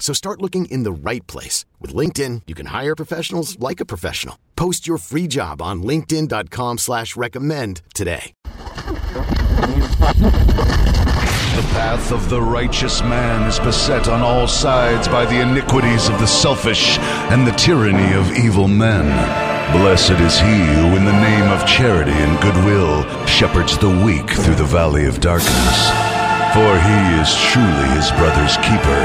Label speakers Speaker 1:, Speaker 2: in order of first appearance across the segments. Speaker 1: So start looking in the right place. With LinkedIn, you can hire professionals like a professional. Post your free job on linkedin.com slash recommend today.
Speaker 2: The path of the righteous man is beset on all sides by the iniquities of the selfish and the tyranny of evil men. Blessed is he who, in the name of charity and goodwill, shepherds the weak through the valley of darkness. For he is truly his brother's keeper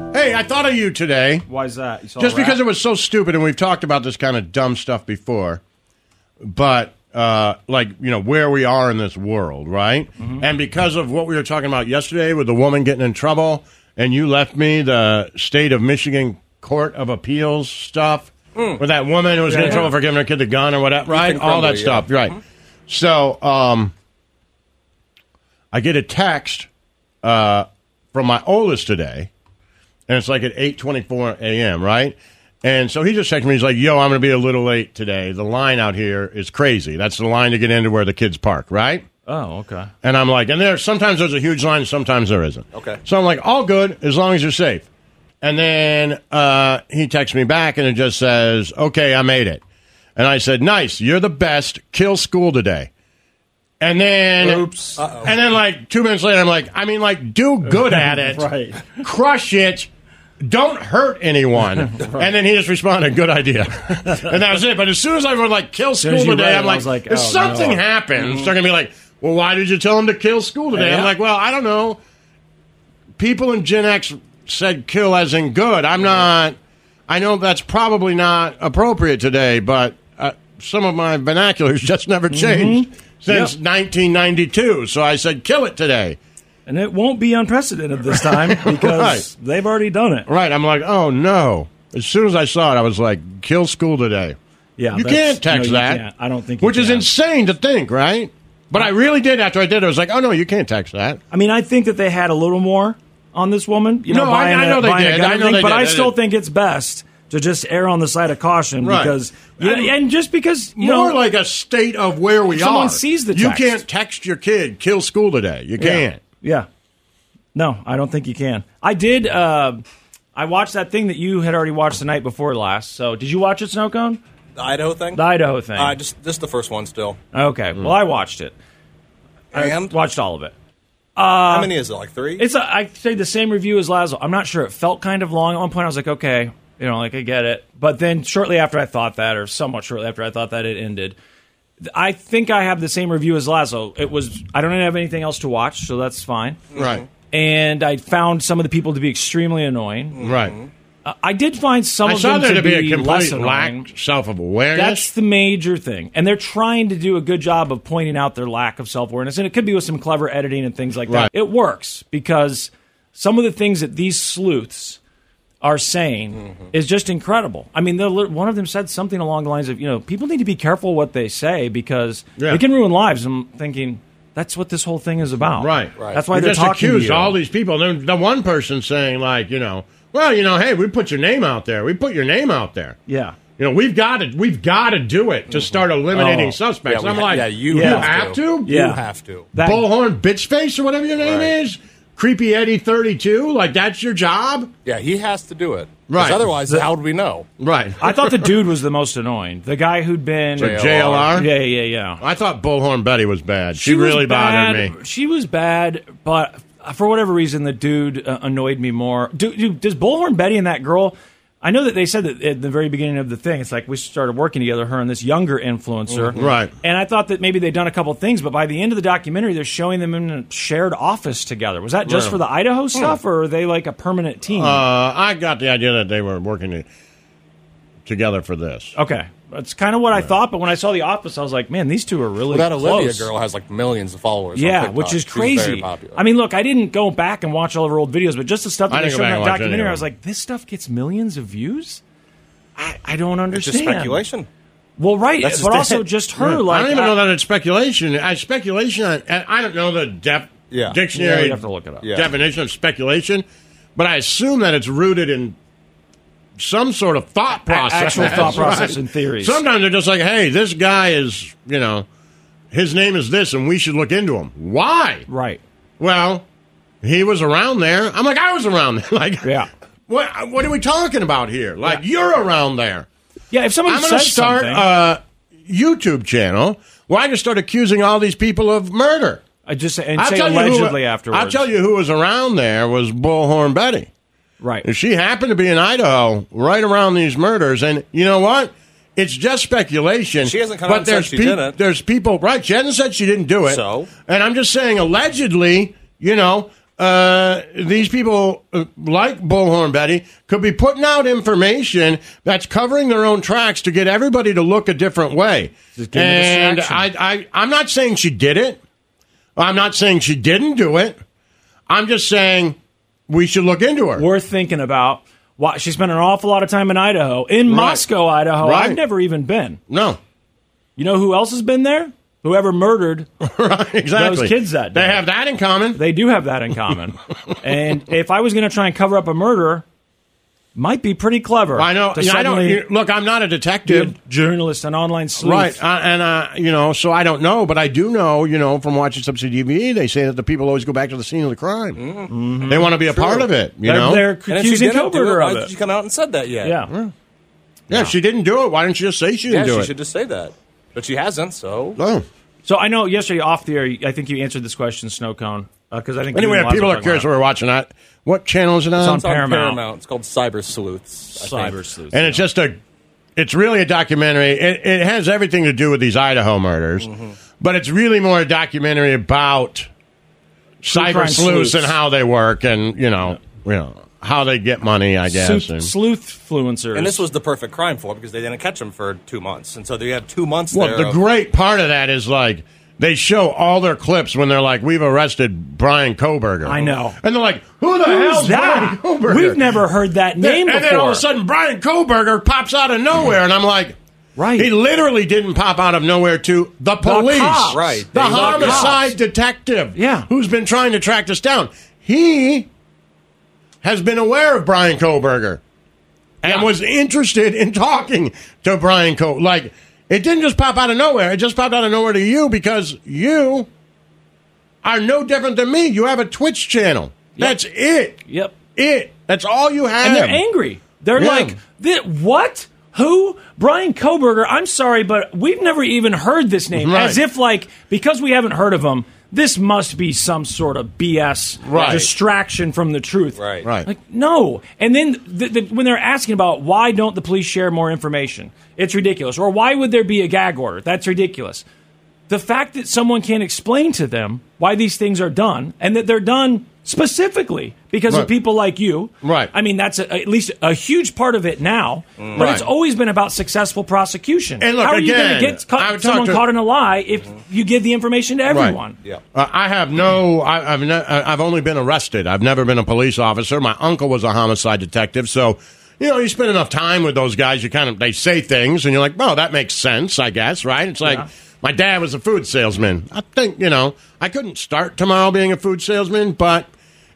Speaker 3: Hey, I thought of you today.
Speaker 4: why's that? You saw
Speaker 3: Just
Speaker 4: a rat?
Speaker 3: because it was so stupid, and we've talked about this kind of dumb stuff before, but uh, like you know where we are in this world, right?
Speaker 4: Mm-hmm.
Speaker 3: And because of what we were talking about yesterday with the woman getting in trouble, and you left me the state of Michigan Court of Appeals stuff
Speaker 4: Mm.
Speaker 3: with that woman who was getting in trouble for giving her kid the gun or whatever, right? All that stuff, right? So, um, I get a text uh, from my oldest today and it's like at 8.24 a.m right and so he just texted me he's like yo i'm gonna be a little late today the line out here is crazy that's the line to get into where the kids park right
Speaker 4: Oh, okay.
Speaker 3: and i'm like and there sometimes there's a huge line sometimes there isn't
Speaker 5: Okay.
Speaker 3: so i'm like all good as long as you're safe and then uh, he texts me back and it just says okay i made it and i said nice you're the best kill school today and then
Speaker 4: Oops.
Speaker 3: and then like two minutes later i'm like i mean like do good at it
Speaker 4: Right.
Speaker 3: crush it. Don't hurt anyone. And then he just responded, good idea. and that was it. But as soon as I would like kill
Speaker 4: as
Speaker 3: school
Speaker 4: you read
Speaker 3: today,
Speaker 4: it,
Speaker 3: I'm
Speaker 4: I
Speaker 3: like,
Speaker 4: was like,
Speaker 3: if
Speaker 4: oh,
Speaker 3: something
Speaker 4: no. Mm-hmm.
Speaker 3: happens, they're going to be like, well, why did you tell him to kill school today? I'm
Speaker 4: Yeah.
Speaker 3: like, well, I don't know. People in Gen X said kill as in good. I'm not, I know that's probably not appropriate today, but uh, some of my vernacular's just never
Speaker 4: Mm-hmm.
Speaker 3: changed since 1992. So I said, kill it today.
Speaker 4: and it won't be unprecedented this time because
Speaker 3: Right.
Speaker 4: they've already done it.
Speaker 3: Right. I'm like, oh no. As soon as I saw it, I was like, kill school today.
Speaker 4: Yeah,
Speaker 3: you
Speaker 4: that's-
Speaker 3: can't text
Speaker 4: no, you
Speaker 3: that.
Speaker 4: can't. I don't think you
Speaker 3: Which is
Speaker 4: can.
Speaker 3: insane to think, right? But I really did after I did it. I was like, oh no, you can't text that.
Speaker 4: I mean, I think that they had a little more on this woman. You know,
Speaker 3: No, I-
Speaker 4: buying
Speaker 3: I
Speaker 4: a-
Speaker 3: know they
Speaker 4: buying a
Speaker 3: did.
Speaker 4: gun
Speaker 3: I
Speaker 4: and
Speaker 3: know
Speaker 4: thing,
Speaker 3: they
Speaker 4: but
Speaker 3: did.
Speaker 4: I
Speaker 3: They
Speaker 4: still
Speaker 3: did.
Speaker 4: think it's best to just err on the side of caution
Speaker 3: Right.
Speaker 4: because yeah,
Speaker 3: And-
Speaker 4: and just because you
Speaker 3: More
Speaker 4: know,
Speaker 3: like a state of where we are.
Speaker 4: Someone sees the
Speaker 3: You
Speaker 4: text.
Speaker 3: can't text your kid, kill school today. You can't.
Speaker 4: Yeah. No, I don't think you can. I did. Uh, I watched that thing that you had already watched the night before last. So, did you watch it, Snow Cone?
Speaker 5: The Idaho thing?
Speaker 4: The Idaho thing.
Speaker 5: Uh, just, just the first one still.
Speaker 4: okay.
Speaker 5: Hmm.
Speaker 4: Well, I watched it.
Speaker 5: And
Speaker 4: Watched all of it.
Speaker 5: how many is it? Like three?
Speaker 4: Uh, It's a, I say the same review as Lazo. I'm not sure. It felt kind of long. At one point, I was like, okay, you know, like I get it. But then shortly after I thought that, or somewhat shortly after I thought that, it ended. I think I have the same review as Lazo. It was I don't have anything else to watch, so that's fine.
Speaker 3: Mm-hmm. Right.
Speaker 4: And I found some of the people to be extremely annoying.
Speaker 3: Right.
Speaker 4: Uh, I did find some
Speaker 3: I
Speaker 4: of
Speaker 3: saw
Speaker 4: them
Speaker 3: there to be a
Speaker 4: less
Speaker 3: complete
Speaker 4: annoying.
Speaker 3: lack self of awareness.
Speaker 4: That's the major thing. And they're trying to do a good job of pointing out their lack of self awareness. And it could be with some clever editing and things like
Speaker 3: Right.
Speaker 4: that. It works because some of the things that these sleuths are saying
Speaker 3: Mm-hmm.
Speaker 4: is just incredible. I mean, they're lit- one of them said something along the lines of, you know, people need to be careful what they say because
Speaker 3: Yeah.
Speaker 4: it can ruin lives. I'm thinking that's what this whole thing is about.
Speaker 3: Right.
Speaker 4: That's why
Speaker 3: you
Speaker 4: they're
Speaker 3: just
Speaker 4: talking
Speaker 3: accused
Speaker 4: to you.
Speaker 3: all these people. Then the one person saying like, you know, well, you know, hey, we put your name out there. We put your name out there.
Speaker 4: yeah.
Speaker 3: You know, we've got to we've got to do it to start eliminating
Speaker 4: Oh.
Speaker 5: Yeah,
Speaker 3: suspects.
Speaker 5: we
Speaker 3: I'm
Speaker 5: ha-
Speaker 3: like,
Speaker 5: yeah, you,
Speaker 3: have to,
Speaker 4: Yeah.
Speaker 5: You have to.
Speaker 4: That-
Speaker 3: bullhorn bitch face or whatever your name
Speaker 5: Right.
Speaker 3: is, creepy Eddie thirty two. Like that's your job,
Speaker 5: Yeah, he has to do it. 'Cause
Speaker 3: Right.
Speaker 5: Otherwise, how would we know?
Speaker 3: right?
Speaker 4: I thought the dude was the most annoying. The guy who'd been
Speaker 3: JLR.
Speaker 4: Yeah, yeah, yeah.
Speaker 3: I thought Bullhorn Betty was bad. She,
Speaker 4: was
Speaker 3: really bothered
Speaker 4: bad.
Speaker 3: me.
Speaker 4: She was bad, but for whatever reason, the dude uh, annoyed me more. Do, do, does Bullhorn Betty and that girl? I know that they said that at the very beginning of the thing, it's like we started working together, her and this younger influencer.
Speaker 3: Mm-hmm. Right.
Speaker 4: And I thought that maybe they'd done a couple things, but by the end of the documentary, they're showing them in a shared office together. Was that just
Speaker 3: Right. Hmm.
Speaker 4: for the Idaho stuff, or are they like a permanent team?
Speaker 3: Uh, I got the idea that they were working to- together for this.
Speaker 4: okay. That's kind of what I thought, but when I saw the office, I was like, man, these two are really
Speaker 5: Well, that Olivia
Speaker 4: close.
Speaker 5: girl has like millions of followers. on
Speaker 4: Yeah,
Speaker 5: TikTok.
Speaker 4: which is
Speaker 5: She's very
Speaker 4: crazy.
Speaker 5: popular.
Speaker 4: I mean, look, I didn't go back and watch all of her old videos, but just the stuff
Speaker 3: I
Speaker 4: that they
Speaker 3: didn't go
Speaker 4: showed
Speaker 3: back
Speaker 4: in
Speaker 3: and
Speaker 4: that
Speaker 3: watch any
Speaker 4: documentary,
Speaker 3: of
Speaker 4: I was
Speaker 3: them.
Speaker 4: like, this stuff gets millions of views. I, I don't
Speaker 5: it's
Speaker 4: understand.
Speaker 5: just speculation.
Speaker 4: Well, right,
Speaker 5: That's
Speaker 4: but
Speaker 5: just
Speaker 4: also
Speaker 5: it.
Speaker 4: just her.
Speaker 3: Yeah.
Speaker 4: Like, uh,
Speaker 3: I don't even know that it's speculation. I speculation. I, I don't know the def,
Speaker 5: Yeah.
Speaker 4: Yeah,
Speaker 3: dictionary
Speaker 4: you have to look it up.
Speaker 5: Yeah.
Speaker 3: definition of speculation, but I assume that it's rooted in some sort of thought process,
Speaker 4: actual thought process
Speaker 3: Right.
Speaker 4: and theories.
Speaker 3: Sometimes they're just like, "Hey, this guy is, you know, his name is this, and we should look into him." Why?
Speaker 4: Right.
Speaker 3: Well, he was around there. I'm like, I was around there. Like,
Speaker 4: Yeah.
Speaker 3: What What are we talking about here? Like, you're around there.
Speaker 4: Yeah, if someone
Speaker 3: I'm going to
Speaker 4: says
Speaker 3: start uh,
Speaker 4: something,
Speaker 3: a YouTube channel where I just start accusing all these people of murder.
Speaker 4: I just and
Speaker 3: I'll
Speaker 4: say
Speaker 3: tell you who-
Speaker 4: allegedly afterwards.
Speaker 3: I'll tell you who was around there was Bullhorn Betty.
Speaker 4: Right.
Speaker 3: She happened to be in Idaho right around these murders, and you know what? It's just speculation.
Speaker 5: She hasn't come
Speaker 3: but
Speaker 5: out and said
Speaker 3: there's
Speaker 5: she didn't.
Speaker 3: There's people, right? She hasn't said she didn't do it.
Speaker 5: So?
Speaker 3: and I'm just saying, allegedly, you know, uh, these people uh, like Bullhorn Betty could be putting out information that's covering their own tracks to get everybody to look a different way.
Speaker 4: Just give them a
Speaker 3: And I,
Speaker 4: distraction.
Speaker 3: I, I'm not saying she did it. I'm not saying she didn't do it. I'm just saying we should look into her.
Speaker 4: worth thinking about. Why she spent an awful lot of time in Idaho, in Moscow, Idaho.
Speaker 3: Right.
Speaker 4: I've never even been.
Speaker 3: No.
Speaker 4: You know who else has been there? Whoever murdered
Speaker 3: right, exactly.
Speaker 4: kids that
Speaker 3: They
Speaker 4: day.
Speaker 3: have that in common.
Speaker 4: they do have that in common. and if I was going to try and cover up a murder, might be pretty clever.
Speaker 3: I know.
Speaker 4: to
Speaker 3: you know, I don't.
Speaker 4: suddenly
Speaker 3: you- look, I'm not a
Speaker 4: be a
Speaker 3: detective.
Speaker 4: journalist, an online sleuth.
Speaker 3: Right, uh, and uh, you know, so I don't know, but I do know, you know, from watching some CTV, they say that the people always go back to the scene of the crime. They want to be a part of it, you
Speaker 4: They're,
Speaker 3: know.
Speaker 4: they're
Speaker 5: And if she
Speaker 4: accusing
Speaker 5: didn't do it,
Speaker 4: Koberger
Speaker 5: why
Speaker 4: of
Speaker 5: did she
Speaker 4: it.
Speaker 5: come out and said that yet?
Speaker 4: Yeah.
Speaker 3: yeah, if she didn't do it. Oh, Why didn't she just say she Oh.
Speaker 5: Yeah,
Speaker 3: didn't
Speaker 5: she
Speaker 3: do it?
Speaker 5: should just say that. But she hasn't, so.
Speaker 3: No.
Speaker 4: So I know yesterday off the air, I think you answered this question, Snow Cone, because I think you
Speaker 3: Anyway,
Speaker 4: and
Speaker 3: if people
Speaker 4: Lazo
Speaker 3: are curious.
Speaker 4: talking
Speaker 3: We're watching that. What channel is it on?
Speaker 4: on-
Speaker 5: It's on
Speaker 4: Paramount.
Speaker 5: Paramount. It's called Cyber Sleuths. I
Speaker 4: about
Speaker 5: think.
Speaker 4: cyber sleuths.
Speaker 3: and it's just a it's really a documentary it, it has everything to do with these idaho murders
Speaker 4: Mm-hmm.
Speaker 3: but it's really more a documentary about cyber
Speaker 4: crime
Speaker 3: sleuths
Speaker 4: sleuths.
Speaker 3: and how they work and you know you know how they get money i guess
Speaker 4: sleuth,
Speaker 3: and-
Speaker 4: sleuth fluencers.
Speaker 5: And this was the perfect crime for it because they didn't catch him for two months. And so they have two months
Speaker 3: well
Speaker 5: there.
Speaker 3: the
Speaker 5: of-
Speaker 3: great part of that is like they show all their clips when they're like, "We've arrested Brian Koberger."
Speaker 4: I know.
Speaker 3: and they're like, "Who the hell's
Speaker 4: Who's that?
Speaker 3: Brian Koberger?"
Speaker 4: We've never heard that name
Speaker 3: and
Speaker 4: before.
Speaker 3: then all of a sudden, Brian Koberger pops out of nowhere, and I'm like,
Speaker 4: Right.
Speaker 3: He literally didn't pop out of nowhere to the police,
Speaker 4: cops.
Speaker 5: Right.
Speaker 3: The
Speaker 5: They were
Speaker 3: homicide
Speaker 4: cops.
Speaker 3: detective,
Speaker 4: Yeah.
Speaker 3: who's been trying to track this down. He has been aware of Brian Koberger and was interested in talking to Brian Ko. Like, it didn't just pop out of nowhere. It just popped out of nowhere to you because you are no different than me. You have a Twitch channel. That's it.
Speaker 4: Yep.
Speaker 3: It. That's all you have.
Speaker 4: and they're angry. They're
Speaker 3: Yeah.
Speaker 4: like, "Th- what? Who? Brian Koberger? I'm sorry, but we've never even heard this name.
Speaker 3: Right.
Speaker 4: As if like because we haven't heard of him, this must be some sort of BS
Speaker 3: Right.
Speaker 4: distraction from the truth.
Speaker 5: Right.
Speaker 3: Right.
Speaker 4: Like no. And then th the, when they're asking about why don't the police share more information, it's ridiculous. Or why would there be a gag order? That's ridiculous. The fact that someone can't explain to them why these things are done and that they're done specifically because
Speaker 3: Right.
Speaker 4: of people like you.
Speaker 3: Right.
Speaker 4: I mean, that's a, at least a huge part of it now. But
Speaker 3: Right.
Speaker 4: it's always been about successful prosecution.
Speaker 3: And look,
Speaker 4: How are you
Speaker 3: again,
Speaker 4: going to get
Speaker 3: I
Speaker 4: caught,
Speaker 3: would talk
Speaker 4: someone
Speaker 3: to-
Speaker 4: caught in a lie if you give the information to
Speaker 3: Right.
Speaker 4: everyone?
Speaker 5: Yeah.
Speaker 3: Uh, I have no. I, I've ne- uh, I've only been arrested. I've never been a police officer. My uncle was a homicide detective, so you know you spend enough time with those guys. You kind of they say things, and you're like, "Oh, that makes sense, I guess." Right? It's like my dad was a food salesman. I think you know I couldn't start tomorrow being a food salesman, but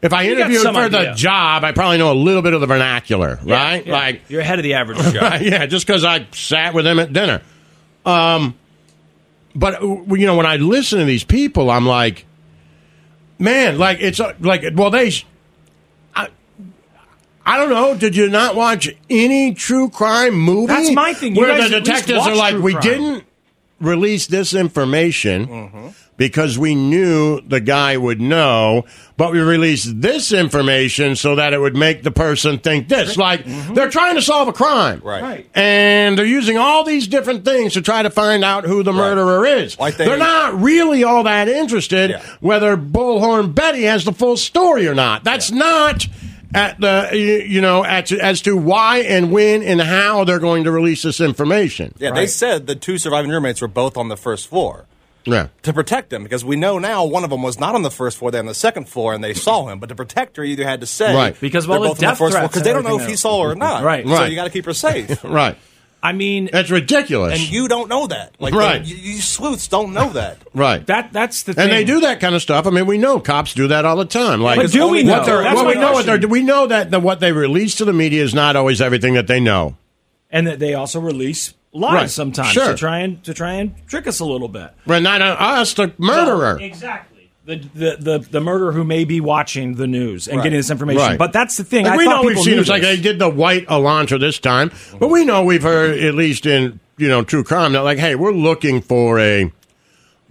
Speaker 3: if I
Speaker 4: got
Speaker 3: interviewed
Speaker 4: some
Speaker 3: for the
Speaker 4: idea.
Speaker 3: job, I probably know a little bit of the vernacular, right?
Speaker 4: Yeah.
Speaker 3: Like,
Speaker 4: you're ahead of the average Joe.
Speaker 3: yeah, just because I sat with him at dinner. Um, but uh, you know, when I listen to these people, I'm like, man, like it's uh, like well, they, sh- I, I don't know. Did you not watch any true crime movie?
Speaker 4: That's my thing. You
Speaker 3: Where
Speaker 4: guys
Speaker 3: the
Speaker 4: at least
Speaker 3: detectives
Speaker 4: watch
Speaker 3: are like,
Speaker 4: true
Speaker 3: we
Speaker 4: crime."
Speaker 3: didn't release this information.
Speaker 5: Mm-hmm.
Speaker 3: Because we knew the guy would know, but we released this information so that it would make the person think this. Like, they're trying to solve a crime.
Speaker 5: Mm-hmm. Right.
Speaker 4: Right.
Speaker 3: And they're using all these different things to try to find out who the murderer is.
Speaker 5: Like they-
Speaker 3: they, are not really all that interested
Speaker 5: Yeah.
Speaker 3: whether Bullhorn Betty has the full story or not. That's not at the you you know at, as to why and when and how they're going to release this information.
Speaker 5: Yeah, they said the two surviving roommates were both on the first floor
Speaker 3: Yeah.
Speaker 5: to protect them because we know now one of them was not on the first floor; they're on the second floor, and they saw him. But to protect her, you either had to say
Speaker 3: Right.
Speaker 4: Because of
Speaker 5: they're
Speaker 4: all the
Speaker 5: both on first
Speaker 4: death
Speaker 5: floor
Speaker 4: threats
Speaker 5: because they
Speaker 4: and
Speaker 5: don't know if
Speaker 4: everything
Speaker 5: he
Speaker 4: else.
Speaker 5: saw her or not.
Speaker 4: Right.
Speaker 5: So
Speaker 3: Right.
Speaker 5: you got to keep her safe.
Speaker 3: Right.
Speaker 4: I mean,
Speaker 3: That's ridiculous.
Speaker 5: And you don't know that. Like
Speaker 3: Right.
Speaker 5: the- you, you sleuths don't know that.
Speaker 3: right.
Speaker 4: that that's the thing.
Speaker 3: and they do that kind of stuff. I mean, we know cops do that all the time. Like,
Speaker 4: But do we
Speaker 5: What
Speaker 4: know?
Speaker 3: what they're,
Speaker 4: That's
Speaker 3: well,
Speaker 4: my
Speaker 3: we know what
Speaker 4: question.
Speaker 3: they're, do we know that the, what they release to the media is not always everything that they know.
Speaker 4: and that they also release lies
Speaker 3: Right.
Speaker 4: sometimes
Speaker 3: Sure.
Speaker 4: to try and to try and trick us a little bit.
Speaker 3: But not on us, the murderer.
Speaker 4: Exactly. The, the the the murderer who may be watching the news and
Speaker 5: Right.
Speaker 4: getting this information.
Speaker 3: Right.
Speaker 4: But that's the thing.
Speaker 3: Like,
Speaker 4: I
Speaker 3: we
Speaker 4: thought
Speaker 3: know we've
Speaker 4: people
Speaker 3: seen
Speaker 4: knew
Speaker 3: it's like
Speaker 4: this.
Speaker 3: they did the white Elantra this time, but we know we've heard at least in you know true crime that like, hey, we're looking for a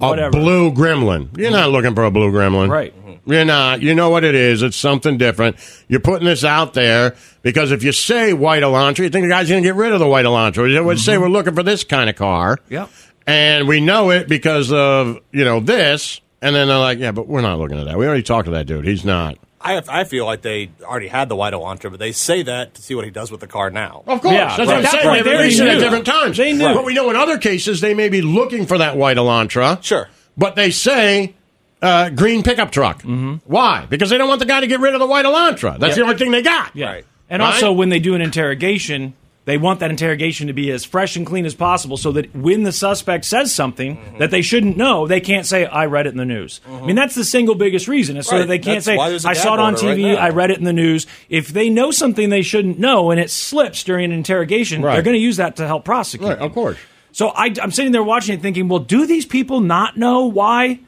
Speaker 3: a
Speaker 4: Whatever.
Speaker 3: blue gremlin. You're not looking for a blue gremlin,
Speaker 4: Right.
Speaker 3: You're not. You know what it is. It's something different. You're putting this out there because if you say white Elantra, you think the guy's going to get rid of the white Elantra. They would say we're looking for this kind of car.
Speaker 4: Mm-hmm. Yep.
Speaker 3: And we know it because of you know this, and then they're like, yeah, but we're not looking at that. We already talked to that dude. He's not.
Speaker 5: I I feel like they already had the white Elantra, but they say that to see what he does with the car now.
Speaker 3: Of course,
Speaker 4: Yeah,
Speaker 3: that's
Speaker 4: right.
Speaker 3: what I'm
Speaker 4: That's
Speaker 3: saying.
Speaker 4: right.
Speaker 3: They
Speaker 4: They
Speaker 3: release it at
Speaker 4: knew.
Speaker 3: different times.
Speaker 4: They knew.
Speaker 3: But we know in other cases they may be looking for that white Elantra.
Speaker 5: Sure.
Speaker 3: But they say uh, green pickup truck.
Speaker 4: Mm-hmm.
Speaker 3: Why? Because they don't want the guy to get rid of the white Elantra. That's the only thing they got.
Speaker 4: Yeah.
Speaker 5: Right.
Speaker 4: And
Speaker 3: Right?
Speaker 4: also, when they do an interrogation, they want that interrogation to be as fresh and clean as possible, so that when the suspect says something
Speaker 5: Mm-hmm.
Speaker 4: that they shouldn't know, they can't say, "I read it in the news." I mean, that's the single biggest reason is so
Speaker 5: Right.
Speaker 4: that they can't
Speaker 5: That's
Speaker 4: say,
Speaker 5: why there's a
Speaker 4: "I saw it
Speaker 5: gag
Speaker 4: on
Speaker 5: order right
Speaker 4: TV,
Speaker 5: now."
Speaker 4: I read it in the news." If they know something they shouldn't know and it slips during an interrogation,
Speaker 3: Right.
Speaker 4: they're going to use that to help prosecute.
Speaker 3: Right, of course.
Speaker 4: So I, I'm sitting there watching it thinking, well, do these people not know why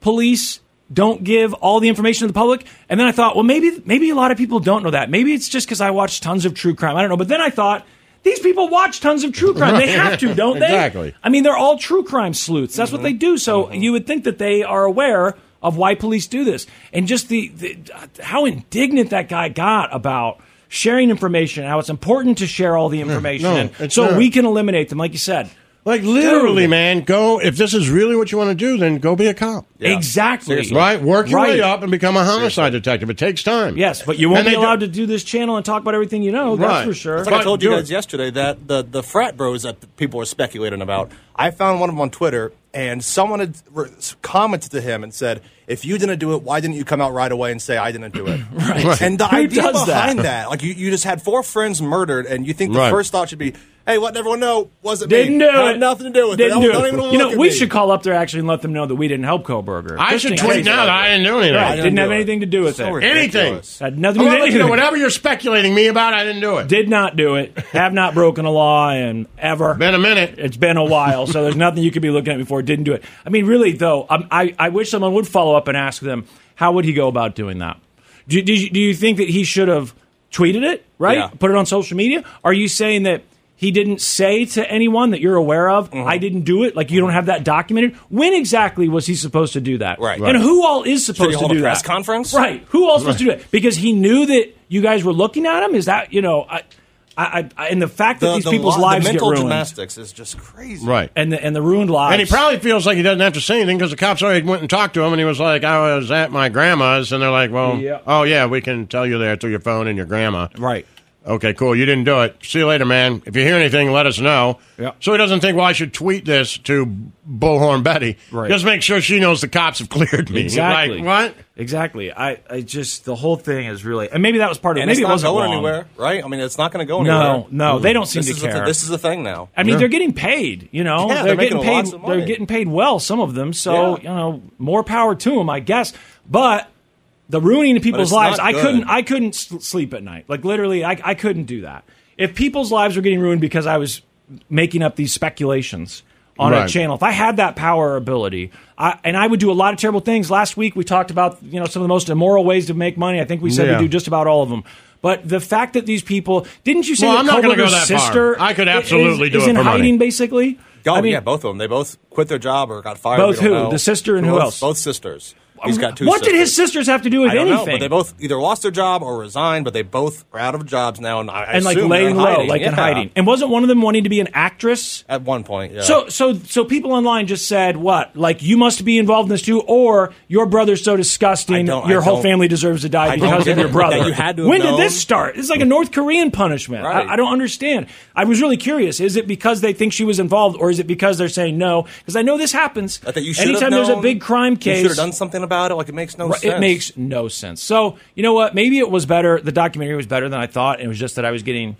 Speaker 4: police don't give all the information to the public? And then I thought, well, maybe maybe a lot of people don't know that. Maybe it's just because I watch tons of true crime. I don't know. But then I thought, these people watch tons of true crime. They have to, don't they?
Speaker 3: Exactly.
Speaker 4: I mean, they're all true crime sleuths. That's what they do. So
Speaker 3: Mm-hmm.
Speaker 4: you would think that they are aware of why police do this, and just the, the how indignant that guy got about sharing information, how it's important to share all the information,
Speaker 3: no,
Speaker 4: and
Speaker 3: it's
Speaker 4: so
Speaker 3: not.
Speaker 4: we can eliminate them, like you said.
Speaker 3: Like literally,
Speaker 4: Dude.
Speaker 3: man. Go if this is really what you want to do, then go be a cop.
Speaker 5: Yeah.
Speaker 4: Exactly.
Speaker 5: Seriously.
Speaker 3: Right, work your
Speaker 4: Right.
Speaker 3: way up and become a homicide detective. It takes time.
Speaker 4: Yes, but you won't
Speaker 3: And
Speaker 4: be
Speaker 3: they do-
Speaker 4: allowed to do this channel and talk about everything you know.
Speaker 3: Right.
Speaker 4: Oh, That's for sure.
Speaker 5: It's like I
Speaker 3: But
Speaker 5: told you
Speaker 3: do
Speaker 5: guys
Speaker 3: it.
Speaker 5: yesterday that the, the frat bros that people are speculating about. I found one of them on Twitter, and someone had re- commented to him and said, "If you didn't do it, why didn't you come out right away and say I didn't do it?" right. And the
Speaker 4: Who
Speaker 5: idea
Speaker 4: does that?
Speaker 5: behind that? like you, you just had four friends murdered, and you think the
Speaker 3: Right.
Speaker 5: first thought should be, "Hey, let everyone know wasn't
Speaker 4: Didn't
Speaker 5: me.
Speaker 4: do
Speaker 5: Had
Speaker 4: it.
Speaker 5: nothing to do with
Speaker 4: Didn't
Speaker 5: it.
Speaker 4: do
Speaker 5: Don't
Speaker 4: it.
Speaker 5: even look
Speaker 4: you know,
Speaker 5: at
Speaker 4: we
Speaker 5: me."
Speaker 4: should call up there actually and let them know that we didn't help Koberger.
Speaker 3: I
Speaker 4: Just
Speaker 3: should
Speaker 4: in
Speaker 3: tweet
Speaker 4: case.
Speaker 3: now that I didn't do anything.
Speaker 4: Right.
Speaker 5: didn't
Speaker 4: Didn't
Speaker 5: do
Speaker 4: have
Speaker 5: it.
Speaker 4: anything to do with
Speaker 5: So
Speaker 4: it.
Speaker 3: Anything.
Speaker 5: ridiculous.
Speaker 4: Had nothing
Speaker 3: I'm gonna
Speaker 4: to do
Speaker 3: let
Speaker 4: with
Speaker 3: you know,
Speaker 4: anything.
Speaker 3: whatever you're speculating me about, I didn't do it.
Speaker 4: Did not do it. Have not broken a law and ever.
Speaker 3: Been a minute.
Speaker 4: It's been a while, so there's nothing you could be looking at before. Didn't do it. I mean, really though, um, I I wish someone would follow up and ask them how would he go about doing that. Do do you, do you think that he should have tweeted it? Right,
Speaker 5: Yeah.
Speaker 4: put it on social media. Are you saying that? He didn't say to anyone that you're aware of,
Speaker 5: Mm-hmm.
Speaker 4: I didn't do it. Like, you don't have that documented. When exactly was he supposed to do that?
Speaker 5: Right.
Speaker 4: And who all is
Speaker 5: he
Speaker 4: supposed
Speaker 5: hold
Speaker 4: to
Speaker 5: a
Speaker 4: do
Speaker 5: press
Speaker 4: that?
Speaker 5: conference?
Speaker 4: Right. Right. Who else was to do it? Because he knew that you guys were looking at him. Is that you know? I, I, I and the fact that
Speaker 5: The,
Speaker 4: these
Speaker 5: the
Speaker 4: people's
Speaker 5: li- the
Speaker 4: lives get
Speaker 5: mental
Speaker 4: ruined,
Speaker 5: gymnastics is just crazy.
Speaker 3: Right.
Speaker 4: and the and the ruined lives,
Speaker 3: And he probably feels like he doesn't have to say anything because the cops already went and talked to him, and he was like, "I was at my grandma's," and they're like, "Well,
Speaker 4: Yeah.
Speaker 3: oh yeah, we can tell you there through your phone and your grandma."
Speaker 4: right.
Speaker 3: Okay, cool. You didn't do it. See you later, man. If you hear anything, let us know.
Speaker 4: Yeah.
Speaker 3: So he doesn't think, "Well, I should tweet this to Bullhorn Betty."
Speaker 4: Right.
Speaker 3: Just make sure she knows the cops have cleared me.
Speaker 4: Exactly.
Speaker 3: Like what?
Speaker 4: Exactly. I, I just the whole thing is really, and maybe that was part of it.
Speaker 5: And
Speaker 4: Maybe
Speaker 5: it's
Speaker 4: it
Speaker 5: not
Speaker 4: wasn't
Speaker 5: going
Speaker 4: wrong.
Speaker 5: anywhere, right? I mean, it's not going to go
Speaker 4: No,
Speaker 5: anywhere.
Speaker 4: no, they don't seem
Speaker 5: This
Speaker 4: to
Speaker 5: is the
Speaker 4: care.
Speaker 5: thi- this is the thing now.
Speaker 4: I mean, they're getting paid. You know,
Speaker 5: Yeah, they're
Speaker 4: they're, getting
Speaker 5: making
Speaker 4: paid.
Speaker 5: lots of money.
Speaker 4: They're getting paid well. Some of them. So
Speaker 5: Yeah.
Speaker 4: you know, more power to them, I guess. But the ruining of people's
Speaker 5: it's not
Speaker 4: lives. I
Speaker 5: good.
Speaker 4: couldn't. I couldn't s- sleep at night. Like literally, I, I couldn't do that. If people's lives were getting ruined because I was making up these speculations on
Speaker 3: Right.
Speaker 4: a channel, if I had that power or ability, I, and I would do a lot of terrible things. Last week we talked about you know some of the most immoral ways to make money. I think we said
Speaker 3: Yeah.
Speaker 4: we do just about all of them. But the fact that these people didn't you say
Speaker 3: Well,
Speaker 4: that
Speaker 3: I'm not gonna go
Speaker 4: Kohlberger's
Speaker 3: that far.
Speaker 4: sister
Speaker 3: I could
Speaker 4: i-
Speaker 3: absolutely
Speaker 4: is,
Speaker 3: do
Speaker 4: is
Speaker 3: it
Speaker 4: in
Speaker 3: for money.
Speaker 4: hiding basically?
Speaker 5: Oh,
Speaker 4: I mean,
Speaker 5: yeah, both of them. They both quit their job or got fired.
Speaker 4: Both
Speaker 5: we don't
Speaker 4: who?
Speaker 5: know.
Speaker 4: The sister and who
Speaker 5: both,
Speaker 4: else?
Speaker 5: Both sisters. He's got two.
Speaker 4: What
Speaker 5: sisters.
Speaker 4: did his sisters have to do with
Speaker 5: I don't
Speaker 4: anything?
Speaker 5: know, but they both either lost their job or resigned. But they both are out of jobs now, and I I
Speaker 4: and like
Speaker 5: assume they're
Speaker 4: laying
Speaker 5: in
Speaker 4: low,
Speaker 5: hiding.
Speaker 4: like in
Speaker 5: Yeah.
Speaker 4: hiding. And wasn't one of them wanting to be an actress?
Speaker 5: At one point, yeah.
Speaker 4: So, so, so people online just said, "What? Like you must be involved in this too, or your brother's so
Speaker 5: I
Speaker 4: disgusting,
Speaker 5: don't- I
Speaker 4: your whole
Speaker 5: don't-
Speaker 4: family deserves to die
Speaker 5: I don't
Speaker 4: because
Speaker 5: get
Speaker 4: of your
Speaker 5: it,
Speaker 4: brother."
Speaker 5: that you had to have
Speaker 4: when did
Speaker 5: known.
Speaker 4: this start? It's like a North Korean punishment.
Speaker 5: Right.
Speaker 4: I, I don't understand. I was really curious. Is it because they think she was involved, or is it because they're saying no? Because I know this happens.
Speaker 5: I think you should have
Speaker 4: Anytime there's a
Speaker 5: known.
Speaker 4: big crime case,
Speaker 5: you should have done something about it. Like it makes no
Speaker 4: Right,
Speaker 5: sense.
Speaker 4: It makes no sense. So you know what? Maybe it was better. The documentary was better than I thought. and It was just that I was getting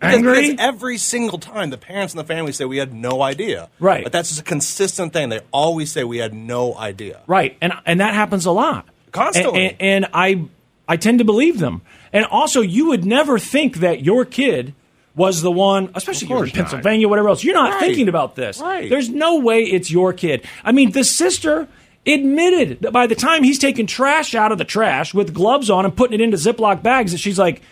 Speaker 5: Because
Speaker 4: angry.
Speaker 5: every single time the parents and the family say we had no idea.
Speaker 4: Right.
Speaker 5: But that's just a consistent thing. They always say we had no idea.
Speaker 4: Right, and and that happens a lot
Speaker 5: Constantly.
Speaker 4: And, and, and I I tend to believe them. And also, you would never think that your kid was the one, especially if you're in
Speaker 3: course not.
Speaker 4: Pennsylvania, whatever else. You're not
Speaker 5: Right.
Speaker 4: thinking about this.
Speaker 5: Right.
Speaker 4: There's no way it's your kid. I mean, the sister admitted that by the time he's taking trash out of the trash with gloves on and putting it into Ziploc bags, that she's like.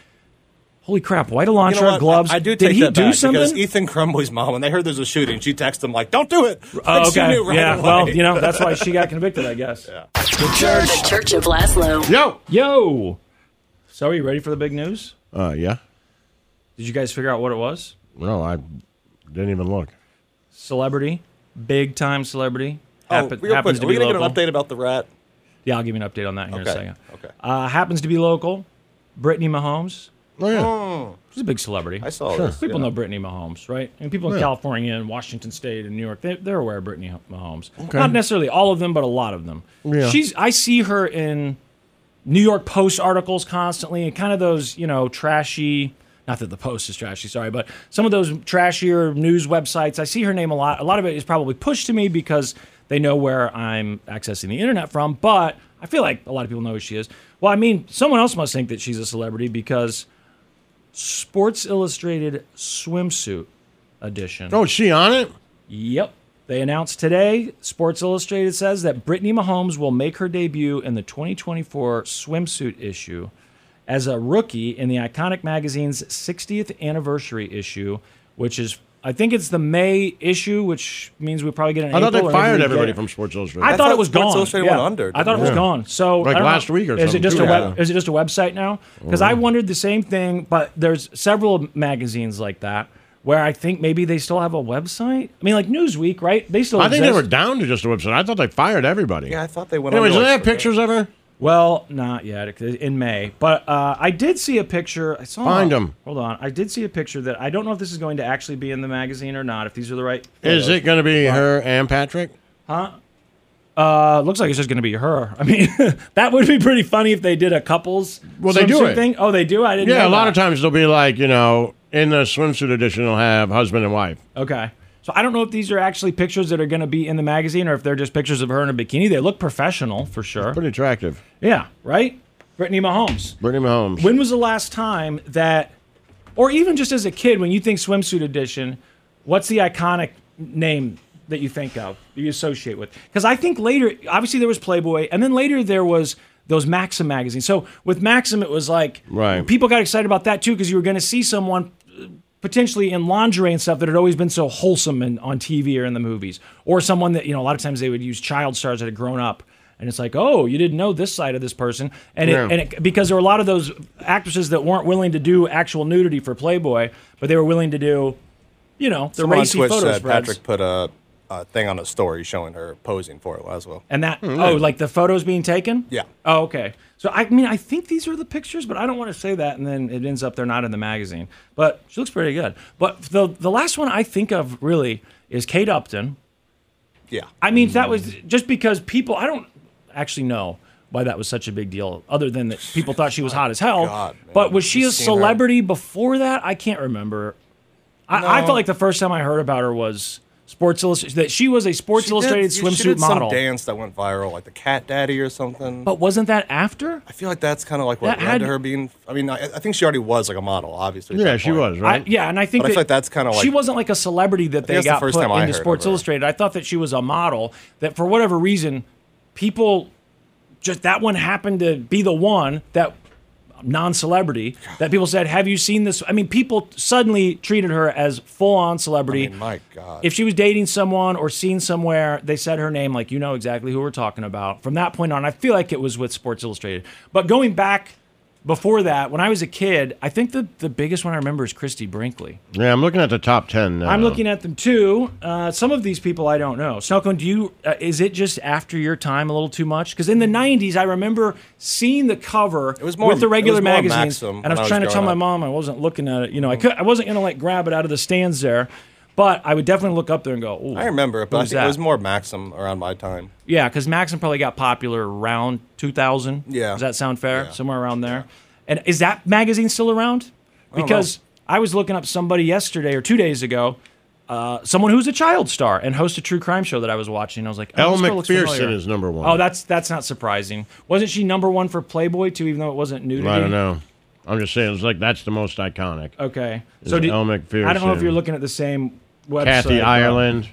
Speaker 4: Holy crap! White Elantra
Speaker 5: You know what?
Speaker 4: gloves.
Speaker 5: I, I do
Speaker 4: Did
Speaker 5: take
Speaker 4: he
Speaker 5: that
Speaker 4: do
Speaker 5: back
Speaker 4: something?
Speaker 5: because Ethan Crumley's mom, when they heard there's a shooting, she texted him like, "Don't do it."
Speaker 4: Oh,
Speaker 5: Like, she
Speaker 4: okay.
Speaker 5: knew right
Speaker 4: yeah.
Speaker 5: away.
Speaker 4: Well, you know that's why she got convicted, I guess.
Speaker 6: The Church of Laszlo.
Speaker 3: Yo.
Speaker 4: Yo. So are you ready for the big news?
Speaker 3: Uh, yeah.
Speaker 4: Did you guys figure out what it was?
Speaker 3: No, I didn't even look.
Speaker 4: Celebrity, big time celebrity.
Speaker 5: Oh,
Speaker 4: Happen-
Speaker 5: real
Speaker 4: happens
Speaker 5: quick,
Speaker 4: to
Speaker 5: are we
Speaker 4: be
Speaker 5: gonna get an
Speaker 4: local.
Speaker 5: update about the rat?
Speaker 4: Yeah, I'll give you an update on that here in a
Speaker 5: Okay,
Speaker 4: second.
Speaker 5: okay.
Speaker 4: Uh, happens to be local. Brittany Mahomes.
Speaker 3: Oh yeah.
Speaker 4: She's a big celebrity.
Speaker 5: I saw this.
Speaker 4: People
Speaker 5: yeah.
Speaker 4: know Brittany Mahomes, right? And people in California and Washington State and New York, they, they're aware of Brittany Mahomes. Not necessarily all of them, but a lot of them.
Speaker 3: Yeah.
Speaker 4: She's. I see her in New York Post articles constantly, and kind of those, you know, trashy. Not that the Post is trashy, sorry, but some of those trashier news websites. I see her name a lot. A lot of it is probably pushed to me because they know where I'm accessing the internet from. But I feel like a lot of people know who she is. Well, I mean, someone else must think that she's a celebrity because Sports Illustrated swimsuit edition.
Speaker 3: Oh, is she on it?
Speaker 4: Yep. They announced today, Sports Illustrated says that Brittany Mahomes will make her debut in the 2024 swimsuit issue as a rookie in the iconic magazine's 60th anniversary issue, which is, I think it's the May issue, which means we probably get an
Speaker 3: I thought they
Speaker 4: April or maybe
Speaker 3: fired
Speaker 4: we
Speaker 3: everybody
Speaker 4: get-
Speaker 3: from Sports Illustrated.
Speaker 4: I, thought
Speaker 5: thought
Speaker 4: it was
Speaker 5: Sports
Speaker 4: gone.
Speaker 5: Illustrated
Speaker 4: yeah.
Speaker 5: went under,
Speaker 4: I thought it was
Speaker 3: didn't it?
Speaker 4: gone. So
Speaker 3: Like
Speaker 4: I don't
Speaker 3: last
Speaker 4: know.
Speaker 3: week or
Speaker 4: is
Speaker 3: something,
Speaker 4: It just
Speaker 3: too.
Speaker 4: a web,
Speaker 3: Yeah.
Speaker 4: Is it just a website now? Because
Speaker 3: Mm.
Speaker 4: I wondered the same thing. But there's several magazines like that where I think maybe they still have a website. I mean, like Newsweek, right? They still.
Speaker 3: I think they
Speaker 4: exist.
Speaker 3: were down to just a website. I thought they fired everybody.
Speaker 5: Yeah, I thought they went.
Speaker 3: Anyways, do
Speaker 5: under,
Speaker 3: they
Speaker 5: like,
Speaker 3: have pictures of her?
Speaker 4: Well, not yet. In May, but uh, I did see a picture. I saw.
Speaker 3: Find 'em.
Speaker 4: Hold on. I did see a picture that I don't know if this is going to actually be in the magazine or not. If these are the right.
Speaker 3: Is it going to be her and Patrick?
Speaker 4: Uh, looks like it's just going to be her. I mean, that would be pretty funny if they did a couples.
Speaker 3: Well, they do
Speaker 4: swimsuit
Speaker 3: it.
Speaker 4: Thing. Oh, they do. I didn't.
Speaker 3: Yeah, a
Speaker 4: know
Speaker 3: lot
Speaker 4: that.
Speaker 3: of times they'll be like, you know, in the swimsuit edition, they'll have husband and wife.
Speaker 4: Okay. So I don't know if these are actually pictures that are going to be in the magazine or if they're just pictures of her in a bikini. They look professional for sure.
Speaker 3: Pretty attractive.
Speaker 4: Yeah, right? Brittany Mahomes.
Speaker 3: Brittany Mahomes.
Speaker 4: When was the last time that, or even just as a kid, when you think swimsuit edition, what's the iconic name that you think of, that you associate with? Because I think later, obviously there was Playboy, and then later there was those Maxim magazines. So with Maxim, it was like
Speaker 3: Right.
Speaker 4: people got excited about that too because you were going to see someone uh, potentially in lingerie and stuff that had always been so wholesome in, on TV or in the movies, or someone that you know a lot of times they would use child stars that had grown up. And it's like, oh, you didn't know this side of this person, and it,
Speaker 3: Yeah.
Speaker 4: and it, because there were a lot of those actresses that weren't willing to do actual nudity for Playboy, but they were willing to do, you know, the
Speaker 5: Someone on
Speaker 4: racy
Speaker 5: Twitch
Speaker 4: photo
Speaker 5: said
Speaker 4: spreads.
Speaker 5: Patrick put a, a thing on a story showing her posing for it as well.
Speaker 4: And that oh, like the photos being taken?
Speaker 5: Hmm, Yeah.
Speaker 4: Oh, okay. So I mean, I think these are the pictures, but I don't want to say that, and then it ends up they're not in the magazine. But she looks pretty good. But the the last one I think of really is Kate Upton.
Speaker 5: Yeah. Mm-hmm.
Speaker 4: I mean, that was just because people. I don't actually know why that was such a big deal, other than that people thought she was hot as hell.
Speaker 5: God, man.
Speaker 4: but was she
Speaker 5: You've
Speaker 4: a
Speaker 5: seen her.
Speaker 4: celebrity before that? I can't remember. I, I
Speaker 5: No.
Speaker 4: felt like the first time I heard about her was Sports Illustrated. That she was a Sports
Speaker 5: She
Speaker 4: Illustrated
Speaker 5: did- she
Speaker 4: swimsuit
Speaker 5: did some
Speaker 4: model.
Speaker 5: dance that went viral, like the Cat Daddy or something.
Speaker 4: But wasn't that after?
Speaker 5: I feel like that's kind of like what
Speaker 4: That
Speaker 5: led
Speaker 4: had-
Speaker 5: to her being. I mean, I, I think she already was like a model, obviously. at
Speaker 3: Yeah,
Speaker 5: that
Speaker 3: she
Speaker 5: point.
Speaker 3: was right.
Speaker 4: I, yeah, and I think
Speaker 5: But I
Speaker 4: that
Speaker 5: feel like that's kinda
Speaker 4: she
Speaker 5: like-
Speaker 4: wasn't like a celebrity that they
Speaker 5: that's the
Speaker 4: got
Speaker 5: first
Speaker 4: put
Speaker 5: time I
Speaker 4: into
Speaker 5: heard of
Speaker 4: Sports
Speaker 5: her.
Speaker 4: Illustrated. I thought that she was a model that for whatever reason, people just that one happened to be the one that non-celebrity that people said, "Have you seen this?" I mean, people suddenly treated her as full-on celebrity.
Speaker 5: I mean, my God.
Speaker 4: If she was dating someone or seen somewhere, they said her name, like you know exactly who we're talking about. From that point on, I feel like it was with Sports Illustrated. But going back before that, when I was a kid, I think the, the biggest one I remember is Christy Brinkley.
Speaker 3: yeah, I'm looking at the top ten now.
Speaker 4: I'm looking at them too. Uh, some of these people I don't know. Snowcone, do you? Uh, is it just after your time a little too much? Because in the '90s, I remember seeing the cover
Speaker 5: was more-
Speaker 4: with the
Speaker 5: it was
Speaker 4: regular
Speaker 5: more
Speaker 4: magazines,
Speaker 5: Maxim
Speaker 4: and I
Speaker 5: when I
Speaker 4: was
Speaker 5: was
Speaker 4: trying to tell
Speaker 5: growing
Speaker 4: my
Speaker 5: up. Mm-hmm.
Speaker 4: mom I wasn't looking at it. You know, I could, I wasn't gonna like grab it out of the stands there, but I would definitely look up there and go. Ooh,
Speaker 5: I remember it, but I
Speaker 4: who's
Speaker 5: think it
Speaker 4: that?
Speaker 5: was more Maxim around my time.
Speaker 4: Yeah, because Maxim probably got popular around 2000.
Speaker 5: Yeah.
Speaker 4: Does that sound fair? Somewhere around there. And is that magazine still around? Because I, was looking up somebody yesterday or two days ago, uh, someone who's a child star and hosts a true crime show that I was watching. I was like, oh,
Speaker 3: Elle
Speaker 4: this girl looks familiar.
Speaker 3: McPherson is number one.
Speaker 4: Oh, that's that's not surprising. Wasn't she number one for Playboy too, even though it wasn't nudity?
Speaker 3: I don't know. I'm just saying, it's like that's the most iconic.
Speaker 4: Okay.
Speaker 3: Is it
Speaker 4: do-
Speaker 3: Elle
Speaker 4: I don't know if
Speaker 3: McPherson?
Speaker 4: you're looking at the same website.
Speaker 3: Kathy
Speaker 4: but-
Speaker 3: Ireland.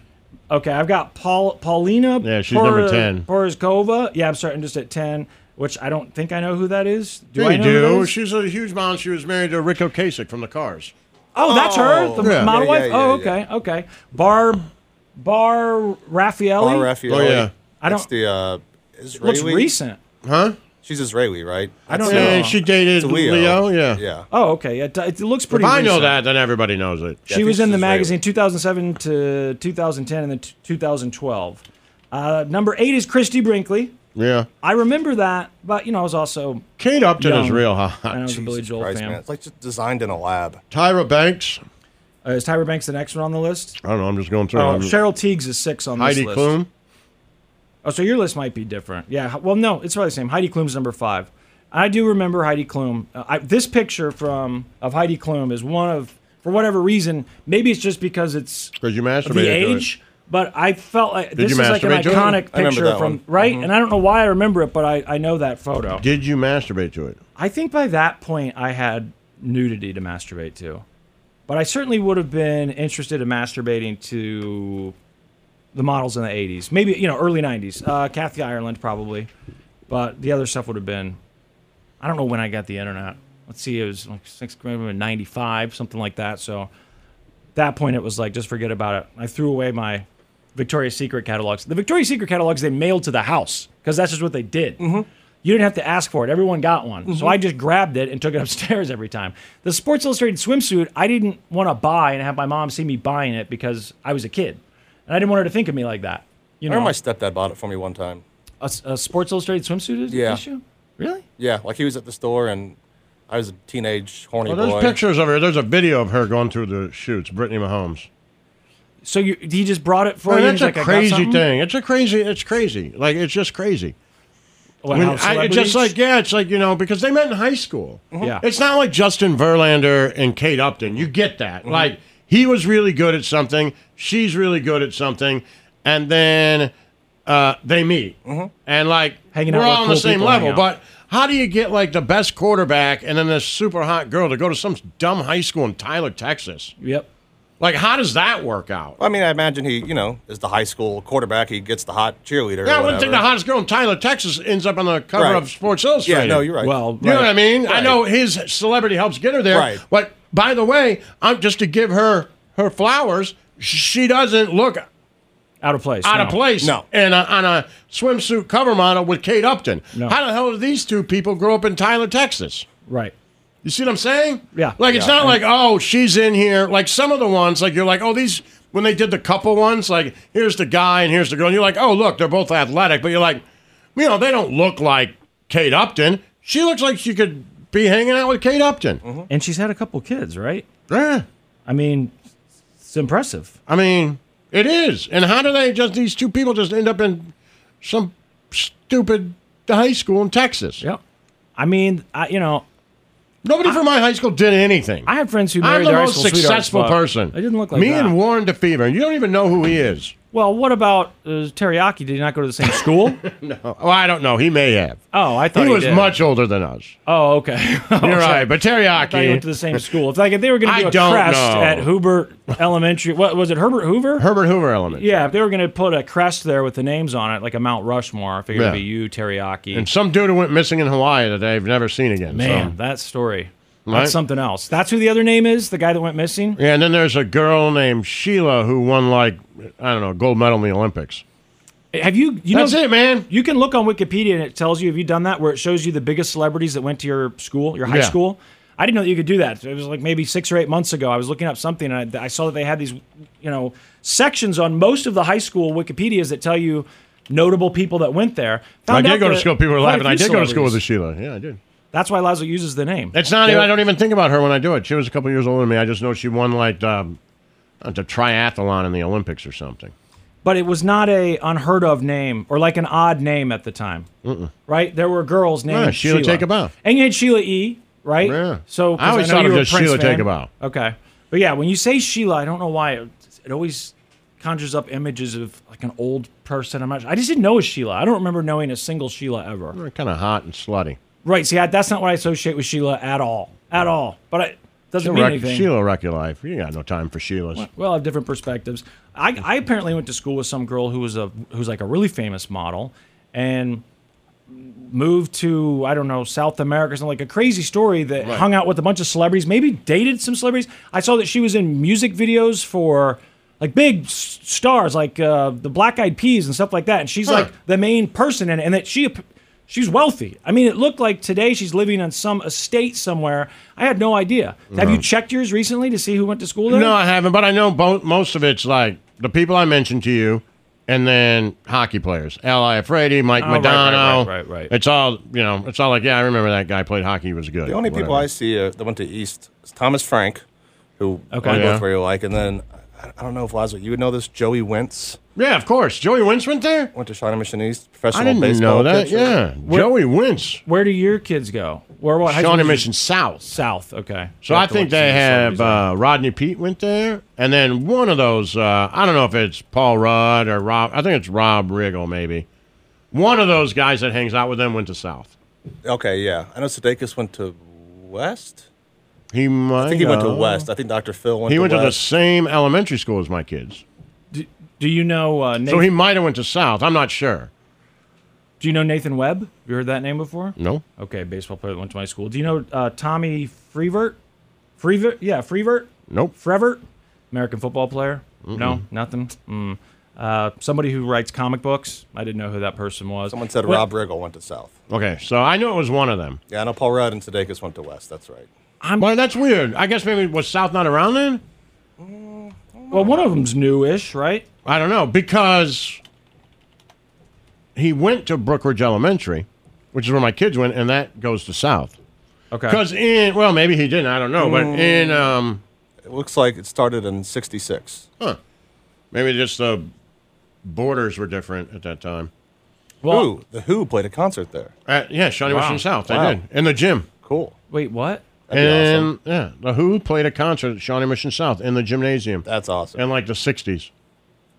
Speaker 4: Okay, I've got Paul, Paulina.
Speaker 3: Yeah, she's number 10.
Speaker 4: Porozkova. Yeah, I'm starting just at ten, which I don't think I know who that is. Do
Speaker 3: Yeah,
Speaker 4: I
Speaker 3: you
Speaker 4: know
Speaker 3: do.
Speaker 4: who that is?
Speaker 3: She's a huge mom. She was married to Rick Ocasek from the Cars.
Speaker 4: Oh, that's her, the
Speaker 3: Yeah.
Speaker 4: model
Speaker 5: Yeah,
Speaker 4: wife.
Speaker 5: yeah,
Speaker 4: oh,
Speaker 5: yeah,
Speaker 4: okay, okay. Bar Bar Raffaelli.
Speaker 5: Bar Raffaele.
Speaker 3: Oh, yeah.
Speaker 4: I don't-
Speaker 5: That's the uh,
Speaker 4: It looks
Speaker 5: Israeli.
Speaker 4: recent.
Speaker 5: She's Israeli, right?
Speaker 4: I don't
Speaker 5: That's,
Speaker 4: know.
Speaker 5: uh,
Speaker 3: And she dated
Speaker 5: it's Leo.
Speaker 3: Leo. Yeah.
Speaker 5: Yeah.
Speaker 4: Oh, okay. It, it looks
Speaker 3: If
Speaker 4: pretty.
Speaker 3: I know
Speaker 4: recent.
Speaker 3: that, then everybody knows it.
Speaker 4: She was
Speaker 5: think
Speaker 4: in the
Speaker 5: she's Israeli.
Speaker 4: magazine 2007 to 2010, and then t- 2012. Uh, number eight is Christy Brinkley.
Speaker 3: Yeah.
Speaker 4: I remember that, but you know, I was also
Speaker 3: Kate Upton
Speaker 4: young,
Speaker 3: is real
Speaker 4: and I
Speaker 3: hot.
Speaker 4: was a Billy Joel
Speaker 5: Christ,
Speaker 4: fan.
Speaker 5: man. It's like just designed in a lab.
Speaker 3: Tyra Banks.
Speaker 4: Uh, is Tyra Banks the next one on the list?
Speaker 3: I don't know. I'm just going through.
Speaker 4: Oh,
Speaker 3: them.
Speaker 4: Cheryl Teagues is six on
Speaker 3: Heidi
Speaker 4: this list.
Speaker 3: Klum.
Speaker 4: Oh, so your list might be different. Yeah. h- Well, no, it's probably the same. Heidi Klum's number five. I do remember Heidi Klum. Uh, I, this picture from of Heidi Klum is one of, for whatever reason, maybe it's just because it's
Speaker 3: Because you masturbated.
Speaker 4: the
Speaker 3: to it.
Speaker 4: age, but I felt like this is
Speaker 3: you
Speaker 4: like an
Speaker 3: masturbate to it?
Speaker 4: iconic
Speaker 5: I remember
Speaker 4: picture
Speaker 5: that
Speaker 4: from
Speaker 5: one. Mm-hmm.
Speaker 4: right, and I don't know why I remember it, but I, I know that photo.
Speaker 3: Did you masturbate to it?
Speaker 4: I think by that point I had nudity to masturbate to. But I certainly would have been interested in masturbating to the models in the 80s. Maybe, you know, early 90s. Uh, Kathy Ireland, probably. But the other stuff would have been, I don't know when I got the internet. Let's see, it was like sixth grade, maybe 95, something like that. So at that point, it was like, just forget about it. I threw away my Victoria's Secret catalogs. The Victoria's Secret catalogs, they mailed to the house because that's just what they did. You didn't have to ask for it. Everyone got one. So I just grabbed it and took it upstairs every time. The Sports Illustrated swimsuit, I didn't want to buy and have my mom see me buying it because I was a kid. And I didn't want her to think of me like that. You
Speaker 5: I
Speaker 4: know,
Speaker 5: remember my stepdad bought it for me one time.
Speaker 4: a, a Sports Illustrated swimsuit is
Speaker 5: Yeah.
Speaker 4: issue? Really?
Speaker 5: Yeah, like he was at the store and I was a teenage horny
Speaker 3: Well, there's
Speaker 5: boy.
Speaker 3: pictures of her. There's a video of her going through the shoots. Brittany Mahomes.
Speaker 4: So you, he just brought it for
Speaker 3: Man,
Speaker 4: you? and
Speaker 3: that's
Speaker 4: he's
Speaker 3: a
Speaker 4: like, I got
Speaker 3: crazy
Speaker 4: something?
Speaker 3: thing. It's a crazy. It's crazy. Like it's just crazy.
Speaker 4: What,
Speaker 3: When
Speaker 4: how
Speaker 3: I- it's
Speaker 4: celebrities- Mm-hmm.
Speaker 3: just like yeah, it's like you know because they met in high school.
Speaker 4: Yeah.
Speaker 3: it's not like Justin Verlander and Kate Upton. You get that.
Speaker 4: Mm-hmm.
Speaker 3: Like he was really good at something, she's really good at something, and then uh, they meet and like
Speaker 4: Mm-hmm. Hanging out
Speaker 3: we're
Speaker 4: where
Speaker 3: all on the
Speaker 4: cool
Speaker 3: same
Speaker 4: people
Speaker 3: level.
Speaker 4: hang out.
Speaker 3: But how do you get like the best quarterback and then this super hot girl to go to some dumb high school in Tyler, Texas?
Speaker 4: Yep.
Speaker 3: Like how does that work out?
Speaker 5: I mean, I imagine he, you know, is the high school quarterback. He gets the hot cheerleader.
Speaker 3: Yeah, I
Speaker 5: or
Speaker 3: wouldn't think the
Speaker 5: whatever.
Speaker 3: hottest girl in Tyler, Texas, ends up on the cover
Speaker 5: Right.
Speaker 3: of Sports Illustrated.
Speaker 5: Yeah, no, you're right.
Speaker 4: Well,
Speaker 3: You know what I mean? I
Speaker 5: Right.
Speaker 3: know his celebrity helps get her there.
Speaker 5: Right.
Speaker 3: But by the way, I'm just to give her her flowers. She doesn't look
Speaker 4: Out of place.
Speaker 3: out
Speaker 4: no.
Speaker 3: of place.
Speaker 5: No.
Speaker 3: And a, on a swimsuit cover model with Kate Upton.
Speaker 4: No.
Speaker 3: How the hell do these two people grow up in Tyler, Texas?
Speaker 4: Right.
Speaker 3: You see what I'm saying?
Speaker 4: Yeah.
Speaker 3: Like it's
Speaker 4: Yeah.
Speaker 3: not like oh she's in here. Like some of the ones like you're like oh these when they did the couple ones like here's the guy and here's the girl and you're like oh look they're both athletic but you're like you know they don't look like Kate Upton. She looks like she could be hanging out with Kate Upton.
Speaker 4: Mm-hmm. And she's had a couple kids, right?
Speaker 3: Yeah.
Speaker 4: I mean, it's impressive.
Speaker 3: I mean it is. And how do they just these two people just end up in some stupid high school in Texas?
Speaker 4: Yep. I mean, I, you know,
Speaker 3: Nobody from my high school did anything.
Speaker 4: I had friends who
Speaker 3: I'm
Speaker 4: married
Speaker 3: the
Speaker 4: their high
Speaker 3: most
Speaker 4: school sweethearts,
Speaker 3: successful
Speaker 4: but
Speaker 3: person.
Speaker 4: They didn't look like
Speaker 3: me
Speaker 4: that.
Speaker 3: and Warren DeFever. and You don't even know who he is.
Speaker 4: Well, what about uh, teriyaki? Did he not go to the same school?
Speaker 3: Oh, I don't know. He may have.
Speaker 4: oh, I thought
Speaker 3: he was
Speaker 4: did.
Speaker 3: much older than us.
Speaker 4: Oh, okay.
Speaker 3: You're right, but
Speaker 4: I thought you went
Speaker 3: teriyaki.
Speaker 4: to the same school. It's like if they were going
Speaker 3: I
Speaker 4: to do a
Speaker 3: don't
Speaker 4: crest
Speaker 3: know.
Speaker 4: at Hubert Elementary. What was it? Herbert Hoover?
Speaker 3: Herbert Hoover element.
Speaker 4: yeah, if they were going to put a crest there with the names on it, like a Mount Rushmore, I figured it'd
Speaker 3: Yeah.
Speaker 4: be you, teriyaki.
Speaker 3: And some dude who went missing in Hawaii that I've never seen again.
Speaker 4: Man,
Speaker 3: so.
Speaker 4: that story.
Speaker 3: Right?
Speaker 4: That's something else. That's who the other name is. The guy that went missing.
Speaker 3: Yeah, and then there's a girl named Sheila who won like I don't know gold medal in the Olympics.
Speaker 4: Have you? You
Speaker 3: That's
Speaker 4: know,
Speaker 3: it, man.
Speaker 4: You can look on Wikipedia and it tells you. Have you done that? Where it shows you the biggest celebrities that went to your school, your high
Speaker 3: Yeah.
Speaker 4: school. I didn't know that you could do that. It was like maybe six or eight months ago. I was looking up something and I, I saw that they had these, you know, sections on most of the high school Wikipedias that tell you notable people that went there.
Speaker 3: I
Speaker 4: Found
Speaker 3: did
Speaker 4: out
Speaker 3: go to
Speaker 4: that
Speaker 3: school. People were
Speaker 4: quite a
Speaker 3: laughing. I
Speaker 4: few
Speaker 3: did go to school with a
Speaker 4: celebrities-
Speaker 3: Sheila. Yeah, I did.
Speaker 4: That's why Lazo uses the name.
Speaker 3: It's not even. I don't even think about her when I do it. She was a couple years older than me. I just know she won like um, the triathlon in the Olympics or something.
Speaker 4: but it was not a unheard of name or like an odd name at the time, right? There were girls named
Speaker 3: Yeah, Sheila Takeabow.
Speaker 4: and you had Sheila E. Right?
Speaker 3: Yeah.
Speaker 4: So 'cause
Speaker 3: I always
Speaker 4: know
Speaker 3: thought
Speaker 4: you
Speaker 3: of
Speaker 4: were a
Speaker 3: just
Speaker 4: Prince
Speaker 3: Sheila
Speaker 4: fan.
Speaker 3: Takeabow.
Speaker 4: Okay, but yeah, when you say Sheila, I don't know why it, it always conjures up images of like an old person. I'm not. I just didn't know a Sheila. I don't remember knowing a single Sheila ever.
Speaker 3: They're kind of hot and slutty.
Speaker 4: Right? See, I, that's not what I associate with Sheila at all, at all. But it doesn't
Speaker 3: She'll
Speaker 4: mean
Speaker 3: wreck-
Speaker 4: anything.
Speaker 3: Sheila wreck your life. You got no time for Sheilas.
Speaker 4: Well, I have different perspectives. I, I apparently went to school with some girl who was a who's like a really famous model, and moved to I don't know South America. Something like a crazy story that hung out with a bunch of celebrities. Maybe dated some celebrities. I saw that she was in music videos for like big s- stars, like uh, the Black Eyed Peas and stuff like that. And she's
Speaker 3: Huh.
Speaker 4: like the main person in it, and that she. ap- She's wealthy. I mean, it looked like today she's living on some estate somewhere. I had no idea. Have you checked yours recently to see who went to school there?
Speaker 3: No, I haven't, but I know bo- most of it's like the people I mentioned to you, and then hockey players: L.I. Frady, Mike
Speaker 4: Oh, right, right,
Speaker 3: Madonna.
Speaker 4: right, right, right.
Speaker 3: It's all you know. It's all like, yeah, I remember that guy played hockey. He was good.
Speaker 5: The only people I see uh, that went to East is Thomas Frank, who
Speaker 4: Okay.
Speaker 5: okay, both
Speaker 3: Yeah.
Speaker 5: where you like, and then I I don't know if Lazo, you would know this. Joey Wentz
Speaker 3: yeah, of course. Joey Wentz went there.
Speaker 5: went to Shawnee Mission East,
Speaker 3: I
Speaker 5: professional
Speaker 3: didn't
Speaker 5: baseball
Speaker 3: know that.
Speaker 5: pitcher.
Speaker 3: Yeah, Joey Wentz,
Speaker 4: Where do your kids go? Where what? high school
Speaker 3: Shawnee
Speaker 4: did you-
Speaker 3: Mission South.
Speaker 4: South. Okay.
Speaker 3: So I think they have uh, Rodney Pete went there, and then one of those. Uh, I don't know if it's Paul Rudd or Rob. I think it's Rob Riggle, maybe. One of those guys that hangs out with them went to South.
Speaker 5: Okay, yeah. I know Sudeikis went to West.
Speaker 3: He might.
Speaker 5: I think he went to
Speaker 3: uh,
Speaker 5: West. I think Dr. Phil went
Speaker 3: He
Speaker 5: to
Speaker 3: went to the
Speaker 5: West.
Speaker 3: same elementary school as my kids,
Speaker 4: do, do you know uh, Nathan,
Speaker 3: so he might have went to South. I'm not sure.
Speaker 4: Do you know Nathan Webb? Have you heard that name before?
Speaker 3: No,
Speaker 4: Okay, baseball player that went to my school. Do you know uh, Tommy Freevert? Freevert? Yeah, Freevert.
Speaker 3: nope.
Speaker 4: Frevert, American football player. No, nothing. Mm. Uh, somebody who writes comic books. I didn't know who that person was.
Speaker 5: Someone said
Speaker 4: What-
Speaker 5: Rob Riggle went to South.
Speaker 3: Okay, so I knew it was one of them.
Speaker 5: Yeah, I know Paul Rudd and Sudeikis went to West. That's right.
Speaker 3: Well, that's weird. I guess maybe was South not around then?
Speaker 4: Well, one of them's newish, right?
Speaker 3: I don't know because he went to Brookridge Elementary, which is where my kids went, and that goes to South.
Speaker 4: Okay.
Speaker 3: Because in well, maybe he didn't. I don't know, but in um,
Speaker 5: Mm. It looks like it started in 66.
Speaker 3: maybe just the borders were different at that time.
Speaker 4: Well,
Speaker 5: Who? The Who played a concert there.
Speaker 3: Uh, yeah, Shawnee
Speaker 4: Wow.
Speaker 3: Western South.
Speaker 5: Wow.
Speaker 3: I did in the gym.
Speaker 5: Cool.
Speaker 4: wait, what?
Speaker 5: That'd be
Speaker 3: and
Speaker 5: awesome.
Speaker 3: yeah, the Who played a concert at Shawnee Mission South in the gymnasium
Speaker 5: That's awesome.
Speaker 3: in like the '60s.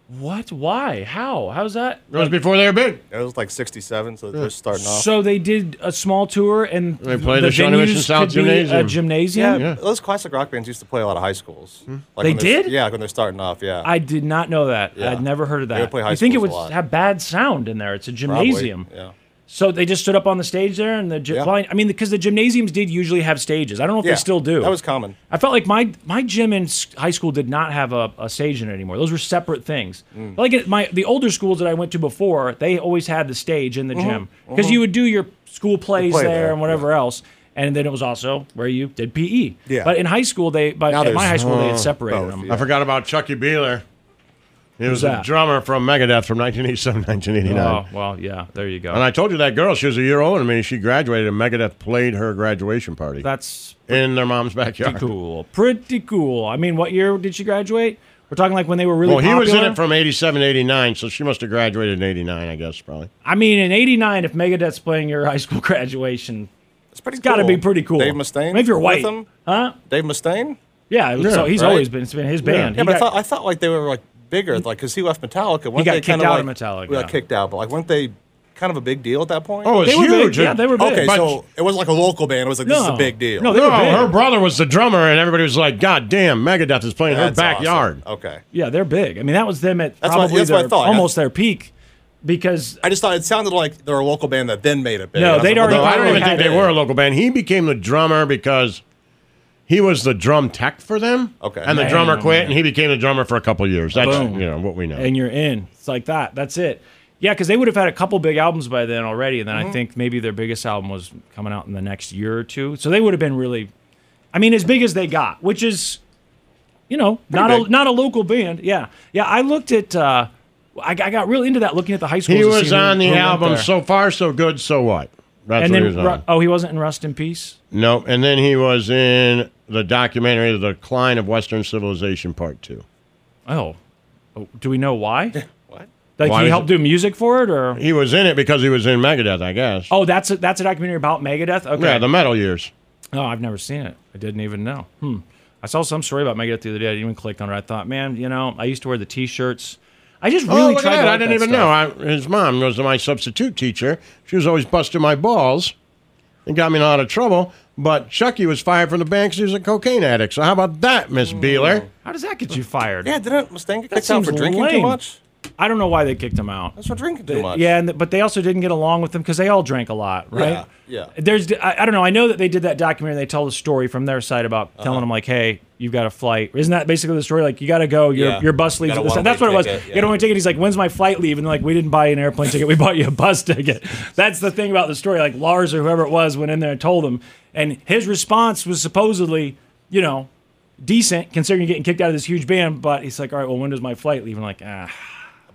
Speaker 4: What? Why? How? How's that?
Speaker 3: It was before they were big.
Speaker 5: it was like 67, so they're just starting off.
Speaker 4: So they did a small tour and
Speaker 3: They played
Speaker 4: the
Speaker 3: the Shawnee Mission
Speaker 4: venues
Speaker 3: South
Speaker 4: could be a
Speaker 3: Gymnasium.
Speaker 4: gymnasium.
Speaker 3: Yeah. Hmm.
Speaker 5: Those classic rock bands used to play a lot of high schools. Like
Speaker 4: They
Speaker 5: when they're-
Speaker 4: did?
Speaker 5: Yeah, like when they're starting off. Yeah.
Speaker 4: I did not know that.
Speaker 5: Yeah.
Speaker 4: I'd never heard of
Speaker 5: They
Speaker 4: that.
Speaker 5: would play high
Speaker 4: you think it
Speaker 5: schools a
Speaker 4: would
Speaker 5: lot.
Speaker 4: have bad sound in there? It's a
Speaker 5: Probably.
Speaker 4: gymnasium.
Speaker 5: Yeah.
Speaker 4: So they just stood up on the stage there and the gy-
Speaker 5: Yeah.
Speaker 4: well, I mean because the gymnasiums did usually have stages. I don't know if
Speaker 5: Yeah,
Speaker 4: they still do.
Speaker 5: That was common.
Speaker 4: I felt like my my gym in s- high school did not have a, a stage in it anymore. Those were separate things.
Speaker 5: Mm.
Speaker 4: But Like at my the older schools that I went to before, they always had the stage in the gym because you would do your school plays
Speaker 5: Mm-hmm. play
Speaker 4: there,
Speaker 5: there,
Speaker 4: and whatever else. And then it was also where you did PE.
Speaker 5: Yeah.
Speaker 4: But in high school, they but
Speaker 5: Now
Speaker 4: at my
Speaker 5: there's-
Speaker 4: high school they had separated
Speaker 5: both,
Speaker 4: them.
Speaker 5: yeah.
Speaker 3: I forgot about Chucky Beeler. He was a
Speaker 4: that?
Speaker 3: drummer from Megadeth from 1987, 1989.
Speaker 4: Oh well, yeah. There you go.
Speaker 3: And I told you that girl, she was a year older than me. She graduated, and Megadeth played her graduation party
Speaker 4: That's
Speaker 3: in their mom's backyard.
Speaker 4: pretty cool. Pretty cool. I mean, what year did she graduate? We're talking like when they were really
Speaker 3: Well, he was in
Speaker 4: popular?
Speaker 3: it from 87 to 89, so she must have graduated in 89, I guess, probably.
Speaker 4: I mean, in '89, if Megadeth's playing your high school graduation
Speaker 5: It's pretty.
Speaker 4: It's got to
Speaker 5: cool.
Speaker 4: be pretty cool.
Speaker 5: Dave Mustaine.
Speaker 4: If you're
Speaker 5: with
Speaker 4: white,
Speaker 5: him?
Speaker 4: huh?
Speaker 5: Dave Mustaine.
Speaker 4: Yeah, so he's
Speaker 5: right?
Speaker 4: always been. It's been his band.
Speaker 5: Yeah,
Speaker 4: He
Speaker 5: but I
Speaker 4: got-
Speaker 5: thought I thought like they were like bigger, like because he left Metallica. Weren't
Speaker 4: got
Speaker 5: they kinda,
Speaker 4: kicked out of
Speaker 5: like-
Speaker 4: Metallica.
Speaker 5: We got kicked out, but like weren't they kind of a big deal at that point?
Speaker 3: Oh, it's
Speaker 4: They were big.
Speaker 3: huge.
Speaker 4: Yeah, they were big.
Speaker 5: okay.
Speaker 3: But-
Speaker 5: So it was like a local band. It was like this is
Speaker 4: No.
Speaker 5: a big deal.
Speaker 4: No, they
Speaker 3: no,
Speaker 4: were big.
Speaker 3: her brother was the drummer, and everybody was like, "God damn, Megadeth is playing in her
Speaker 5: That's awesome.
Speaker 3: backyard."
Speaker 5: Okay.
Speaker 4: yeah, they're big. I mean, that was them at
Speaker 5: That's what-
Speaker 4: probably
Speaker 5: that's what I
Speaker 4: their-
Speaker 5: thought.
Speaker 4: almost their peak because
Speaker 5: I just thought it sounded like they're a local band that then made it big.
Speaker 4: No,
Speaker 5: I was
Speaker 4: they'd
Speaker 5: like, well,
Speaker 4: already-
Speaker 3: No, I don't
Speaker 4: They
Speaker 3: even think
Speaker 4: had
Speaker 3: they
Speaker 4: a-
Speaker 3: were a local band. He became the drummer because he was the drum tech for them.
Speaker 5: Okay.
Speaker 3: And the
Speaker 5: Man.
Speaker 3: drummer quit, and he became the drummer for a couple of years. That's
Speaker 4: Boom.
Speaker 3: you know what we know.
Speaker 4: and you're in. It's like that. That's it. Yeah, because they would have had a couple big albums by then already, and then
Speaker 3: Mm-hmm.
Speaker 4: I think maybe their biggest album was coming out in the next year or two. So they would have been really, I mean, as big as they got, which is, you know, not a
Speaker 5: big.
Speaker 4: not a local band. Yeah, yeah. I looked at, uh, I, I got really into that looking at the high school.
Speaker 3: he was on the album "So Far So Good So What." That's
Speaker 4: and
Speaker 3: what
Speaker 4: then
Speaker 3: he was on.
Speaker 4: Ru- oh, he wasn't in Rust in Peace.
Speaker 3: no, and then he was in the documentary "The Decline of Western Civilization" Part Two.
Speaker 4: Oh, Oh, do we know why?
Speaker 5: What?
Speaker 4: Like
Speaker 3: Why
Speaker 4: he
Speaker 3: was
Speaker 4: helped do music for it, or
Speaker 3: He was in it because he was in Megadeth, I guess.
Speaker 4: oh, that's a, that's a documentary about Megadeth. Okay,
Speaker 3: yeah, the metal years.
Speaker 4: Oh, I've never seen it. I didn't even know. Hmm. I saw some story about Megadeth the other day. I didn't even click on it. I thought, man, you know, I used to wear the T-shirts. I just really
Speaker 3: oh, look at
Speaker 4: tried.
Speaker 3: that.
Speaker 4: to like
Speaker 3: I didn't
Speaker 4: that
Speaker 3: even
Speaker 4: stuff.
Speaker 3: know. I, his mom was my substitute teacher. She was always busting my balls and got me in a lot of trouble. But Chucky was fired from the bank 'cause he was a cocaine addict. So how about that, Miss Beeler?
Speaker 4: Oh. How does that get you fired?
Speaker 5: Yeah, didn't Mustaine get kicked out for
Speaker 4: seems
Speaker 5: drinking too
Speaker 4: lame.
Speaker 5: much?
Speaker 4: I don't know why they kicked him out.
Speaker 5: That's for drinking too much.
Speaker 4: Yeah, and th- but they also didn't get along with them because they all drank a lot, right?
Speaker 5: Yeah, yeah.
Speaker 4: There's, I, I don't know. I know that they did that documentary. and They tell the story from their side about
Speaker 5: Uh-huh.
Speaker 4: telling them like, "Hey, you've got a flight." Isn't that basically the story? Like, you got to go. Your
Speaker 5: Yeah.
Speaker 4: your bus
Speaker 5: You
Speaker 4: leaves.
Speaker 5: got a
Speaker 4: At this time. That's what
Speaker 5: one-way
Speaker 4: it
Speaker 5: ticket,
Speaker 4: was. You got a
Speaker 5: yeah.
Speaker 4: one ticket. He's like, "When's my flight leave?" And they're like, "We didn't buy you an airplane ticket. We bought you a bus ticket." That's the thing about the story. Like Lars or whoever it was went in there and told them, and his response was supposedly, you know. Decent considering you're getting kicked out of this huge band, but he's like, All right, well, when does my flight leave? And like, ah,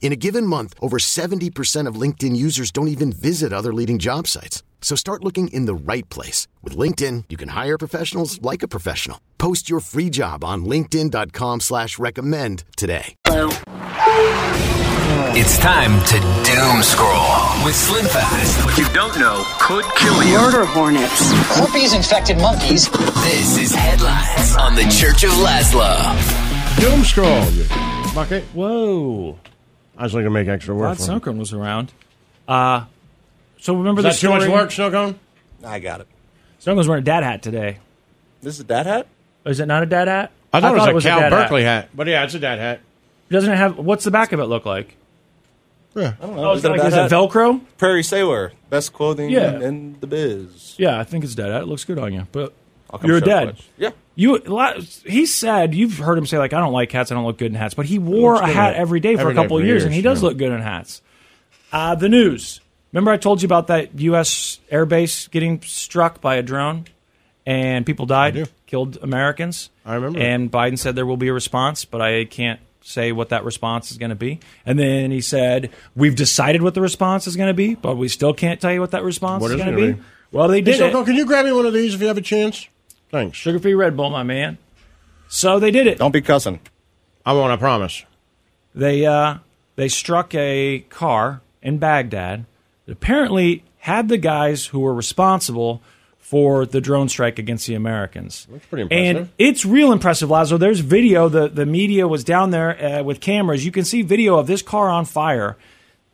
Speaker 1: In a given month, over 70% of LinkedIn users don't even visit other leading job sites. So start looking in the right place. With LinkedIn, you can hire professionals like a professional. Post your free job on linkedin.com/recommend slash recommend today.
Speaker 7: It's time to doom scroll with Slim Fast. What you don't know could kill you.
Speaker 6: Murder hornets.
Speaker 8: Herpes infected monkeys.
Speaker 7: This is Headlines on the Church of Laszlo.
Speaker 3: Doom scroll, you bucket.
Speaker 4: whoa.
Speaker 3: I was looking to make extra work
Speaker 4: Glad
Speaker 3: for him.
Speaker 4: Snowcone was around. Uh, so remember
Speaker 3: Is
Speaker 4: the
Speaker 3: that too
Speaker 4: story?
Speaker 3: much work, Snowcone?
Speaker 5: I got it.
Speaker 4: Snowcone's wearing a dad hat today.
Speaker 5: This is that hat.
Speaker 4: Is it not a dad hat?
Speaker 3: I thought, it was a Cal
Speaker 4: dad
Speaker 3: Berkeley
Speaker 4: Hat.
Speaker 3: hat. But yeah, it's a dad hat.
Speaker 4: Doesn't it have? What's the back of it look like?
Speaker 5: I don't know.
Speaker 4: Is it, like,
Speaker 5: Oh, that
Speaker 4: is it Velcro?
Speaker 5: Prairie Sailor, best clothing
Speaker 4: Yeah.
Speaker 5: in the biz.
Speaker 4: Yeah, I think it's dad hat. It looks good on you, but
Speaker 5: I'll come
Speaker 4: you're a
Speaker 5: show you
Speaker 4: dad.
Speaker 5: which. Yeah.
Speaker 4: You. a lot- He said you've heard him say like I don't like hats. I don't look good in hats. But he wore a
Speaker 3: good in
Speaker 4: hat
Speaker 3: it.
Speaker 4: every day for
Speaker 3: Every
Speaker 4: a
Speaker 3: day
Speaker 4: couple
Speaker 3: for
Speaker 4: years, and
Speaker 3: years,
Speaker 4: he does
Speaker 3: yeah.
Speaker 4: look good in hats. Uh, the news. Remember I told you about that U.S. airbase getting struck by a drone, and people died, killed Americans.
Speaker 3: I remember.
Speaker 4: And Biden said there will be a response, but I can't say what that response is going to be. And then he said we've decided what the response is going to be, but we still can't tell you what that response
Speaker 3: What
Speaker 4: is
Speaker 3: is it
Speaker 4: going
Speaker 3: gonna
Speaker 4: to be.
Speaker 3: be?
Speaker 4: Well, they
Speaker 3: Hey,
Speaker 4: did it.
Speaker 3: Snowcone, can you grab me one of these if you have a chance? Thanks.
Speaker 4: Sugar free Red Bull, my man. So they did it.
Speaker 5: Don't be cussing.
Speaker 3: I won't, I promise.
Speaker 4: They uh, they struck a car in Baghdad. that apparently had the guys who were responsible for the drone strike against the Americans. That's
Speaker 3: pretty impressive.
Speaker 4: And it's real impressive, Lazo. There's video. The the media was down there uh, with cameras. You can see video of this car on fire.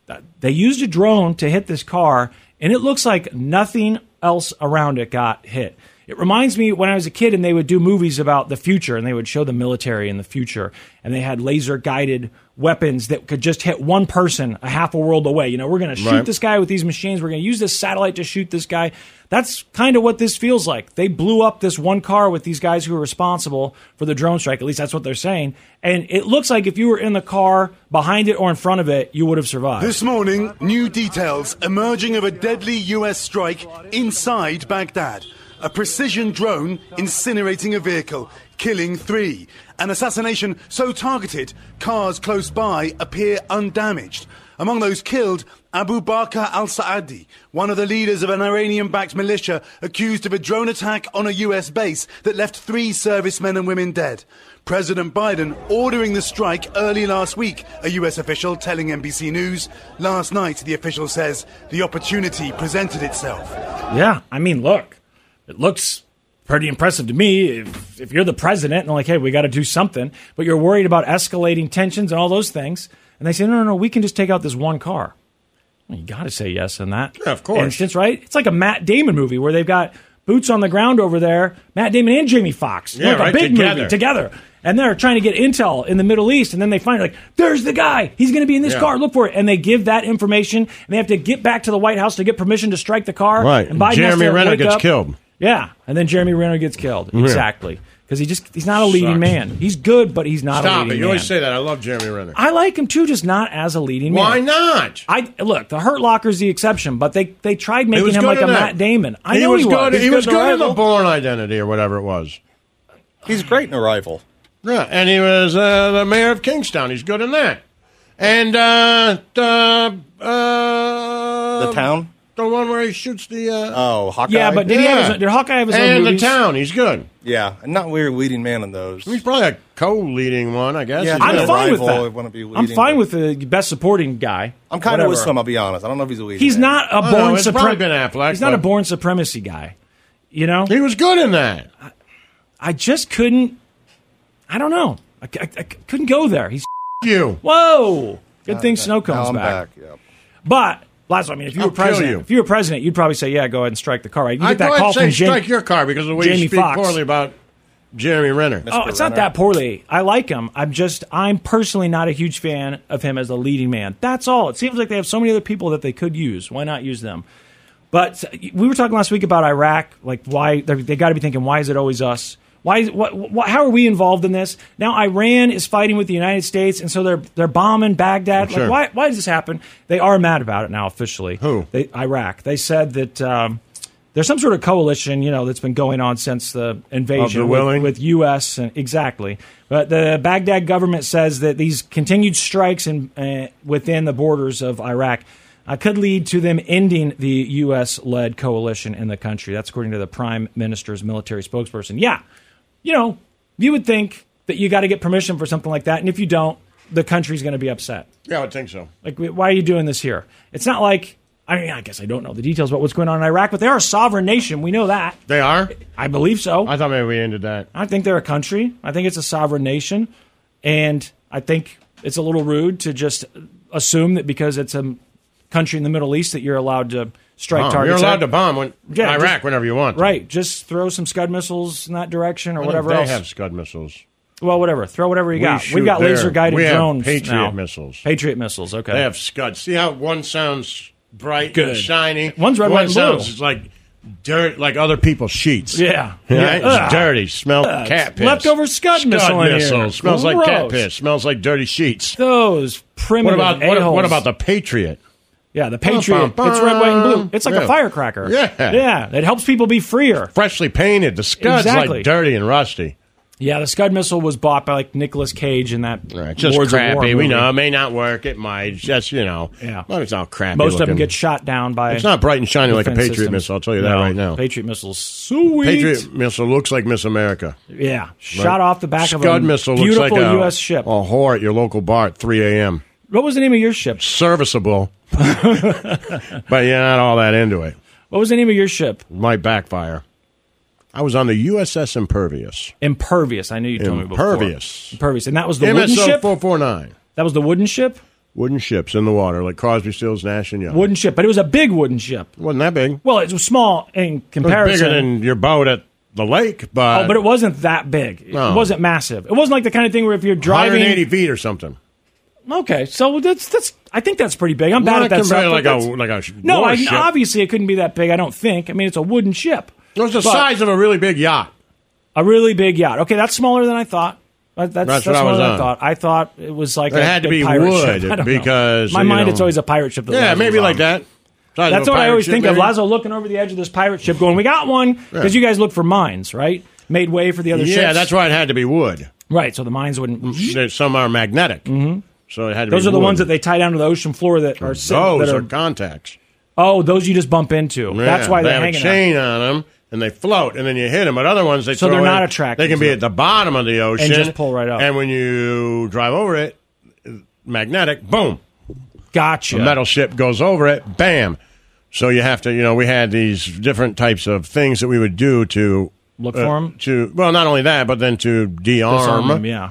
Speaker 4: Uh, They used a drone to hit this car, and it looks like nothing else around it got hit. It reminds me when I was a kid and they would do movies about the future and they would show the military in the future and they had laser guided weapons that could just hit one person a half a world away. You know, we're going to shoot
Speaker 3: Right.
Speaker 4: this guy with these machines. We're going to use this satellite to shoot this guy. That's kind of what this feels like. They blew up this one car with these guys who were responsible for the drone strike. At least that's what they're saying. And it looks like if you were in the car behind it or in front of it, you would have survived.
Speaker 9: This morning, new details emerging of a deadly US strike inside Baghdad. A precision drone incinerating a vehicle, killing three. An assassination so targeted, cars close by appear undamaged. Among those killed, Abu Bakr al Saadi, one of the leaders of an Iranian backed militia accused of a drone attack on a US base that left three servicemen and women dead. President Biden ordering the strike early last week, a US official telling NBC News. Last night, the official says the opportunity presented itself.
Speaker 4: Yeah, I mean, look, it looks pretty impressive to me. If, if you're the president and like, hey, we got to do something, but you're worried about escalating tensions and all those things, and they say, no, no, no, we can just take out this one car. Well, you got to say yes in that
Speaker 3: Yeah, of course.
Speaker 4: instance, right? It's like a Matt Damon movie where they've got boots on the ground over there, Matt Damon and Jamie Foxx,
Speaker 3: Yeah,
Speaker 4: like
Speaker 3: right,
Speaker 4: a big
Speaker 3: together.
Speaker 4: movie together. And they're trying to get intel in the Middle East, and then they find like, there's the guy. He's going to be in this
Speaker 3: Yeah.
Speaker 4: car. Look for it. And they give that information, and they have to get back to the White House to get permission to strike the car.
Speaker 3: Right.
Speaker 4: And Biden
Speaker 3: Jeremy
Speaker 4: has to
Speaker 3: Renner
Speaker 4: wake
Speaker 3: gets
Speaker 4: up.
Speaker 3: killed.
Speaker 4: Yeah. And then Jeremy Renner gets killed. Exactly. Because he just he's not a leading
Speaker 3: Sucks.
Speaker 4: man. He's good, but he's not a
Speaker 3: Stop
Speaker 4: leading
Speaker 3: it. You
Speaker 4: man.
Speaker 3: always say that. I love Jeremy Renner.
Speaker 4: I like him too, just not as a leading
Speaker 3: Why
Speaker 4: man.
Speaker 3: not?
Speaker 4: I look, the Hurt Locker's the exception, but they they tried making
Speaker 3: was
Speaker 4: him
Speaker 3: good
Speaker 4: like
Speaker 3: in
Speaker 4: a
Speaker 3: that.
Speaker 4: Matt Damon. I
Speaker 3: he
Speaker 4: know
Speaker 3: was
Speaker 4: he
Speaker 3: good. He
Speaker 4: He's
Speaker 3: was
Speaker 4: in
Speaker 3: good in the
Speaker 4: Arrival.
Speaker 3: Born Identity or whatever it was.
Speaker 5: He's great in Arrival.
Speaker 3: Yeah, and he was uh, the mayor of Kingstown. He's good in that. And uh, the uh,
Speaker 5: The Town?
Speaker 3: the one where he shoots the uh,
Speaker 5: Oh, Hawkeye.
Speaker 4: Yeah, but did he have
Speaker 3: Yeah.
Speaker 4: his, did Hawkeye have his own
Speaker 3: and the
Speaker 4: movies?
Speaker 3: town. He's good.
Speaker 5: yeah, not weird leading man in those.
Speaker 3: He's probably a co-leading one, I guess.
Speaker 5: Yeah,
Speaker 3: He's
Speaker 5: I
Speaker 4: I'm
Speaker 3: good.
Speaker 5: thought-
Speaker 4: fine with
Speaker 5: Arrival, it wouldn't
Speaker 4: that.
Speaker 5: be
Speaker 4: I'm
Speaker 5: leading,
Speaker 4: fine
Speaker 5: but-
Speaker 4: with the best supporting guy.
Speaker 5: I'm kind of with
Speaker 4: Whatever.
Speaker 5: some. I'll be honest. I don't know if he's a leading.
Speaker 4: He's
Speaker 5: man.
Speaker 4: not a
Speaker 3: I don't know,
Speaker 4: born
Speaker 3: it's probably
Speaker 4: supremacy.
Speaker 3: been Affleck,
Speaker 4: He's not a
Speaker 3: but-
Speaker 4: born supremacy guy. You know,
Speaker 3: He was good in that.
Speaker 4: I just couldn't. I don't know. I, I- I couldn't go there. He's
Speaker 3: You.
Speaker 4: whoa. Good thing
Speaker 5: Now
Speaker 4: snow comes
Speaker 5: I'm
Speaker 4: back.
Speaker 5: yeah.
Speaker 4: But Lazo, I mean, if you
Speaker 3: I'll
Speaker 4: were
Speaker 3: kill
Speaker 4: president,
Speaker 3: you.
Speaker 4: if you were president, you'd probably say, "Yeah, go ahead and strike the car." Right? You get
Speaker 3: I
Speaker 4: that
Speaker 3: would
Speaker 4: call
Speaker 3: say
Speaker 4: from Jamie.
Speaker 3: strike your car because of the way
Speaker 4: Jamie
Speaker 3: you speak
Speaker 4: Foxx.
Speaker 3: poorly about Jeremy Renner.
Speaker 4: Oh, it's not
Speaker 5: Renner.
Speaker 4: that poorly. I like him. I'm just, I'm personally not a huge fan of him as a leading man. That's all. It seems like they have so many other people that they could use. Why not use them? But uh, we were talking last week about Iraq. Like, why they, they got to be thinking, why is it always us? Why? Is, what, what? How are we involved in this? Now Iran is fighting with the United States, and so they're they're bombing Baghdad.
Speaker 3: Sure.
Speaker 4: Like, why? Why does this happen? They are mad about it now officially.
Speaker 3: Who?
Speaker 4: They, Iraq. They said that. Um, there's some sort of coalition, you know, that's been going on since the invasion with-
Speaker 3: willing?
Speaker 4: with, U.S. and exactly. But the Baghdad government says that these continued strikes in, uh, within the borders of Iraq uh, could lead to them ending the U.S.-led coalition in the country. That's according to the prime minister's military spokesperson. Yeah, you know, you would think that you got to get permission for something like that, and if you don't, the country's going to be upset.
Speaker 3: Yeah, I would think so.
Speaker 4: Like, wh- why are you doing this here? It's not like I mean, I guess I don't know the details about what's going on in Iraq, but they are a sovereign nation. We know that.
Speaker 3: They are.
Speaker 4: I believe so.
Speaker 3: I
Speaker 4: I,
Speaker 3: thought maybe we ended that.
Speaker 4: think they're a country. I think it's a sovereign nation, and I think it's a little rude to just assume that because it's a country in the Middle East that you're allowed to strike
Speaker 3: Bomb. You're
Speaker 4: targets.
Speaker 3: allowed
Speaker 4: I-
Speaker 3: to bomb when,
Speaker 4: Yeah,
Speaker 3: Iraq
Speaker 4: just-
Speaker 3: whenever you want.
Speaker 4: Right, just throw some Scud missiles in that direction or
Speaker 3: I think
Speaker 4: whatever
Speaker 3: they
Speaker 4: else.
Speaker 3: have Scud missiles.
Speaker 4: Well, whatever. Throw whatever you got.
Speaker 3: shoot
Speaker 4: We've got
Speaker 3: their-
Speaker 4: laser guided
Speaker 3: we have
Speaker 4: drones.
Speaker 3: Patriot
Speaker 4: now.
Speaker 3: missiles.
Speaker 4: Patriot missiles. Okay.
Speaker 3: They have Scud. See how one sounds bright and
Speaker 4: Good.
Speaker 3: shiny.
Speaker 4: One's red,
Speaker 3: one
Speaker 4: white, and
Speaker 3: sounds
Speaker 4: blue.
Speaker 3: like dirt, like other people's sheets.
Speaker 4: Yeah.
Speaker 3: Right?
Speaker 4: Yeah. Ugh.
Speaker 3: It's dirty. Smell
Speaker 4: Ugh.
Speaker 3: cat
Speaker 4: It's
Speaker 3: piss.
Speaker 4: leftover Scud missile in here.
Speaker 3: missiles. Smells like cat
Speaker 4: Gross.
Speaker 3: piss. Smells like dirty sheets.
Speaker 4: Those
Speaker 3: What
Speaker 4: primitive
Speaker 3: about what,
Speaker 4: a-holes.
Speaker 3: what about the Patriot?
Speaker 4: Yeah, the Patriot.
Speaker 3: Bum, bum,
Speaker 4: It's red, white, and blue. It's like
Speaker 3: Yeah.
Speaker 4: a firecracker.
Speaker 3: Yeah.
Speaker 4: Yeah. It helps people be freer.
Speaker 3: Freshly painted. The Scud's
Speaker 4: Exactly.
Speaker 3: like dirty and rusty.
Speaker 4: Yeah, the Scud missile was bought by like Nicolas Cage in that
Speaker 3: Right. Just
Speaker 4: Lords
Speaker 3: crappy.
Speaker 4: of War
Speaker 3: we
Speaker 4: movie.
Speaker 3: know it may not work. It might. It's Just you know.
Speaker 4: Yeah.
Speaker 3: But it's all crappy.
Speaker 4: Most of them
Speaker 3: looking.
Speaker 4: get shot down by.
Speaker 3: It's not bright and shiny like a
Speaker 4: defense
Speaker 3: Patriot
Speaker 4: systems.
Speaker 3: missile. I'll tell you that
Speaker 4: No,
Speaker 3: right now.
Speaker 4: Patriot missiles, sweet.
Speaker 3: Patriot missile looks like Miss America.
Speaker 4: yeah, shot off the back
Speaker 3: Scud
Speaker 4: of a
Speaker 3: missile looks
Speaker 4: beautiful
Speaker 3: like a
Speaker 4: U.S. ship.
Speaker 3: A whore at your local bar at 3 a.m.
Speaker 4: What was the name of your ship?
Speaker 3: Serviceable, but you're not all that into it.
Speaker 4: What was the name of your ship?
Speaker 3: Might backfire. I was on the USS Impervious.
Speaker 4: Impervious. I knew you told me before.
Speaker 3: Impervious.
Speaker 4: Impervious, and that was the wooden
Speaker 3: MSO
Speaker 4: ship.
Speaker 3: four four nine.
Speaker 4: That was the wooden ship.
Speaker 3: Wooden ships in the water, like Crosby, Stills, Nash, and Young.
Speaker 4: Wooden ship, but it was a big wooden ship.
Speaker 3: wasn't that big.
Speaker 4: Well, it was small in
Speaker 3: It was
Speaker 4: comparison.
Speaker 3: bigger than your boat at the lake, but
Speaker 4: Oh, but it wasn't that big. It
Speaker 3: No.
Speaker 4: wasn't massive. It wasn't like the kind of thing where if you're driving.
Speaker 3: 180 feet or something.
Speaker 4: Okay, so that's that's. I think that's pretty big. I'm bad
Speaker 3: Not
Speaker 4: at that
Speaker 3: compared
Speaker 4: stuff.
Speaker 3: to
Speaker 4: but
Speaker 3: like
Speaker 4: that's-
Speaker 3: a like a sh-
Speaker 4: no, I,
Speaker 3: warship.
Speaker 4: obviously it couldn't be that big. I don't think. I mean, it's a wooden ship.
Speaker 3: It was the
Speaker 4: but-
Speaker 3: size of a really big yacht.
Speaker 4: A really big yacht. Okay, that's smaller than I thought. That- That's,
Speaker 3: That's
Speaker 4: that's,
Speaker 3: what I
Speaker 4: smaller
Speaker 3: was
Speaker 4: than I
Speaker 3: on.
Speaker 4: thought. I thought it was like
Speaker 3: It
Speaker 4: a
Speaker 3: had to
Speaker 4: big
Speaker 3: be
Speaker 4: pirate
Speaker 3: wood,
Speaker 4: ship. I don't know.
Speaker 3: because,
Speaker 4: my
Speaker 3: you
Speaker 4: mind,
Speaker 3: know-
Speaker 4: it's always a pirate ship. That
Speaker 3: Yeah,
Speaker 4: Lazo
Speaker 3: maybe
Speaker 4: was
Speaker 3: like
Speaker 4: on.
Speaker 3: that. Size
Speaker 4: That's
Speaker 3: of a
Speaker 4: what I
Speaker 3: pirate
Speaker 4: always
Speaker 3: ship,
Speaker 4: think of.
Speaker 3: maybe?
Speaker 4: Lazo looking over the edge of this pirate ship, going, "We got one," because you guys look for mines, right? Made way for the other ships.
Speaker 3: Yeah, that's why it had to be wood.
Speaker 4: right. So the mines wouldn't.
Speaker 3: There- Some are magnetic, mm-hmm. so it had to
Speaker 4: Those
Speaker 3: be
Speaker 4: are the
Speaker 3: wood.
Speaker 4: ones that they tie down to the ocean floor that are sitting,
Speaker 3: Those
Speaker 4: that
Speaker 3: are,
Speaker 4: are
Speaker 3: contacts.
Speaker 4: oh those you just bump into. that's
Speaker 3: Yeah,
Speaker 4: why
Speaker 3: they
Speaker 4: they're
Speaker 3: have a
Speaker 4: hanging. out.
Speaker 3: chain on them, and they float, and then you hit them. But other ones, they
Speaker 4: So
Speaker 3: throw
Speaker 4: they're not
Speaker 3: in-
Speaker 4: attracted
Speaker 3: They can
Speaker 4: to
Speaker 3: be
Speaker 4: it.
Speaker 3: at the bottom of the ocean
Speaker 4: just pull right up.
Speaker 3: And when you drive over it, magnetic, boom,
Speaker 4: Gotcha.
Speaker 3: a metal ship goes over it, bam. So you have to, you know, we had these different types of things that we would do to uh,
Speaker 4: Look for 'em?
Speaker 3: To well, not only that, but then to dearm,
Speaker 4: Disarm them, yeah.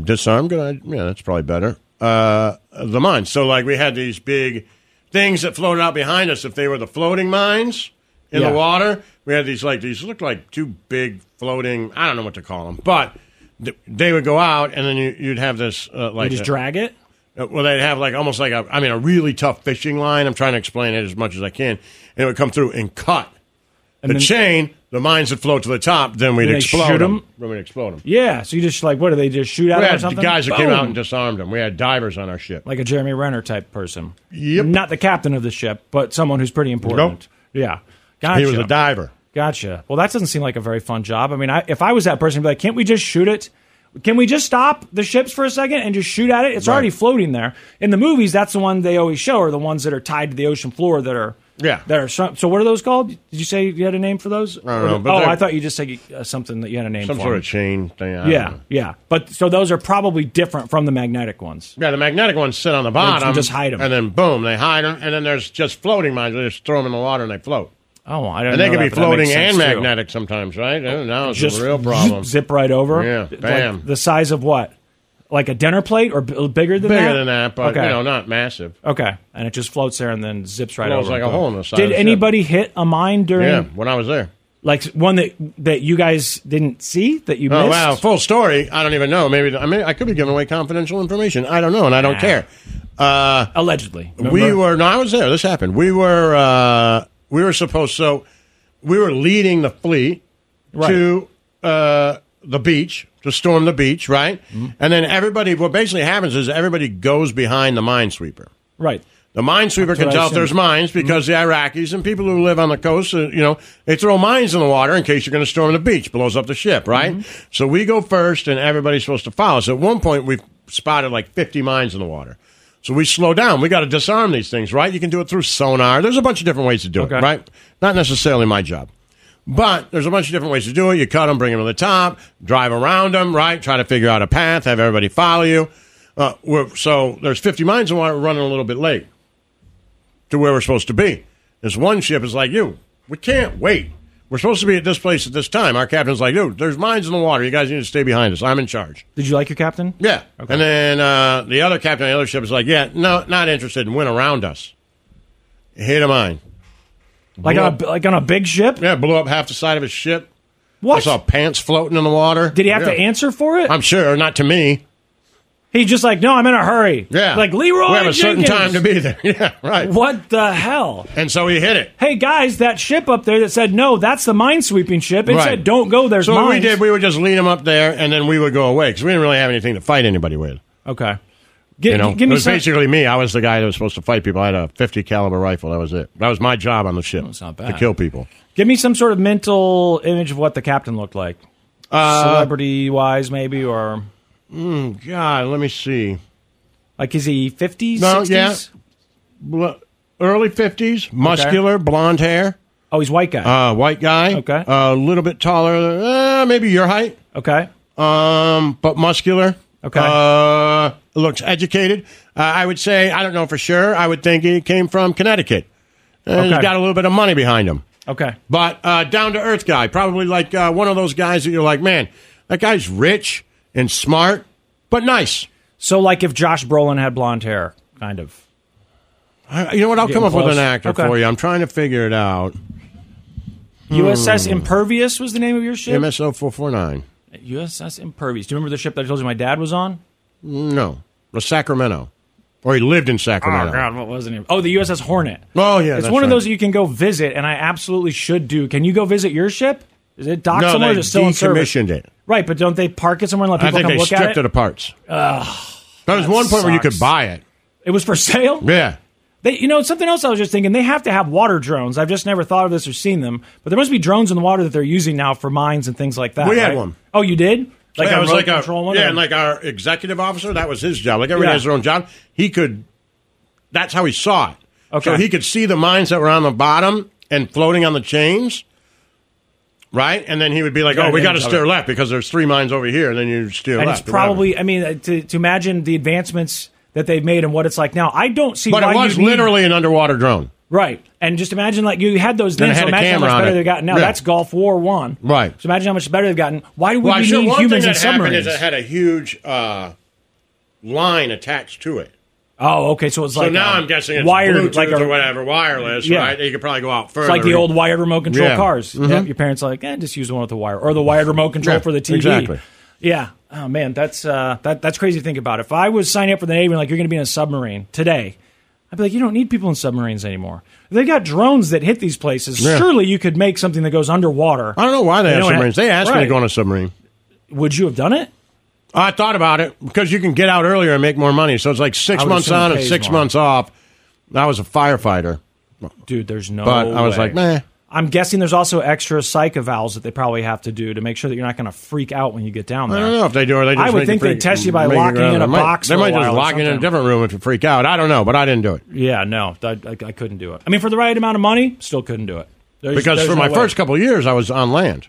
Speaker 3: disarm. Good, idea. yeah, that's probably better. Uh, the mines. So like we had these big things that floated out behind us. If they were the floating mines in
Speaker 4: Yeah.
Speaker 3: the water, we had these like these looked like two big floating. I don't know what to call them, but th- they would go out, and then you, you'd have this uh,
Speaker 4: You
Speaker 3: like
Speaker 4: just
Speaker 3: a-
Speaker 4: drag it.
Speaker 3: uh, Well, they'd have like almost like a, I mean, a really tough fishing line. I'm trying to explain it as much as I can. And it would come through and cut the
Speaker 4: then-
Speaker 3: chain. The mines would float to the top. Then we'd
Speaker 4: Then they
Speaker 3: explode
Speaker 4: shoot 'em?
Speaker 3: them. Then we'd explode them.
Speaker 4: Yeah. So you just like what do they just shoot out
Speaker 3: We
Speaker 4: or
Speaker 3: had
Speaker 4: something?
Speaker 3: guys that came
Speaker 4: Boom.
Speaker 3: out and disarmed them. We had divers on our ship.
Speaker 4: like a Jeremy Renner type person.
Speaker 3: Yep.
Speaker 4: Not the captain of the ship, but someone who's pretty important. Yeah. Gotcha.
Speaker 3: he was a diver.
Speaker 4: Gotcha. Well, that doesn't seem like a very fun job. I mean, I, if I was that person, I'd be like, can't we just shoot it? Can we just stop the ships for a second and just shoot at it? It's already floating there. In the movies, that's the one they always show are the ones that are tied to the ocean floor that are
Speaker 3: Yeah.
Speaker 4: that are some- so. What are those called? Did you say you had a name for those?
Speaker 3: I don't know, but
Speaker 4: oh,
Speaker 3: they're-
Speaker 4: I thought you just said you, uh, something that you had a name
Speaker 3: Some
Speaker 4: for.
Speaker 3: sort
Speaker 4: them.
Speaker 3: of chain thing. I don't
Speaker 4: yeah,
Speaker 3: know.
Speaker 4: yeah. But so those are probably different from the magnetic ones.
Speaker 3: Yeah, the magnetic ones sit on the
Speaker 4: just-
Speaker 3: bottom.
Speaker 4: just hide 'em.
Speaker 3: And then boom, they hide them. And then there's just floating mines. They just throw them in the water and they float.
Speaker 4: Oh, I don't.
Speaker 3: And
Speaker 4: know
Speaker 3: they can
Speaker 4: that,
Speaker 3: be
Speaker 4: but that
Speaker 3: floating
Speaker 4: makes
Speaker 3: and
Speaker 4: sense, too.
Speaker 3: magnetic sometimes, right? Oh, now it's
Speaker 4: just
Speaker 3: a real problem.
Speaker 4: zip, zip right over.
Speaker 3: Yeah,
Speaker 4: Like
Speaker 3: bam.
Speaker 4: the size of what? Like a dinner plate or b- bigger than
Speaker 3: Bigger
Speaker 4: that?
Speaker 3: than that, but
Speaker 4: okay.
Speaker 3: you know, not massive.
Speaker 4: Okay, and it just floats there and then zips right
Speaker 3: Blows
Speaker 4: over.
Speaker 3: like a
Speaker 4: Boom.
Speaker 3: hole in the side of
Speaker 4: Did
Speaker 3: the ship.
Speaker 4: anybody hit a mine during?
Speaker 3: Yeah, when I was there.
Speaker 4: Like one that that you guys didn't see that you
Speaker 3: Oh
Speaker 4: missed.
Speaker 3: wow, full story. I don't even know. Maybe I mean I could be giving away confidential information. I don't know, and I don't
Speaker 4: Nah.
Speaker 3: care. Uh,
Speaker 4: Allegedly,
Speaker 3: We
Speaker 4: remember?
Speaker 3: were no, I was there. This happened. We were uh, we were supposed so we were leading the fleet
Speaker 4: Right.
Speaker 3: to uh, the beach to storm the beach, right?
Speaker 4: Mm-hmm.
Speaker 3: And then everybody. What basically happens is everybody goes behind the minesweeper.
Speaker 4: right.
Speaker 3: The minesweeper
Speaker 4: what
Speaker 3: can
Speaker 4: I
Speaker 3: tell if
Speaker 4: assumed.
Speaker 3: there's mines because the Iraqis and people who live on the coast, uh, you know, they throw mines in the water in case you're going to storm the beach. Blows up the ship, right? So we go first, and everybody's supposed to follow. So at one point, we spotted like 50 mines in the water. So we slow down. We got to disarm these things, right? You can do it through sonar. There's a bunch of different ways to do
Speaker 4: Okay.
Speaker 3: it, right? Not necessarily my job. But there's a bunch of different ways to do it. You cut them, bring them to the top, drive around them, right? Try to figure out a path, have everybody follow you. Uh, we're, so there's 50 mines in the water, we're running a little bit late to where we're supposed to be. This one ship is like, you, we can't wait. We're supposed to be at this place at this time. Our captain's like, dude, there's mines in the water. You guys need to stay behind us. I'm in charge.
Speaker 4: Did you like your captain?
Speaker 3: Yeah. And then uh, the other captain of the other ship is like, yeah, no, not interested, and went around us. Hit a mine.
Speaker 4: Like on a like on a big ship?
Speaker 3: Yeah, blew up half the side of his ship. I
Speaker 4: What?
Speaker 3: saw pants floating in the water.
Speaker 4: Did he have
Speaker 3: Yeah.
Speaker 4: to answer for it?
Speaker 3: I'm sure, not to me.
Speaker 4: He's just like, no, I'm in a hurry.
Speaker 3: Yeah.
Speaker 4: Like Leroy
Speaker 3: We have a certain time
Speaker 4: Jenkins.
Speaker 3: to be there. Yeah, right.
Speaker 4: What the hell?
Speaker 3: And so he hit it.
Speaker 4: hey guys, that ship up there that said no, that's the mine sweeping ship. It
Speaker 3: Right.
Speaker 4: said don't go, there's
Speaker 3: So what we
Speaker 4: mines.
Speaker 3: did, we would just lead him up there, and then we would go away because we didn't really have anything to fight anybody with.
Speaker 4: okay. Gi-
Speaker 3: You know,
Speaker 4: gi- give
Speaker 3: it
Speaker 4: me
Speaker 3: was
Speaker 4: some.
Speaker 3: basically me. I was the guy that was supposed to fight people. I had a 50 caliber rifle. That was it. That was my job on the ship.
Speaker 4: That's not
Speaker 3: to
Speaker 4: bad.
Speaker 3: kill people.
Speaker 4: give me some sort of mental image of what the captain looked like,
Speaker 3: Uh,
Speaker 4: celebrity wise, maybe, or
Speaker 3: Hmm, God, let me see.
Speaker 4: like is he fifties?
Speaker 3: No, yeah. Bl- Early 50s, muscular, blonde hair,
Speaker 4: Oh, he's white guy.
Speaker 3: uh, white guy.
Speaker 4: Okay.
Speaker 3: a little bit taller, uh, maybe your height.
Speaker 4: okay.
Speaker 3: um, but muscular.
Speaker 4: Okay.
Speaker 3: Uh, looks educated. Uh, I would say, I don't know for sure. I would think he came from Connecticut. And He's
Speaker 4: Okay.
Speaker 3: got a little bit of money behind him.
Speaker 4: Okay.
Speaker 3: But uh, down to earth guy, probably like uh, one of those guys that you're like, man, that guy's rich and smart, but nice.
Speaker 4: So like if Josh Brolin had blonde hair, kind of.
Speaker 3: I, you know what? I'll
Speaker 4: Getting
Speaker 3: come up with
Speaker 4: close.
Speaker 3: an actor
Speaker 4: Okay. Hmm.
Speaker 3: for you. I'm trying to figure it out. Hmm.
Speaker 4: USS Impervious was the name of your ship.
Speaker 3: MSO four four nine.
Speaker 4: USS Impervious. Do you remember the ship that I told you my dad was on?
Speaker 3: No, the Sacramento, or he lived in Sacramento.
Speaker 4: Oh God, what was the name? Oh, the USS Hornet.
Speaker 3: Oh, yeah,
Speaker 4: it's
Speaker 3: that's
Speaker 4: one of
Speaker 3: right.
Speaker 4: those that you can go visit, and I absolutely should do. Can you go visit your ship? Is it docked
Speaker 3: No,
Speaker 4: somewhere?
Speaker 3: they
Speaker 4: or is it still in service?
Speaker 3: decommissioned it.
Speaker 4: Right, but don't they park it somewhere and let
Speaker 3: I
Speaker 4: people
Speaker 3: think
Speaker 4: come
Speaker 3: they
Speaker 4: look
Speaker 3: stripped it
Speaker 4: at it?
Speaker 3: apart. there was one point where you
Speaker 4: sucks.
Speaker 3: could buy it.
Speaker 4: It was for sale.
Speaker 3: Yeah.
Speaker 4: They, you know, something else I was just thinking. They have to have water drones. I've just never thought of this or seen them, but there must be drones in the water that they're using now for mines and things like that.
Speaker 3: We had
Speaker 4: right?
Speaker 3: one.
Speaker 4: Oh, you did?
Speaker 3: yeah,
Speaker 4: a
Speaker 3: it was
Speaker 4: road
Speaker 3: like a
Speaker 4: control one.
Speaker 3: yeah,
Speaker 4: or-
Speaker 3: and like our executive officer, that was his job. Like everybody
Speaker 4: Yeah.
Speaker 3: has their own job. He could. That's how he saw it.
Speaker 4: Okay.
Speaker 3: So he could see the mines that were on the bottom and floating on the chains. Right, and then he would be like,
Speaker 4: Got
Speaker 3: "Oh,
Speaker 4: an
Speaker 3: we got to
Speaker 4: image of
Speaker 3: steer
Speaker 4: it.
Speaker 3: left because there's three mines over here." And then you steer
Speaker 4: and
Speaker 3: left.
Speaker 4: it's
Speaker 3: or whatever.
Speaker 4: probably. I mean, uh, to, to imagine the advancements that they've made and what it's like now, I don't see.
Speaker 3: but
Speaker 4: why
Speaker 3: it was
Speaker 4: you need-
Speaker 3: literally an underwater drone.
Speaker 4: Right. And just imagine like you had those
Speaker 3: Then it
Speaker 4: things.
Speaker 3: had
Speaker 4: So
Speaker 3: a
Speaker 4: imagine how
Speaker 3: camera
Speaker 4: much
Speaker 3: on
Speaker 4: better
Speaker 3: it.
Speaker 4: they've gotten now.
Speaker 3: Yeah.
Speaker 4: That's Gulf War One.
Speaker 3: Right.
Speaker 4: So imagine how much better they've gotten. Why would
Speaker 3: Well,
Speaker 4: we
Speaker 3: sure,
Speaker 4: need
Speaker 3: one
Speaker 4: humans
Speaker 3: thing
Speaker 4: in
Speaker 3: that happened
Speaker 4: submarines?
Speaker 3: is it had a huge uh, line attached to it.
Speaker 4: oh, okay. So it's
Speaker 3: So
Speaker 4: like
Speaker 3: now
Speaker 4: i
Speaker 3: I'm guessing it's
Speaker 4: wired
Speaker 3: Bluetooth
Speaker 4: like a,
Speaker 3: or whatever, wireless,
Speaker 4: Yeah.
Speaker 3: right? You could probably go out further.
Speaker 4: It's like the old wired remote control
Speaker 3: Yeah. Mm-hmm.
Speaker 4: cars. Yep, your parents are like, eh, just use the one with the wire or the wired remote control
Speaker 3: Yeah,
Speaker 4: for the TV.
Speaker 3: exactly.
Speaker 4: Yeah. Oh man, that's uh, that, that's crazy to think about. If I was signing up for the Navy, and like you're going to be in a submarine today, I'd be like, you don't need people in submarines anymore. They got drones that hit these places.
Speaker 3: Yeah.
Speaker 4: Surely you could make something that goes underwater.
Speaker 3: I don't know why they, have
Speaker 4: don't
Speaker 3: submarines. they asked me to
Speaker 4: Right.
Speaker 3: go on a submarine.
Speaker 4: Would you have done it?
Speaker 3: I thought about it because you can get out earlier and make more money. So it's like six
Speaker 4: I would
Speaker 3: months
Speaker 4: assume it
Speaker 3: on and
Speaker 4: pays
Speaker 3: six
Speaker 4: more.
Speaker 3: months off. I was a firefighter,
Speaker 4: Dude, there's no.
Speaker 3: but I was
Speaker 4: way.
Speaker 3: like, meh.
Speaker 4: I'm guessing there's also extra psych evals that they probably have to do to make sure that you're not going to freak out when you get down
Speaker 3: I
Speaker 4: there.
Speaker 3: don't know if they do or they just
Speaker 4: I would
Speaker 3: make
Speaker 4: think
Speaker 3: you
Speaker 4: they
Speaker 3: freak-
Speaker 4: test you by
Speaker 3: make
Speaker 4: locking
Speaker 3: go
Speaker 4: you
Speaker 3: down
Speaker 4: in a
Speaker 3: there. They might-
Speaker 4: box
Speaker 3: They
Speaker 4: for a
Speaker 3: might just
Speaker 4: while or
Speaker 3: lock you in a
Speaker 4: something.
Speaker 3: different room if you freak out. I don't know, but I didn't do it
Speaker 4: Yeah, no, I, I, I couldn't do it. I mean, for the right amount of money, still couldn't do it. There's-
Speaker 3: because
Speaker 4: there's
Speaker 3: for
Speaker 4: no
Speaker 3: my
Speaker 4: way.
Speaker 3: first couple of years I was on land.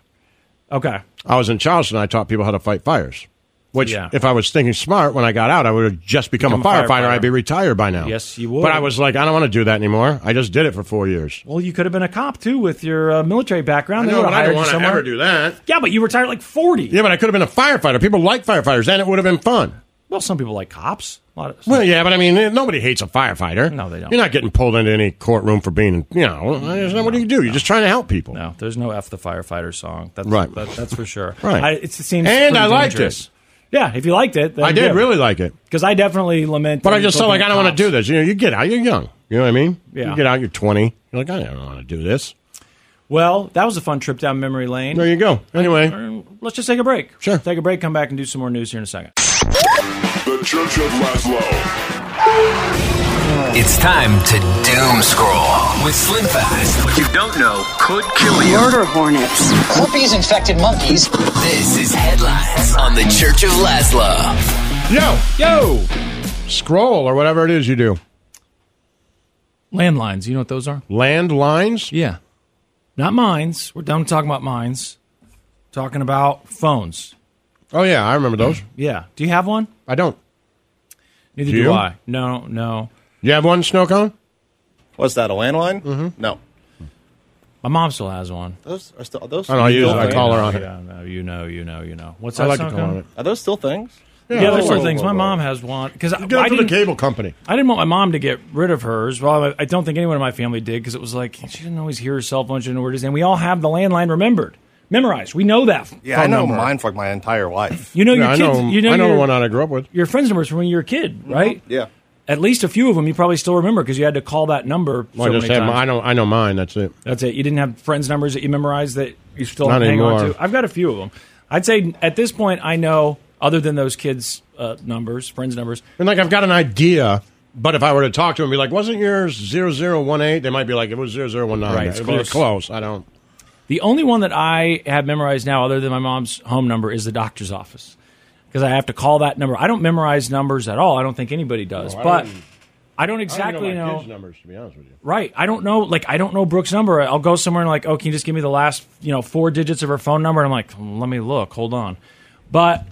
Speaker 4: okay,
Speaker 3: I was in Charleston. I taught people how to fight fires. Which,
Speaker 4: Yeah.
Speaker 3: if I was thinking smart when I got out, I would have just become,
Speaker 4: Become
Speaker 3: a
Speaker 4: a
Speaker 3: firefighter.
Speaker 4: firefighter.
Speaker 3: I'd be retired by now.
Speaker 4: Yes, you would.
Speaker 3: But I was like, I don't want to do that anymore. I just did it for four years.
Speaker 4: well, you could have been a cop too with your uh, military background. They
Speaker 3: No,
Speaker 4: would've
Speaker 3: but I
Speaker 4: hired
Speaker 3: don't
Speaker 4: you
Speaker 3: want to
Speaker 4: somewhere.
Speaker 3: ever do that.
Speaker 4: Yeah, but you retired like 40.
Speaker 3: Yeah, but I could have been a firefighter. People like firefighters, and it would have been fun.
Speaker 4: Well, some people like cops. A lot of,
Speaker 3: Well, yeah, but I mean, eh, nobody hates a firefighter.
Speaker 4: No, they don't.
Speaker 3: You're not getting pulled into any courtroom for being, you know, there's no- what do you do? You're just trying to help people.
Speaker 4: no, there's no "F the firefighter" song. That's
Speaker 3: Right.
Speaker 4: that- that's for sure.
Speaker 3: Right.
Speaker 4: I, it's, it seems
Speaker 3: And I
Speaker 4: pretty
Speaker 3: liked
Speaker 4: dangerous.
Speaker 3: it.
Speaker 4: Yeah, if you liked it, then
Speaker 3: I did
Speaker 4: yeah.
Speaker 3: really like it.
Speaker 4: because I definitely lament.
Speaker 3: But I
Speaker 4: the
Speaker 3: just
Speaker 4: people
Speaker 3: felt like, I
Speaker 4: being
Speaker 3: don't want
Speaker 4: cops.
Speaker 3: to do this. You know, you get out, you're young. You know what I mean?
Speaker 4: Yeah.
Speaker 3: You get out, you're 20. You're like, I don't want to do this.
Speaker 4: Well, that was a fun trip down memory lane.
Speaker 3: There you go. Anyway.
Speaker 4: Let's just take a break.
Speaker 3: Sure.
Speaker 4: Take a break, come back, and do some more news here in a second.
Speaker 10: The Church of Laszlo.
Speaker 7: It's time to doom scroll with Slim Fast. What you don't know could kill you.
Speaker 6: Murder hornets.
Speaker 8: Herpes infected monkeys.
Speaker 7: This is Headlines on the Church of Laszlo.
Speaker 3: Yo, yo, scroll or whatever it is you do.
Speaker 4: Landlines, you know what those are?
Speaker 3: Landlines.
Speaker 4: Yeah. Not mines. We're done talking about mines. Talking about phones.
Speaker 3: Oh yeah, I remember those.
Speaker 4: Yeah. Do you have one?
Speaker 3: I don't.
Speaker 4: Neither
Speaker 3: Do
Speaker 4: do,
Speaker 3: you?
Speaker 4: I. No, no.
Speaker 3: You have one snow cone?
Speaker 5: What's that? A landline? Mm-hmm. No,
Speaker 4: My mom still has one.
Speaker 5: those are still are those.
Speaker 3: I don't know, I use it.
Speaker 5: still
Speaker 3: I
Speaker 5: things?
Speaker 3: call her
Speaker 4: You
Speaker 3: on
Speaker 4: know,
Speaker 3: it.
Speaker 4: you know, you know, you know, you know. What's that?
Speaker 3: I like to
Speaker 4: sound
Speaker 3: call on
Speaker 4: called?
Speaker 3: it.
Speaker 5: Are those still things?
Speaker 4: Yeah, there's
Speaker 5: Whoa,
Speaker 4: still things.
Speaker 5: whoa,
Speaker 4: My
Speaker 5: whoa.
Speaker 4: mom has one because I,
Speaker 3: You got
Speaker 4: I
Speaker 3: it for the
Speaker 4: didn't.
Speaker 3: cable company.
Speaker 4: I didn't want my mom to get rid of hers. Well, I- I don't think anyone in my family did because it was like she didn't always hear her cell phone. She didn't know where it is, and we all have the landline remembered, memorized. We know that.
Speaker 5: Yeah,
Speaker 4: phone
Speaker 5: I know
Speaker 4: number.
Speaker 5: mine for like my entire life.
Speaker 4: You know
Speaker 3: Yeah,
Speaker 4: your
Speaker 3: I
Speaker 4: kids.
Speaker 3: know.
Speaker 4: you know,
Speaker 3: I know
Speaker 4: your,
Speaker 3: the one I grew up with.
Speaker 4: your friends' numbers from when you were a kid,
Speaker 3: Mm-hmm.
Speaker 4: right?
Speaker 5: yeah,
Speaker 4: At least a few of them you probably still remember because you had to call that number. So
Speaker 3: I just
Speaker 4: many
Speaker 3: have.
Speaker 4: times.
Speaker 3: My, I know. I know mine. That's it.
Speaker 4: That's it. You didn't have friends' numbers that you memorized that you still
Speaker 3: Not
Speaker 4: hang on
Speaker 3: anymore.
Speaker 4: to. I've got a few of them. I'd say at this point, I know other than those kids' uh, numbers, friends' numbers.
Speaker 3: And like, I've got an idea. But if I were to talk to them, and be like, "Wasn't yours 0018? They might be like, "It was 0019.
Speaker 4: Right, it's
Speaker 3: It was close. I don't.
Speaker 4: The only one that I have memorized now, other than my mom's home number, is the doctor's office because I have to call that number. I don't memorize numbers at all. I don't think anybody does.
Speaker 3: No, I
Speaker 4: but
Speaker 3: don't-
Speaker 4: I don't
Speaker 3: I don't
Speaker 4: exactly
Speaker 3: even know my
Speaker 4: know.
Speaker 3: kids' numbers. To be honest with you.
Speaker 4: Right. I don't know. Like, I don't know Brooke's number. I'll go somewhere and, like, oh, can you just give me the last, you know, four digits of her phone number? And I'm like, "Hmm, let me look. Hold on. But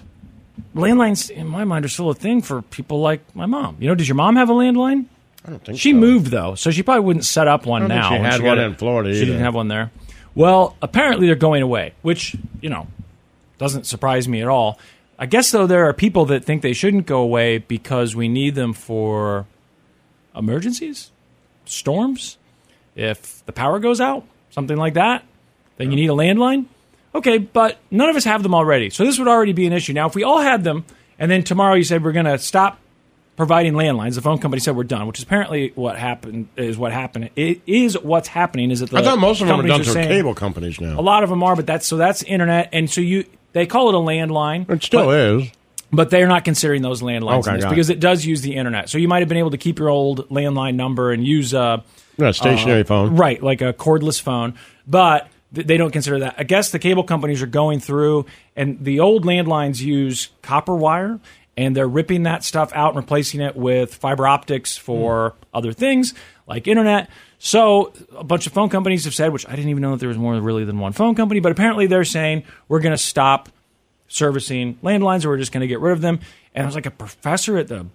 Speaker 4: landlines, in my mind, are still a thing for people like my mom. You know, did your mom have a landline?
Speaker 3: I don't think
Speaker 4: She
Speaker 3: so.
Speaker 4: moved, though, so she probably wouldn't set up one
Speaker 3: I don't think
Speaker 4: now.
Speaker 3: she
Speaker 4: when
Speaker 3: had
Speaker 4: got
Speaker 3: one
Speaker 4: it.
Speaker 3: in Florida
Speaker 4: She
Speaker 3: either.
Speaker 4: didn't have one there. Well, apparently they're going away, which, you know, doesn't surprise me at all. I guess, though, there are people that think they shouldn't go away because we need them for emergencies, storms, if the power goes out, something like that. Then you need a landline? Okay, but none of us have them already. So this would already be an issue. Now, if we all had them, and then tomorrow you said we're going to stop providing landlines, the phone company said we're done, which is apparently what happened is what happened. It is what's happening is that the
Speaker 3: I thought most of them are
Speaker 4: companies
Speaker 3: done through
Speaker 4: saying-
Speaker 3: cable companies now.
Speaker 4: a lot of them are, but that's so that's internet, and so you they call it a landline. It
Speaker 3: still
Speaker 4: but,
Speaker 3: is,
Speaker 4: but they're not considering those landlines
Speaker 3: Okay,
Speaker 4: in this
Speaker 3: got it.
Speaker 4: because it does use the internet. So you might have been able to keep your old landline number and use a
Speaker 3: Yeah, stationary
Speaker 4: uh,
Speaker 3: phone.
Speaker 4: right, like a cordless phone, but. th- They don't consider that. I guess the cable companies are going through, and the old landlines use copper wire, and they're ripping that stuff out and replacing it with fiber optics for
Speaker 3: Hmm.
Speaker 4: other things like internet. So a bunch of phone companies have said, which I didn't even know that there was more really than one phone company, but apparently they're saying we're going to stop servicing landlines or we're just going to get rid of them. And I was like a professor at the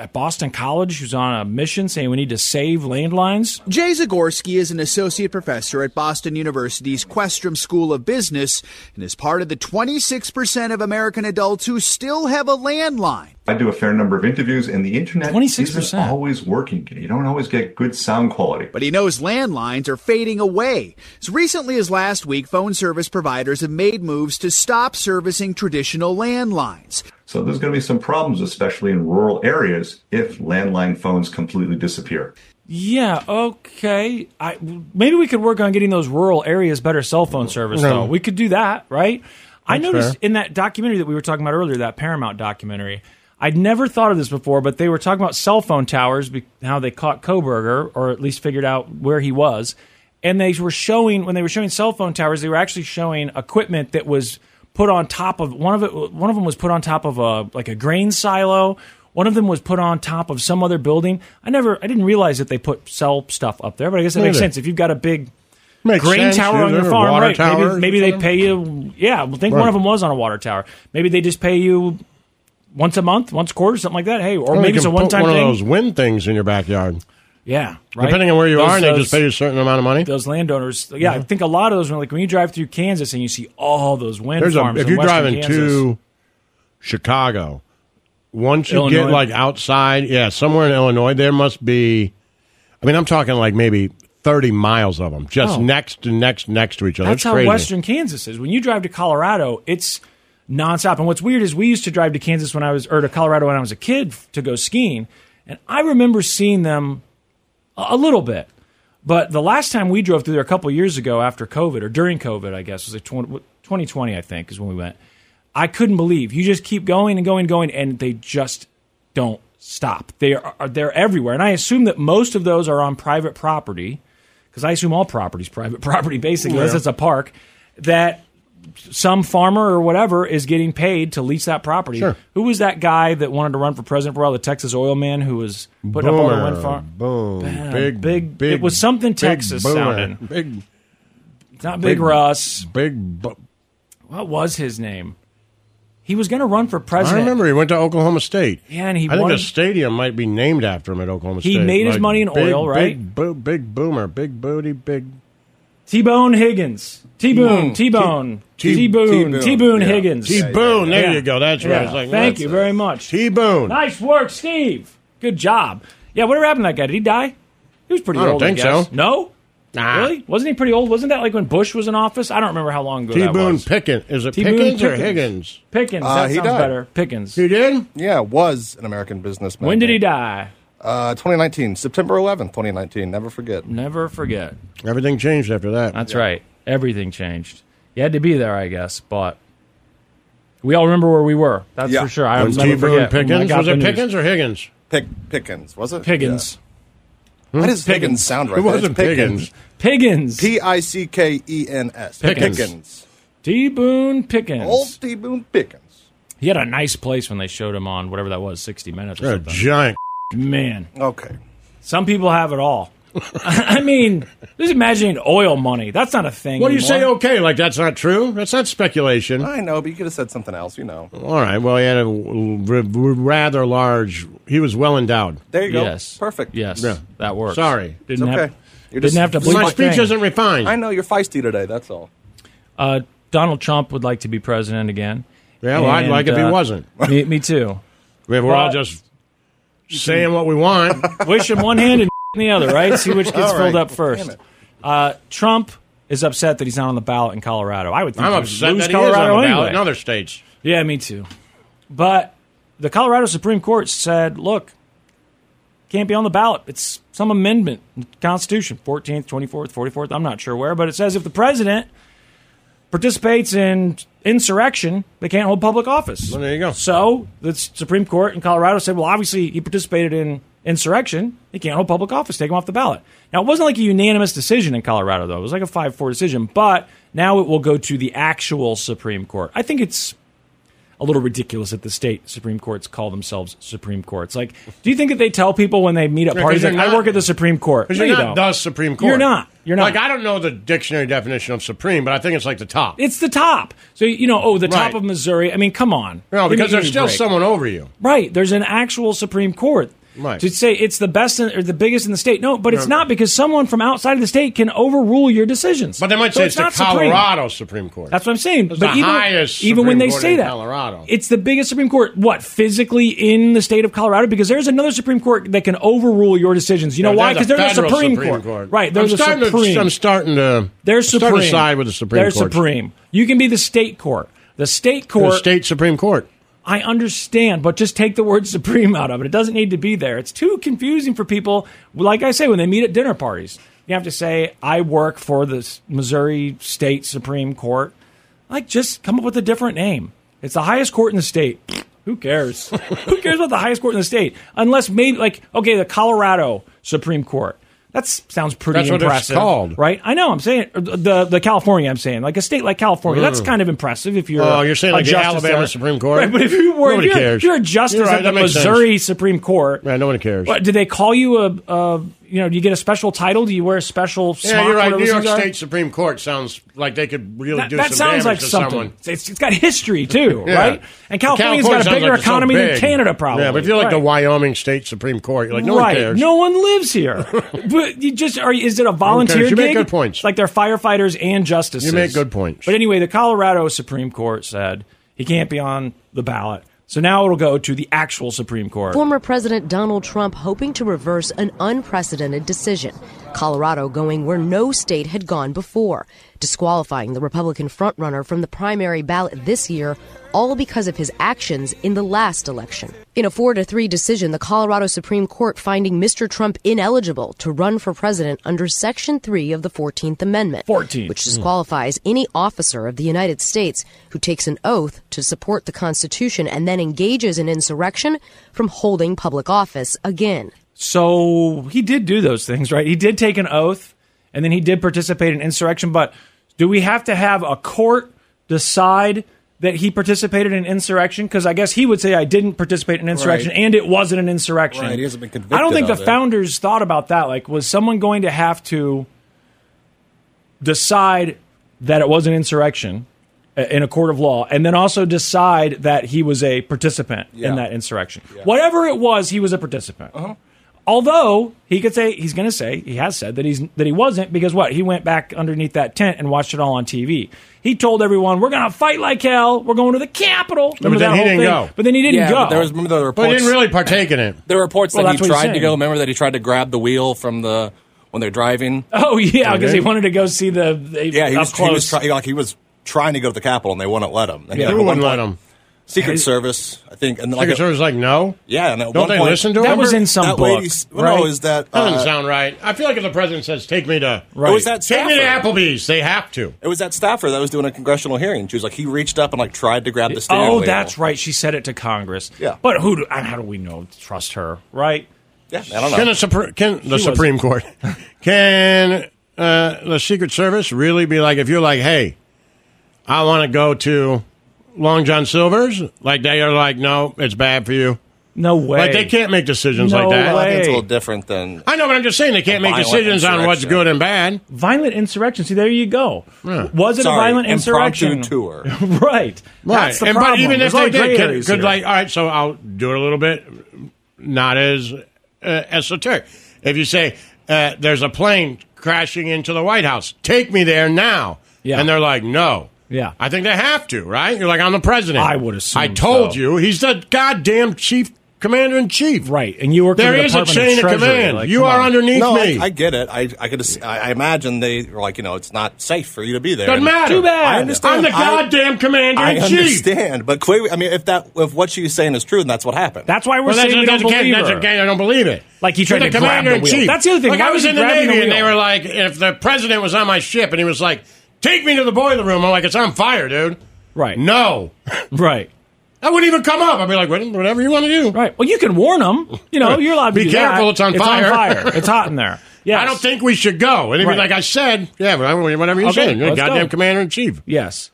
Speaker 4: at Boston College who's on a mission saying we need to save landlines.
Speaker 11: Jay Zagorski is an associate professor at Boston University's Questrom School of Business and is part of the 26% of American adults who still have a landline.
Speaker 12: I do a fair number of interviews, and the internet
Speaker 11: 26%.
Speaker 12: isn't always working. You don't always get good sound quality.
Speaker 11: But he knows landlines are fading away. As recently as last week, phone service providers have made moves to stop servicing traditional landlines.
Speaker 12: So there's going to be some problems, especially in rural areas, if landline phones completely disappear.
Speaker 4: Yeah, okay. I maybe we could work on getting those rural areas better cell phone service though.
Speaker 3: No.
Speaker 4: We could do that, right? I
Speaker 3: That's
Speaker 4: noticed
Speaker 3: fair.
Speaker 4: in that documentary that we were talking about earlier, that Paramount documentary. I'd never thought of this before, but they were talking about cell phone towers, be- how they caught Koberger, or at least figured out where he was. And they were showing when they were showing cell phone towers, they were actually showing equipment that was put on top of one of it. One of them was put on top of a like a grain silo. One of them was put on top of some other building. I never, I didn't realize that they put cell stuff up there, but I guess that makes
Speaker 3: Neither.
Speaker 4: sense. If you've got a big
Speaker 3: Makes
Speaker 4: grain
Speaker 3: sense,
Speaker 4: tower
Speaker 3: yeah,
Speaker 4: on your
Speaker 3: there are
Speaker 4: farm,
Speaker 3: water
Speaker 4: right?
Speaker 3: towers or
Speaker 4: Maybe, maybe they
Speaker 3: something.
Speaker 4: pay you. Yeah, I think
Speaker 3: Right.
Speaker 4: one of them was on a water tower. Maybe they just pay you once a month, once a quarter, something like that. Hey, or
Speaker 3: Well, they
Speaker 4: maybe it's
Speaker 3: can
Speaker 4: a
Speaker 3: put
Speaker 4: one-time
Speaker 3: one
Speaker 4: thing.
Speaker 3: of those wind things in your backyard.
Speaker 4: Yeah, right.
Speaker 3: Depending on where you
Speaker 4: Those- uh,
Speaker 3: are, and they
Speaker 4: those-
Speaker 3: just pay you a certain amount of money.
Speaker 4: Those landowners, yeah, I think a lot of those. Like when you drive through Kansas and you see all those wind
Speaker 3: There's a,
Speaker 4: farms.
Speaker 3: if
Speaker 4: in
Speaker 3: you're
Speaker 4: western
Speaker 3: driving
Speaker 4: Kansas,
Speaker 3: to Chicago, once you get
Speaker 4: Illinois.
Speaker 3: like outside, yeah, somewhere in Illinois, there must be. I mean, I'm talking like maybe 30 miles of them, just
Speaker 4: Oh.
Speaker 3: next to next next to each other.
Speaker 4: That's
Speaker 3: it's
Speaker 4: how
Speaker 3: crazy.
Speaker 4: Western Kansas is. When you drive to Colorado, it's nonstop. And what's weird is we used to drive to Kansas when I was, or to Colorado when I was a kid f- to go skiing. And I remember seeing them a, a little bit. But the last time we drove through there a couple years ago after COVID, or during COVID, I guess, was like 20, 2020, I think, is when we went. I couldn't believe you just keep going and going and going, and they just don't stop. They are are- they're everywhere, and I assume that most of those are on private property because I assume all property's private property basically, unless
Speaker 13: Yeah.
Speaker 4: it's a park. That some farmer or whatever is getting paid to lease that property.
Speaker 3: Sure.
Speaker 4: Who was that guy that wanted to run for president for a while? The Texas oil man who was putting up all the wind
Speaker 3: Boomer.
Speaker 4: farm.
Speaker 3: Boom.
Speaker 4: Bam.
Speaker 3: Big,
Speaker 4: big,
Speaker 3: big-
Speaker 4: It was something
Speaker 3: big
Speaker 4: Texas
Speaker 3: boomer.
Speaker 4: sounding.
Speaker 3: Big,
Speaker 4: not big, Russ.
Speaker 3: Big. Bu-
Speaker 4: What was his name? He was going to run for president.
Speaker 3: I remember he went to Oklahoma State.
Speaker 4: Yeah, and he
Speaker 3: I
Speaker 4: won-
Speaker 3: think the stadium might be named after him at Oklahoma
Speaker 4: He
Speaker 3: State.
Speaker 4: made his money in
Speaker 3: big-
Speaker 4: oil, right?
Speaker 3: Big, bo- big boomer, big booty, big.
Speaker 4: T Bone Higgins. T Boone.
Speaker 3: Mm.
Speaker 4: T Bone.
Speaker 3: T-
Speaker 4: T Boone. T Boone Higgins.
Speaker 3: T Boone. There you go. That's right.
Speaker 4: Yeah.
Speaker 3: I was like,
Speaker 4: Thank
Speaker 3: that's-
Speaker 4: you very much.
Speaker 3: T Boone.
Speaker 4: Nice work, Steve. Good job. Yeah, whatever happened to that guy? Did he die? He was pretty
Speaker 3: I don't
Speaker 4: old.
Speaker 3: think
Speaker 4: guess.
Speaker 3: so.
Speaker 4: No? Really? Wasn't he pretty old? Wasn't that like when Bush was in office? I don't remember how long ago
Speaker 3: T
Speaker 4: that
Speaker 3: Boone
Speaker 4: was.
Speaker 3: Pickens. Is it
Speaker 4: T. Boone
Speaker 3: Pickens or
Speaker 4: Pickens.
Speaker 3: Higgins?
Speaker 4: Pickens.
Speaker 5: Uh,
Speaker 4: that
Speaker 5: he
Speaker 4: sounds
Speaker 5: died.
Speaker 4: better. Pickens.
Speaker 3: He did?
Speaker 5: Yeah, was an American businessman.
Speaker 4: When did he die?
Speaker 5: Uh, 2019, September 11th, 2019. Never forget.
Speaker 4: Never forget.
Speaker 3: Everything changed after that.
Speaker 4: That's right. Everything changed. You had to be there, I guess, but we all remember where we were. That's
Speaker 5: Yeah.
Speaker 4: for sure. I
Speaker 3: When
Speaker 4: will
Speaker 3: T
Speaker 4: never
Speaker 3: Boone
Speaker 4: forget. when I
Speaker 3: Pickens
Speaker 4: got
Speaker 3: was
Speaker 4: the
Speaker 3: it
Speaker 4: news.
Speaker 3: Pickens or Higgins?
Speaker 5: Pick, Pickens, was it?
Speaker 4: Piggins. Hmm?
Speaker 5: Yeah. Why does Piggins sound right?
Speaker 3: It wasn't Pickens.
Speaker 4: Piggins.
Speaker 5: P I C K E N S.
Speaker 4: Pickens.
Speaker 5: Pickens.
Speaker 4: T Boone Pickens.
Speaker 5: Old T. Boone Pickens.
Speaker 4: He had a nice place when they showed him on whatever that was, 60 Minutes or
Speaker 3: You're a
Speaker 4: something.
Speaker 3: giant.
Speaker 4: Man,
Speaker 5: Okay.
Speaker 4: some people have it all. I mean, just imagining oil money. That's not a thing.
Speaker 3: What do you
Speaker 4: anymore.
Speaker 3: say? Okay, like that's not true. That's not speculation.
Speaker 5: I know, but you could have said something else, you know.
Speaker 3: All right. Well, he had a r- r- rather large. He was well endowed.
Speaker 5: There you go.
Speaker 4: Yes.
Speaker 5: Perfect.
Speaker 4: Yes.
Speaker 3: Yeah.
Speaker 4: That works.
Speaker 3: Sorry.
Speaker 4: Didn't
Speaker 5: It's
Speaker 4: have
Speaker 5: okay. You're
Speaker 4: didn't
Speaker 5: just-
Speaker 4: have to
Speaker 5: My
Speaker 4: bleep
Speaker 3: My
Speaker 4: a
Speaker 3: speech
Speaker 4: thing.
Speaker 3: isn't refined.
Speaker 5: I know you're feisty today, that's all.
Speaker 4: Uh, Donald Trump would like to be president again.
Speaker 3: Yeah, well, I'd
Speaker 4: And,
Speaker 3: like if he
Speaker 4: uh,
Speaker 3: wasn't.
Speaker 4: Me, me too.
Speaker 3: We're all
Speaker 4: But-
Speaker 3: just saying what we want.
Speaker 4: Wish him one hand and the other, right? See which gets
Speaker 5: All
Speaker 4: filled
Speaker 5: right.
Speaker 4: up first. Uh, Trump is upset that he's not on the ballot in Colorado. I would think
Speaker 3: I'm
Speaker 4: he would
Speaker 3: upset
Speaker 4: lose
Speaker 3: that he is
Speaker 4: Colorado
Speaker 3: on the ballot
Speaker 4: anyway.
Speaker 3: in other states.
Speaker 4: Yeah, me too. But the Colorado Supreme Court said, look, can't be on the ballot. It's some amendment in the Constitution, 14th, 24th, 44th, I'm not sure where, but it says if the president participates in insurrection, they can't hold public office. Well, there you go. So the Supreme Court in Colorado said, well, obviously he participated in insurrection. He can't hold public office. Take him off the ballot. Now, it wasn't like a unanimous decision in Colorado, though. It was like a 5 4 decision, but now it will go to the actual Supreme Court. I think it's a little ridiculous that the state Supreme Courts call themselves Supreme Courts. Like, do you think that they tell people when they meet at
Speaker 3: Yeah, 'cause
Speaker 4: parties,
Speaker 3: you're
Speaker 4: like,
Speaker 3: not-
Speaker 4: I work at the Supreme Court?
Speaker 3: Because
Speaker 4: No,
Speaker 3: you're
Speaker 4: you
Speaker 3: not
Speaker 4: don't.
Speaker 3: the Supreme Court.
Speaker 4: You're not. You're not.
Speaker 3: Like, I don't know the dictionary definition of supreme, but I think it's like the top.
Speaker 4: It's the top. So, you know, oh, the top of Missouri. I mean, come on.
Speaker 3: No,
Speaker 4: Give me-
Speaker 3: because
Speaker 4: give
Speaker 3: there's
Speaker 4: me a
Speaker 3: still
Speaker 4: break.
Speaker 3: someone over you.
Speaker 4: Right. There's an actual Supreme Court.
Speaker 3: Right.
Speaker 4: To say it's the best in, or the biggest in the state. No, but it's
Speaker 3: No.
Speaker 4: not because someone from outside of the state can overrule your decisions.
Speaker 3: But they might
Speaker 4: So
Speaker 3: say it's,
Speaker 4: not
Speaker 3: the
Speaker 4: supreme.
Speaker 3: Colorado Supreme Court.
Speaker 4: That's what I'm saying.
Speaker 3: It's
Speaker 4: but
Speaker 3: the
Speaker 4: even,
Speaker 3: highest
Speaker 4: even when
Speaker 3: Supreme
Speaker 4: they
Speaker 3: Court
Speaker 4: say
Speaker 3: in
Speaker 4: that,
Speaker 3: Colorado.
Speaker 4: it's the biggest Supreme Court. What physically in the state of Colorado? Because there's another Supreme Court that can overrule your decisions. You know
Speaker 3: Yeah,
Speaker 4: why?
Speaker 3: they're
Speaker 4: Because
Speaker 3: the
Speaker 4: they're the
Speaker 3: federal
Speaker 4: Supreme,
Speaker 3: Supreme
Speaker 4: Court.
Speaker 3: Court.
Speaker 4: right? They're
Speaker 3: I'm
Speaker 4: the
Speaker 3: starting to-
Speaker 4: Supreme.
Speaker 3: I'm starting to-
Speaker 4: They're
Speaker 3: I'm starting
Speaker 4: supreme.
Speaker 3: to side with the Supreme
Speaker 4: They're
Speaker 3: Court.
Speaker 4: supreme. You can be the state court. The state court.
Speaker 3: The state Supreme Court.
Speaker 4: I understand, but just take the word supreme out of it. It doesn't need to be there. It's too confusing for people. Like I say, when they meet at dinner parties, you have to say, I work for the S- Missouri State Supreme Court. Like, just come up with a different name. It's the highest court in the state. Who cares? Who cares about the highest court in the state? Unless maybe, like, okay, the Colorado Supreme Court. That sounds pretty
Speaker 3: That's what it's
Speaker 4: impressive,
Speaker 3: called.
Speaker 4: right? I know. I'm saying or the the California. I'm saying like a state like California. That's
Speaker 3: Mm.
Speaker 4: kind of impressive if you're.
Speaker 3: Oh, you're saying
Speaker 4: a
Speaker 3: like the
Speaker 4: justice
Speaker 3: Alabama
Speaker 4: there.
Speaker 3: Supreme Court?
Speaker 4: Right, but if you were,
Speaker 3: Nobody
Speaker 4: if you're,
Speaker 3: cares.
Speaker 4: if you're a justice
Speaker 3: You're right,
Speaker 4: at
Speaker 3: that
Speaker 4: the
Speaker 3: makes sense.
Speaker 4: Missouri Supreme Court,
Speaker 3: Right, nobody cares.
Speaker 4: what, do they call you a, a, you know, do you get a special title? Do you wear a special
Speaker 3: Yeah,
Speaker 4: smock,
Speaker 3: you're right.
Speaker 4: whatever
Speaker 3: New York
Speaker 4: these are?
Speaker 3: State Supreme Court sounds like they could really
Speaker 4: That,
Speaker 3: do
Speaker 4: that
Speaker 3: some damage
Speaker 4: sounds like
Speaker 3: to
Speaker 4: something.
Speaker 3: someone.
Speaker 4: It's, it's got history, too,
Speaker 3: Yeah.
Speaker 4: right? And
Speaker 3: California
Speaker 4: California's got a
Speaker 3: sounds
Speaker 4: bigger
Speaker 3: like it's so
Speaker 4: economy than
Speaker 3: big.
Speaker 4: Canada, probably.
Speaker 3: Yeah, but if you're like
Speaker 4: Right.
Speaker 3: the Wyoming State Supreme Court, you're like, no
Speaker 4: right.
Speaker 3: one cares.
Speaker 4: No one lives here. but you just are. Is it a volunteer
Speaker 3: cares? You
Speaker 4: gig?
Speaker 3: make good points.
Speaker 4: Like they're firefighters and justices.
Speaker 3: You make good points.
Speaker 4: But anyway, the Colorado Supreme Court said he can't be on the ballot. So now it'll go to the actual Supreme Court.
Speaker 13: Former President Donald Trump hoping to reverse an unprecedented decision. Colorado going where no state had gone before, disqualifying the Republican frontrunner from the primary ballot this year, all because of his actions in the last election. In a 4 to 3 decision, the Colorado Supreme Court finding Mr. Trump ineligible to run for president under Section 3 of the 14th Amendment,
Speaker 4: 14.
Speaker 13: which
Speaker 4: Mm.
Speaker 13: disqualifies any officer of the United States who takes an oath to support the Constitution and then engages in insurrection from holding public office again.
Speaker 4: So he did do those things, right? He did take an oath and then he did participate in insurrection. But do we have to have a court decide that he participated in insurrection? Because I guess he would say, I didn't participate in insurrection
Speaker 5: Right.
Speaker 4: and it wasn't an insurrection.
Speaker 5: Right, he hasn't been convicted
Speaker 4: I don't think
Speaker 5: of
Speaker 4: the
Speaker 5: it.
Speaker 4: founders thought about that. Like, was someone going to have to decide that it was an insurrection? uh, In a court of law, and then also decide that he was a participant in
Speaker 14: Yeah.
Speaker 4: that insurrection. Whatever it was, he was a participant.
Speaker 5: Uh-huh.
Speaker 4: Although he could say he's going to say he has said that he's that he wasn't because what he went back underneath that tent and watched it all on TV. He told everyone, "We're going to fight like hell. We're going to the Capitol."
Speaker 3: but
Speaker 4: Remember
Speaker 3: then
Speaker 4: that
Speaker 3: he
Speaker 4: whole
Speaker 3: didn't
Speaker 4: thing?
Speaker 3: go.
Speaker 4: But then he didn't
Speaker 5: Yeah,
Speaker 4: go.
Speaker 5: but there was- remember the
Speaker 3: But he didn't
Speaker 5: reports-
Speaker 3: really partake in it.
Speaker 5: There were reports
Speaker 4: Well,
Speaker 5: that
Speaker 4: that's
Speaker 5: he
Speaker 4: what he's
Speaker 5: tried to
Speaker 4: saying.
Speaker 5: go. Remember that he tried to grab the wheel from the when they're driving.
Speaker 4: Oh yeah, because he
Speaker 5: Okay.
Speaker 4: wanted to go see the, the
Speaker 5: Yeah, he
Speaker 4: up
Speaker 5: was,
Speaker 4: close.
Speaker 5: He was try, like he was trying to go to the Capitol and they wouldn't let him. And
Speaker 4: Yeah.
Speaker 5: at
Speaker 4: Who
Speaker 5: one
Speaker 4: wouldn't
Speaker 5: point-
Speaker 3: let him?
Speaker 5: Secret Service, I think. And like
Speaker 3: Secret
Speaker 5: a-
Speaker 3: Service like no.
Speaker 5: Yeah, and at
Speaker 3: Don't
Speaker 5: one
Speaker 3: they
Speaker 5: point-
Speaker 3: listen to him?
Speaker 5: That was
Speaker 4: in some
Speaker 3: that
Speaker 4: book,
Speaker 3: lady's-
Speaker 5: well,
Speaker 4: right?
Speaker 5: no, is that,
Speaker 3: that doesn't
Speaker 5: uh,
Speaker 3: sound right. I feel like if the president says, "Take me to,"
Speaker 5: Right. It was that
Speaker 3: Take me to
Speaker 5: staffer.
Speaker 3: Applebee's. They have to.
Speaker 5: It was that staffer that was doing a congressional hearing. She was like, he reached up and like tried to grab the steering
Speaker 4: oh,
Speaker 5: wheel.
Speaker 4: that's right. She said it to Congress.
Speaker 5: Yeah.
Speaker 4: but who? Do, how do we know? to Trust her, right?
Speaker 5: Yeah,
Speaker 3: Can, a Supre- can the
Speaker 4: She
Speaker 3: Supreme Court, can uh, the Secret Service really be like, if you're like, hey, I want to go to Long John Silver's, like they are like, no, it's bad for you.
Speaker 4: No way.
Speaker 3: Like they can't make decisions like that.
Speaker 5: Well, I think it's a little different than.
Speaker 3: I know, but I'm just saying they can't make
Speaker 5: Violent
Speaker 3: decisions on what's
Speaker 5: insurrection.
Speaker 3: good and bad.
Speaker 4: Violent insurrection. See, there you go. Was it
Speaker 5: Sorry,
Speaker 4: a violent
Speaker 5: impromptu
Speaker 4: insurrection?
Speaker 5: tour.
Speaker 4: right. That's the
Speaker 3: and,
Speaker 4: problem.
Speaker 3: But even
Speaker 4: There's
Speaker 3: if
Speaker 4: a lot
Speaker 3: they
Speaker 4: of gray
Speaker 3: did, could,
Speaker 4: areas
Speaker 3: could
Speaker 4: here.
Speaker 3: like, all right, so I'll do it a little bit, not as uh, esoteric. If you say uh, there's a plane crashing into the White House, take me there now, yeah. and they're like, no.
Speaker 4: Yeah.
Speaker 3: I think they have to, right? You're like, I'm the president.
Speaker 4: I would assume
Speaker 3: I told
Speaker 4: so.
Speaker 3: you. He's the goddamn chief commander in chief.
Speaker 4: Right, and you work
Speaker 3: There
Speaker 4: for the
Speaker 3: is a
Speaker 4: Department
Speaker 3: chain of
Speaker 4: Treasury.
Speaker 3: command.
Speaker 4: Like,
Speaker 3: You
Speaker 4: come
Speaker 3: are
Speaker 4: on.
Speaker 3: underneath
Speaker 5: no,
Speaker 3: me.
Speaker 5: I, I get it. I, I could. I, I imagine they were like, you know, it's not safe for you to be there.
Speaker 3: Doesn't
Speaker 5: And-
Speaker 3: matter. Too bad.
Speaker 5: I understand.
Speaker 3: I'm the
Speaker 5: I-
Speaker 3: goddamn commander
Speaker 5: I
Speaker 3: in chief.
Speaker 5: understand, but clearly, I mean, if that, if what she's saying is true, then that's what happened.
Speaker 4: That's why we're
Speaker 3: Well, that's-
Speaker 4: saying we
Speaker 3: that's
Speaker 4: don't
Speaker 3: again-
Speaker 4: believe
Speaker 3: that's
Speaker 4: her.
Speaker 3: again, I don't believe it.
Speaker 4: Like he tried
Speaker 3: You're
Speaker 4: to grab the wheel. That's the other thing.
Speaker 3: Like
Speaker 4: Why
Speaker 3: I was
Speaker 4: was he
Speaker 3: in the
Speaker 4: grabbing
Speaker 3: Navy
Speaker 4: the
Speaker 3: and they
Speaker 4: wheel?
Speaker 3: were like, if the president was on my ship and he was like, take me to the boiler room, I'm like, it's on fire, dude.
Speaker 4: Right.
Speaker 3: No.
Speaker 4: Right.
Speaker 3: I wouldn't even come up. I'd be like, "What- whatever you want to do.
Speaker 4: Right. Well, you can warn them. You know, you're allowed to
Speaker 3: Be
Speaker 4: do
Speaker 3: careful,
Speaker 4: that.
Speaker 3: it's on
Speaker 4: It's
Speaker 3: fire.
Speaker 4: fire. It's hot in there. Yes.
Speaker 3: I don't think we should go. And he'd
Speaker 4: Right.
Speaker 3: be like, I said, yeah, well, whatever you
Speaker 4: Okay,
Speaker 3: said. You're the
Speaker 4: let's
Speaker 3: goddamn
Speaker 4: go.
Speaker 3: commander in chief.
Speaker 4: Yes.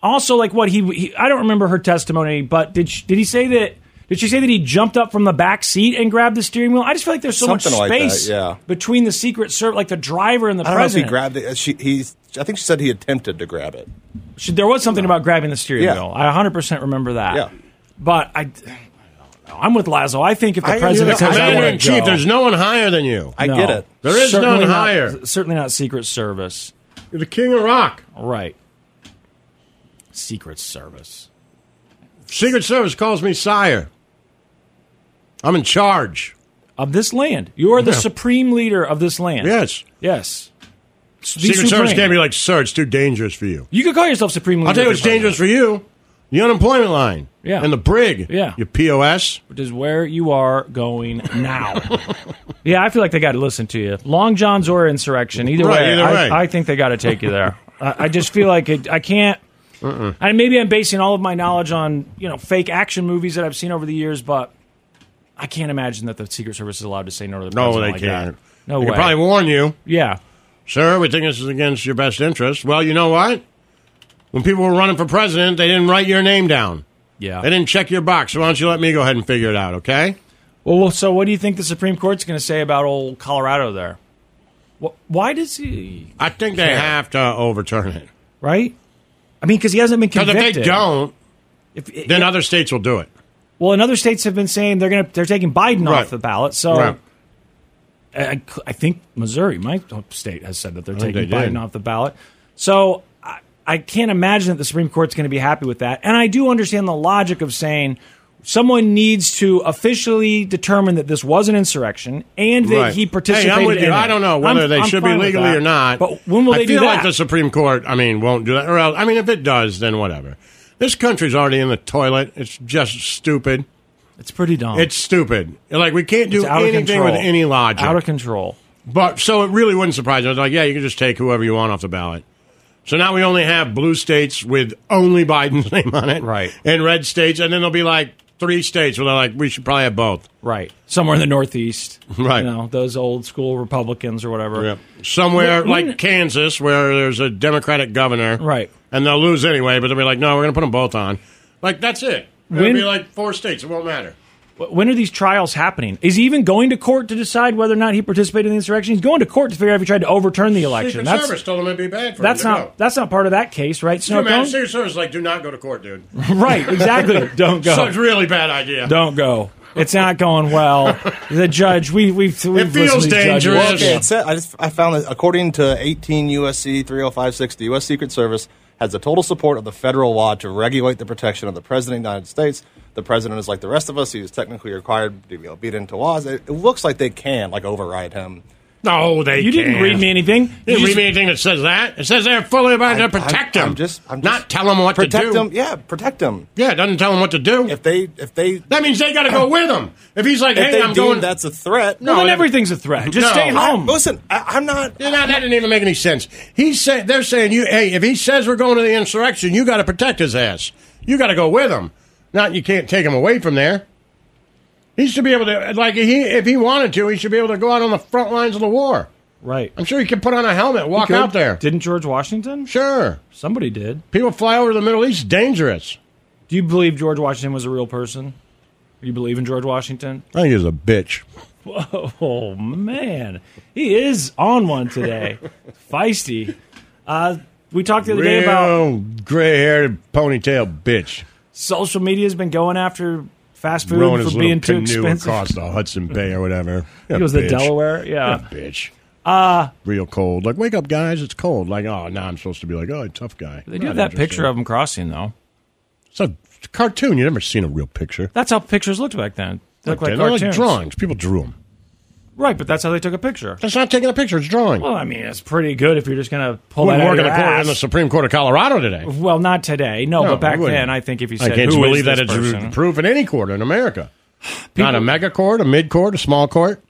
Speaker 4: Also, like what he, he I don't remember her testimony, but did she, did he say that? Did she say that he jumped up from the back seat and grabbed the steering wheel? I just feel like there's so
Speaker 5: Something
Speaker 4: much
Speaker 5: like that,
Speaker 4: space
Speaker 5: yeah.
Speaker 4: between the Secret Service, like the driver and the
Speaker 5: I don't
Speaker 4: president.
Speaker 5: know if he grabbed it. She, he's. I think she said he attempted to grab it.
Speaker 4: She- there was something about grabbing the steering
Speaker 5: Yeah.
Speaker 4: wheel. I 100 percent remember that.
Speaker 5: Yeah.
Speaker 4: But I, I don't know. I'm with Lazo. I think if the
Speaker 3: I-
Speaker 4: president
Speaker 3: you're the
Speaker 4: says I
Speaker 3: commander
Speaker 4: want to
Speaker 3: in chief. There's no one higher than you.
Speaker 5: I get it.
Speaker 3: There is
Speaker 4: certainly
Speaker 3: none
Speaker 4: not-
Speaker 3: higher.
Speaker 4: Certainly not Secret Service.
Speaker 3: You're the king of rock.
Speaker 4: Right. Secret Service.
Speaker 3: Secret Service calls me sire. I'm in charge.
Speaker 4: Of this land. You are the
Speaker 3: Yeah.
Speaker 4: supreme leader of this land.
Speaker 3: Yes.
Speaker 4: Yes.
Speaker 3: Secret Service can't be like, sir, it's too dangerous for you.
Speaker 4: You could call yourself supreme leader.
Speaker 3: I'll tell you
Speaker 4: if
Speaker 3: what's
Speaker 4: you're
Speaker 3: dangerous for you. The unemployment line.
Speaker 4: Yeah.
Speaker 3: And the brig.
Speaker 4: Yeah.
Speaker 3: Your POS.
Speaker 4: Which is where you are going now. yeah, I feel like they got to listen to you. Long John's or insurrection. Either,
Speaker 3: Right,
Speaker 4: way,
Speaker 3: either
Speaker 4: I,
Speaker 3: way.
Speaker 4: I think they got to take you there. I, I just feel like it, I can't. I, maybe I'm basing all of my knowledge on you know fake action movies that I've seen over the years, but I can't imagine that the Secret Service is allowed to say no to the
Speaker 3: No,
Speaker 4: president
Speaker 3: they
Speaker 4: like that.
Speaker 3: can't.
Speaker 4: oh No
Speaker 3: they
Speaker 4: way.
Speaker 3: could probably warn you.
Speaker 4: yeah,
Speaker 3: Sir, we think this is against your best interest. Well, you know what? When people were running for president, they didn't write your name down.
Speaker 4: yeah.
Speaker 3: They didn't check your box. So why don't you let me go ahead and figure it out, okay?
Speaker 4: Well, well, so what do you think the Supreme Court's going to say about old Colorado there? Wh- Why does he?
Speaker 3: I think they have to overturn it.
Speaker 4: Right? I mean, because he hasn't been
Speaker 3: Because
Speaker 4: convicted.
Speaker 3: if they don't,
Speaker 4: If- eh, i-
Speaker 3: then other states will do it.
Speaker 4: well, and other states have been saying they're going to they're taking Biden
Speaker 3: Right.
Speaker 4: off the ballot. So
Speaker 3: Right.
Speaker 4: I, I cl- I think Missouri, my state, has said that they're
Speaker 3: I think
Speaker 4: taking
Speaker 3: they did.
Speaker 4: Biden off the ballot. So I, I can't imagine that the Supreme Court's going to be happy with that. And I do understand the logic of saying someone needs to officially determine that this was an insurrection and that
Speaker 3: Right.
Speaker 4: he participated.
Speaker 3: Hey, I'm with
Speaker 4: in
Speaker 3: you.
Speaker 4: it.
Speaker 3: I don't know whether
Speaker 4: I'm-
Speaker 3: they
Speaker 4: I'm
Speaker 3: should be
Speaker 4: fine with
Speaker 3: legally
Speaker 4: that.
Speaker 3: or not.
Speaker 4: But when will
Speaker 3: I
Speaker 4: they
Speaker 3: feel
Speaker 4: do
Speaker 3: like
Speaker 4: that?
Speaker 3: the Supreme Court, I mean, won't do that. Or else, I mean, if it does, then whatever. This country's already in the toilet. It's just stupid.
Speaker 4: it's pretty dumb.
Speaker 3: It's stupid. Like we can't do
Speaker 4: It's out of
Speaker 3: anything
Speaker 4: control.
Speaker 3: with any logic.
Speaker 4: out of control.
Speaker 3: But so it really wouldn't surprise me. I was like, yeah, you can just take whoever you want off the ballot. So now we only have blue states with only Biden's name on it,
Speaker 4: Right.
Speaker 3: And red states, and then there'll be like three states where they're like, we should probably have both,
Speaker 4: Right. Somewhere in the Northeast.
Speaker 3: Right.
Speaker 4: You know, those old school Republicans or whatever.
Speaker 3: Somewhere
Speaker 4: Wouldn't-
Speaker 3: like
Speaker 4: wouldn't-
Speaker 3: Kansas where there's a Democratic governor,
Speaker 4: Right.
Speaker 3: And they'll lose anyway, but they'll be like, no, we're going to put them both on. Like that's it. It'll
Speaker 4: When-
Speaker 3: be like four states. It won't matter.
Speaker 4: Wh- When are these trials happening? Is he even going to court to decide whether or not he participated in the insurrection? He's going to court to figure out if he tried to overturn the election.
Speaker 3: Secret
Speaker 4: that's
Speaker 3: Service told them it'd be bad for
Speaker 4: that's
Speaker 3: them to
Speaker 4: not that's not part of that case, right?
Speaker 3: Go. Can you imagine?
Speaker 4: Snowcone?
Speaker 3: Secret Service is like, do not go to court, dude.
Speaker 4: right, exactly. Don't
Speaker 3: So it's
Speaker 4: go.
Speaker 3: a really bad idea.
Speaker 4: Don't go. It's not going well. The judge, we we've, we've listened
Speaker 3: feels
Speaker 4: to these judges.
Speaker 5: Well,
Speaker 3: dangerous.
Speaker 5: okay, it said, I just I found that according to 18 USC 3056, the U.S. Secret Service has the total support of the federal law to regulate the protection of the president of the United States. The president is like the rest of us; he is technically required to be obedient to laws. It, it looks like they can like override him.
Speaker 3: No, they.
Speaker 4: You didn't
Speaker 3: can't.
Speaker 4: read me anything.
Speaker 3: You didn't
Speaker 4: just-
Speaker 3: read me anything that says that. It says they're fully about to protect
Speaker 5: I'm-
Speaker 3: them.
Speaker 5: I'm just, I'm just
Speaker 3: not tell them what
Speaker 5: protect
Speaker 3: to do.
Speaker 5: Them, yeah, protect them.
Speaker 3: Yeah, it doesn't tell them what to do.
Speaker 5: If they, if they, if
Speaker 3: that means they got to go with them. If he's like,
Speaker 5: they
Speaker 3: hey, I'm
Speaker 5: deem
Speaker 3: going.
Speaker 5: that's a threat.
Speaker 4: well, then
Speaker 3: No,
Speaker 4: everything's a threat. Just
Speaker 3: No.
Speaker 4: stay
Speaker 5: I-
Speaker 4: home.
Speaker 5: listen, I, I'm not.
Speaker 3: Yeah, no, that didn't even make any sense. He's saying they're saying you. Hey, if he says we're going to the insurrection, you got to protect his ass. You got to go with him. Not you can't take him away from there. He should be able to like he if he wanted to, he should be able to go out on the front lines of the war.
Speaker 4: Right.
Speaker 3: I'm sure he could put on a helmet, walk
Speaker 4: Good.
Speaker 3: out there.
Speaker 4: Didn't George Washington?
Speaker 3: sure,
Speaker 4: Somebody did.
Speaker 3: people fly over to the Middle East. Dangerous.
Speaker 4: Do you believe George Washington was a real person? Do you believe in George Washington?
Speaker 3: I think he's a bitch.
Speaker 4: Oh man, he is on one today, feisty. Uh, we talked the other day about
Speaker 3: Real gray-haired ponytail bitch.
Speaker 4: social media has been going after fast food
Speaker 3: Rowing
Speaker 4: for
Speaker 3: his little
Speaker 4: being too
Speaker 3: canoe
Speaker 4: expensive.
Speaker 3: across the Hudson Bay or whatever.
Speaker 4: It was the Delaware, yeah.
Speaker 3: What a bitch. Uh, Real cold. Like, wake up, guys. It's cold. Like, oh, now I'm supposed to be like, oh, tough guy.
Speaker 4: They do have that picture of him crossing though.
Speaker 3: It's a cartoon. You've never seen a real picture.
Speaker 4: That's how pictures looked back then. Look like
Speaker 3: they look like
Speaker 4: cartoons.
Speaker 3: drawings. People drew them.
Speaker 4: Right, but that's how they took a picture.
Speaker 3: That's not taking a picture; it's drawing.
Speaker 4: Well, I mean, it's pretty good if you're just going to pull
Speaker 3: Wouldn't
Speaker 4: that out
Speaker 3: work
Speaker 4: of
Speaker 3: in
Speaker 4: your
Speaker 3: the, court,
Speaker 4: ass.
Speaker 3: in the Supreme Court of Colorado today.
Speaker 4: Well, not today. No,
Speaker 3: No,
Speaker 4: but back
Speaker 3: it wouldn't.
Speaker 4: then, I think if you
Speaker 3: I
Speaker 4: said,
Speaker 3: can't
Speaker 4: "Who
Speaker 3: believe
Speaker 4: is
Speaker 3: that
Speaker 4: this
Speaker 3: it's
Speaker 4: person?"
Speaker 3: proof in any court in America. not a
Speaker 4: People-
Speaker 3: mega court, a mid court, a small court,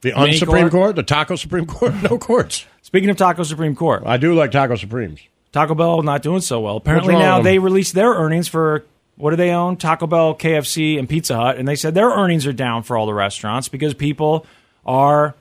Speaker 3: the
Speaker 4: Mini
Speaker 3: un-Supreme
Speaker 4: court?
Speaker 3: court, the taco Supreme court. No courts.
Speaker 4: Speaking of Taco Supreme Court,
Speaker 3: I do like Taco Supremes.
Speaker 4: Taco Bell not doing so well. Apparently
Speaker 3: wrong
Speaker 4: now
Speaker 3: with 'em?
Speaker 4: they released their earnings for what do they own? Taco Bell, KFC, and Pizza Hut, and they said their earnings are down for all the restaurants because people are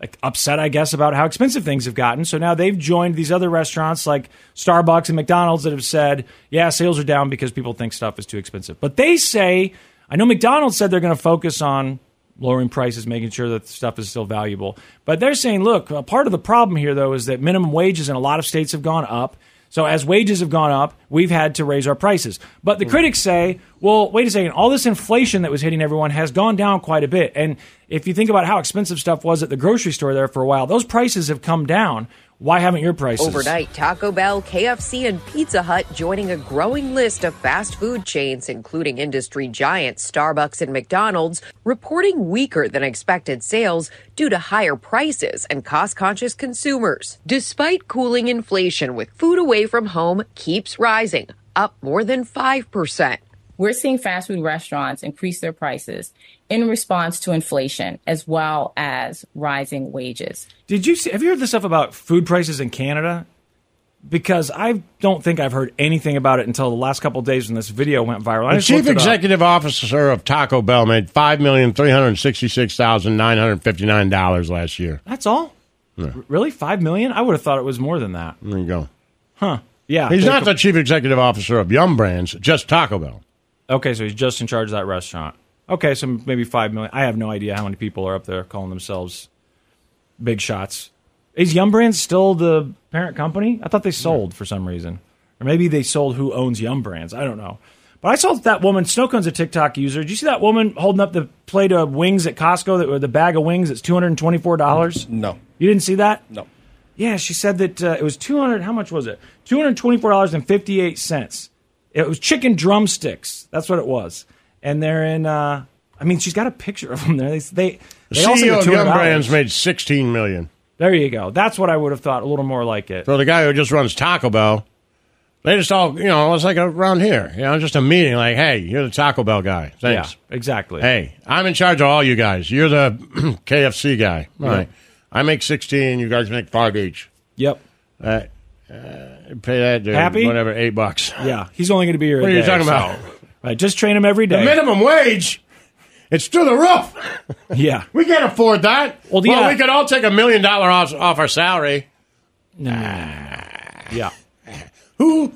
Speaker 4: like, upset, I guess, about how expensive things have gotten. So now they've joined these other restaurants like Starbucks and McDonald's that have said, yeah, sales are down because people think stuff is too expensive. But they say, I know McDonald's said they're going to focus on lowering prices, making sure that stuff is still valuable. But they're saying, look, uh, part of the problem here, though, is that minimum wages in a lot of states have gone up. So as wages have gone up, we've had to raise our prices. But the
Speaker 3: Hmm.
Speaker 4: critics say, well, wait a second, all this inflation that was hitting everyone has gone down quite a bit. And if you think about how expensive stuff was at the grocery store there for a while, those prices have come down. Why haven't your prices?
Speaker 14: Overnight, Taco Bell, KFC, and Pizza Hut joining a growing list of fast food chains, including industry giants Starbucks and McDonald's, reporting weaker than expected sales due to higher prices and cost conscious consumers. Despite cooling inflation with food away from home keeps rising, up more than 5%.
Speaker 15: We're seeing fast food restaurants increase their prices in response to inflation as well as rising wages.
Speaker 4: Did you see? Have you heard the stuff about food prices in Canada? Because I don't think I've heard anything about it until the last couple of days when this video went viral. I
Speaker 3: The
Speaker 4: just
Speaker 3: chief
Speaker 4: looked it up.
Speaker 3: executive officer of Taco Bell made five million three hundred sixty-six thousand nine hundred fifty-nine dollars last year.
Speaker 4: That's all.
Speaker 3: Yeah.
Speaker 4: R- Really, five million? I would have thought it was more than that.
Speaker 3: There you go.
Speaker 4: Huh? Yeah.
Speaker 3: He's
Speaker 4: They
Speaker 3: not
Speaker 4: co-
Speaker 3: the chief executive officer of Yum Brands, just Taco Bell.
Speaker 4: Okay, so he's just in charge of that restaurant. Okay, so maybe five million. I have no idea how many people are up there calling themselves big shots. Is Yum Brands still the parent company? I thought they sold for some reason, or maybe they sold who owns Yum Brands. I don't know. But I saw that woman. Snowcone's a TikTok user. Did you see that woman holding up the plate of wings at Costco? That or the bag of wings that's two hundred and twenty four dollars.
Speaker 5: Mm, No.
Speaker 4: You didn't see that?
Speaker 5: No.
Speaker 4: Yeah, she said that uh, it was 200 how much was it? $224.58. It was chicken drumsticks. That's what it was. And they're in uh I mean, she's got a picture of them there. They they,
Speaker 3: The
Speaker 4: they also
Speaker 3: CEO
Speaker 4: get
Speaker 3: of Yum
Speaker 4: $200.
Speaker 3: Brands made sixteen million.
Speaker 4: There you go. That's what I would have thought, a little more like it.
Speaker 3: So the guy who just runs Taco Bell, they just all you know, it's like around here, you know, just a meeting. Like, hey, you're the Taco Bell guy. Thanks.
Speaker 4: Yeah, exactly.
Speaker 3: Hey, I'm in charge of all you guys. You're the KFC guy. All
Speaker 4: Yeah.
Speaker 3: right. I make sixteen. You guys make five each.
Speaker 4: Yep.
Speaker 3: Uh, uh, pay that dude
Speaker 4: Happy?
Speaker 3: whatever eight bucks.
Speaker 4: Yeah, he's only going to be here.
Speaker 3: What
Speaker 4: a
Speaker 3: are you
Speaker 4: day,
Speaker 3: talking
Speaker 4: so-
Speaker 3: about?
Speaker 4: Right, just train him every day.
Speaker 3: The minimum wage. It's through the roof.
Speaker 4: Yeah.
Speaker 3: We can't afford that. Well,
Speaker 4: yeah.
Speaker 3: we could all take a million dollar off, off our salary.
Speaker 4: Yeah.
Speaker 3: Who?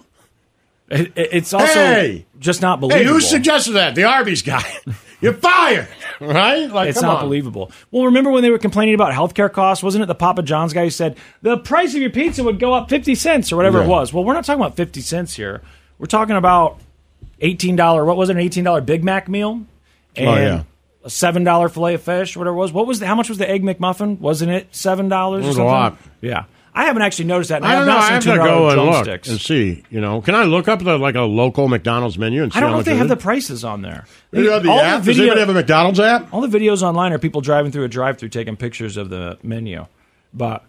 Speaker 4: It, it- it's also
Speaker 3: Hey!
Speaker 4: just not
Speaker 3: Hey,
Speaker 4: believable.
Speaker 3: who suggested that? The Arby's guy. You're fired, right? Like,
Speaker 4: it's
Speaker 3: come
Speaker 4: not
Speaker 3: on.
Speaker 4: believable. Well, remember when they were complaining about healthcare costs? Wasn't it the Papa John's guy who said the price of your pizza would go up fifty cents or whatever
Speaker 3: Yeah.
Speaker 4: it was? Well, we're not talking about fifty cents here. We're talking about eighteen dollar. What was it? An eighteen dollar Big Mac meal
Speaker 3: Oh,
Speaker 4: and
Speaker 3: yeah.
Speaker 4: a seven dollar fillet of fish, whatever it was. What was the, how much was the egg McMuffin? Wasn't it seven dollars?
Speaker 3: It was a lot.
Speaker 4: Yeah, I haven't actually noticed that. and
Speaker 3: I don't know.
Speaker 4: have
Speaker 3: I
Speaker 4: Not
Speaker 3: have
Speaker 4: seen
Speaker 3: to go
Speaker 4: $2
Speaker 3: and look
Speaker 4: drumsticks.
Speaker 3: and see. You know, can I look up the like a local McDonald's menu and see
Speaker 4: I don't
Speaker 3: how
Speaker 4: know if
Speaker 3: much
Speaker 4: they
Speaker 3: it
Speaker 4: have the
Speaker 3: is?
Speaker 4: prices on there.
Speaker 3: Do they have the
Speaker 4: All
Speaker 3: app? Does anybody have a McDonald's app?
Speaker 4: All the videos online are people driving through a drive-through taking pictures of the menu. But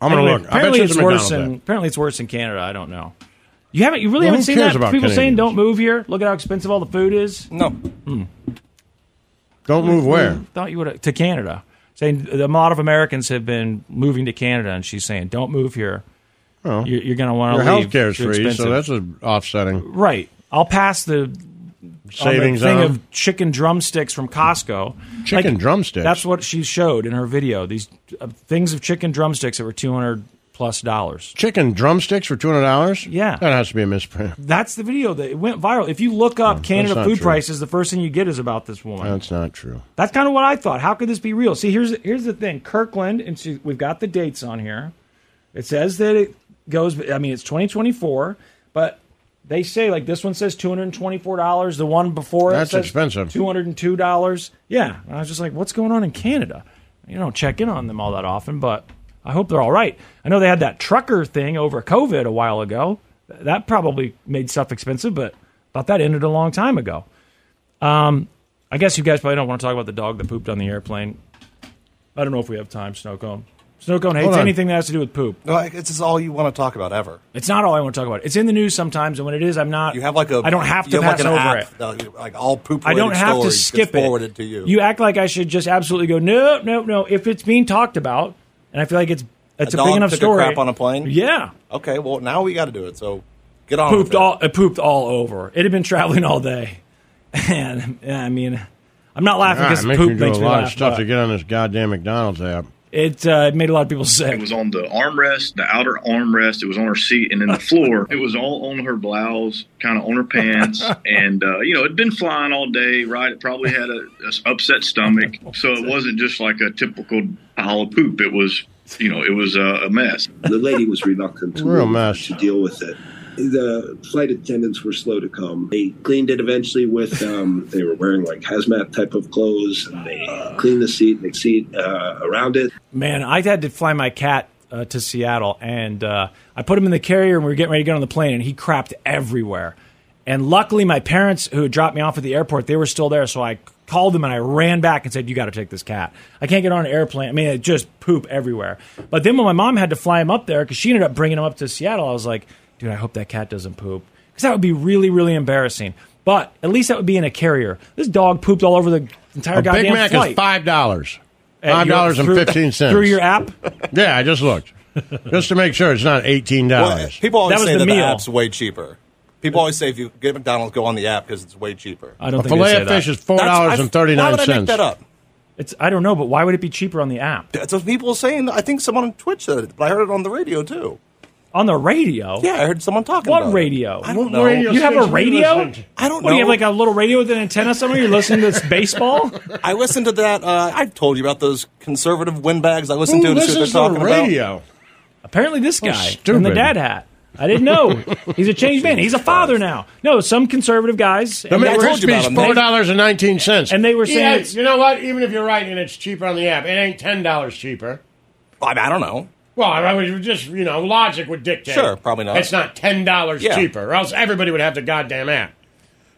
Speaker 3: I'm gonna
Speaker 4: Anyway,
Speaker 3: look. I bet
Speaker 4: Apparently,
Speaker 3: you it's
Speaker 4: it's
Speaker 3: a
Speaker 4: worse.
Speaker 3: McDonald's
Speaker 4: In,
Speaker 3: app.
Speaker 4: apparently, it's worse in Canada. I don't know. You haven't. You really
Speaker 3: Well, who
Speaker 4: haven't seen
Speaker 3: cares
Speaker 4: that.
Speaker 3: about
Speaker 4: People
Speaker 3: Canadians?
Speaker 4: saying don't move here. Look at how expensive all the food is. Hmm.
Speaker 5: No.
Speaker 3: Don't move where.
Speaker 4: Thought you would to Canada. Saying a lot of Americans have been moving to Canada, and she's saying don't move here.
Speaker 3: Well,
Speaker 4: you're, you're going to want
Speaker 3: Oh. Your
Speaker 4: to
Speaker 3: health
Speaker 4: leave.
Speaker 3: care is
Speaker 4: You're
Speaker 3: free, so
Speaker 4: expensive.
Speaker 3: that's an offsetting.
Speaker 4: right. I'll pass the
Speaker 3: Savings
Speaker 4: on the
Speaker 3: on
Speaker 4: thing
Speaker 3: 'em.
Speaker 4: of chicken drumsticks from Costco.
Speaker 3: Chicken
Speaker 4: Like,
Speaker 3: drumsticks?
Speaker 4: That's what she showed in her video. These uh, things of chicken drumsticks that were two hundred plus dollars.
Speaker 3: Chicken drumsticks for two hundred dollars.
Speaker 4: Yeah.
Speaker 3: that has to be a misprint.
Speaker 4: That's the video that it went viral. If you look up Canada
Speaker 3: Hmm, not
Speaker 4: food
Speaker 3: true.
Speaker 4: prices, the first thing you get is about this woman.
Speaker 3: That's not true.
Speaker 4: That's kind of what I thought. How could this be real? See, here's here's the thing. Kirkland, and she, we've got the dates on here. It says that it goes. I mean, it's 2024, but they say like this one says 224 dollars. The one before it
Speaker 3: That's
Speaker 4: says
Speaker 3: expensive.
Speaker 4: 202 dollars. Yeah, And I was just like, what's going on in Canada? You don't check in on them all that often, but I hope they're all right. I know they had that trucker thing over COVID a while ago. That probably made stuff expensive, but thought that ended a long time ago. Um, I guess you guys probably don't want to talk about the dog that pooped on the airplane. I don't know if we have time, Snowcone. Snowcone hates
Speaker 5: Hold on.
Speaker 4: anything that has to do with poop.
Speaker 5: Like, this is all you want to talk about ever.
Speaker 4: It's not all I want to talk about. It's in the news sometimes, and when it is, I'm not.
Speaker 5: You have like a.
Speaker 4: I don't have to
Speaker 5: you
Speaker 4: pass
Speaker 5: like an
Speaker 4: over
Speaker 5: app
Speaker 4: it.
Speaker 5: That, like all poop.
Speaker 4: I don't have to skip it.
Speaker 5: Forwarded to you.
Speaker 4: You act like I should just absolutely go. No, no, no. If it's being talked about, and I feel like it's it's a,
Speaker 5: dog
Speaker 4: big enough
Speaker 5: took
Speaker 4: story.
Speaker 5: A crap on a plane.
Speaker 4: Yeah.
Speaker 5: Okay. Well, now we got to do it. So get on. with
Speaker 4: pooped
Speaker 5: it.
Speaker 4: all it pooped all over. It had been traveling all day, and yeah, I mean, I'm not laughing
Speaker 3: Ah,
Speaker 4: because
Speaker 3: it makes
Speaker 4: poop
Speaker 3: me do
Speaker 4: makes
Speaker 3: a
Speaker 4: me
Speaker 3: lot
Speaker 4: laugh.
Speaker 3: of stuff
Speaker 4: but
Speaker 3: to get on this goddamn McDonald's app.
Speaker 4: It uh, it made a lot of people sick.
Speaker 16: It was on the armrest, the outer armrest. It was on her seat and then the floor. it was all on her blouse, kind of on her pants. and, uh, you know, it'd been flying all day, right? It probably had a, a s- upset stomach. So it wasn't just like a typical pile of poop. It was, you know, it was a, a mess. The lady was reluctant
Speaker 3: Real mess.
Speaker 17: to deal with it. The flight attendants were slow to come. They cleaned it eventually with, um, they were wearing like hazmat type of clothes, and they uh, cleaned the seat and the seat uh, around it.
Speaker 4: Man, I had to fly my cat uh, to Seattle, and uh, I put him in the carrier, and we were getting ready to get on the plane, and he crapped everywhere. And luckily, my parents who had dropped me off at the airport, they were still there, so I called them and I ran back and said, "You got to take this cat. I can't get on an airplane. I mean, it just poop everywhere." But then when my mom had to fly him up there because she ended up bringing him up to Seattle, I was like, "Dude, I hope that cat doesn't poop because that would be really, really embarrassing." But at least that would be in a carrier. This dog pooped all over the entire
Speaker 3: A
Speaker 4: goddamn
Speaker 3: Big Mac
Speaker 4: flight.
Speaker 3: is five dollars.
Speaker 4: At
Speaker 3: Five
Speaker 4: your-
Speaker 3: dollars and
Speaker 4: through-
Speaker 3: fifteen cents
Speaker 4: through your app.
Speaker 3: Yeah, I just looked just to make sure it's not eighteen dollars.
Speaker 5: Well, people always say that the app's way cheaper. People always say if you get McDonald's, go on the app because it's way cheaper.
Speaker 4: I don't
Speaker 3: A think they fillet say of that. fish is $4.39.
Speaker 5: That's- I- Why would I make that up?
Speaker 4: It's I don't know, but why would it be cheaper on the app?
Speaker 5: That's what people are saying. I think someone on Twitch said it, but I heard it on the radio too.
Speaker 4: On the radio?
Speaker 5: Yeah, I heard someone talking
Speaker 4: What
Speaker 5: about
Speaker 4: radio?
Speaker 5: It. I don't know.
Speaker 4: You have a radio?
Speaker 5: I don't
Speaker 4: What, do you have
Speaker 5: know.
Speaker 4: like a little radio with an antenna somewhere? You're listening to this baseball?
Speaker 5: I listened to that. Uh, I told you about those conservative windbags I listened
Speaker 4: Who
Speaker 5: to to see what
Speaker 4: listens
Speaker 5: they're
Speaker 4: to
Speaker 5: talking
Speaker 4: radio?
Speaker 5: about.
Speaker 4: Apparently, this
Speaker 5: Oh,
Speaker 4: guy in
Speaker 5: stupid.
Speaker 4: the dad hat. I didn't know. He's a changed man. He's a father now. No, some conservative guys.
Speaker 3: The McCrispy's four dollars and nineteen cents,
Speaker 4: And they were saying-
Speaker 3: you know what? Even if you're right and it's cheaper on the app, it ain't ten dollars cheaper.
Speaker 5: I, I don't know.
Speaker 3: Well, I was just you know logic would dictate.
Speaker 5: Sure, probably not.
Speaker 3: It's not ten dollars
Speaker 5: Yeah.
Speaker 3: cheaper, or else everybody would have the goddamn app.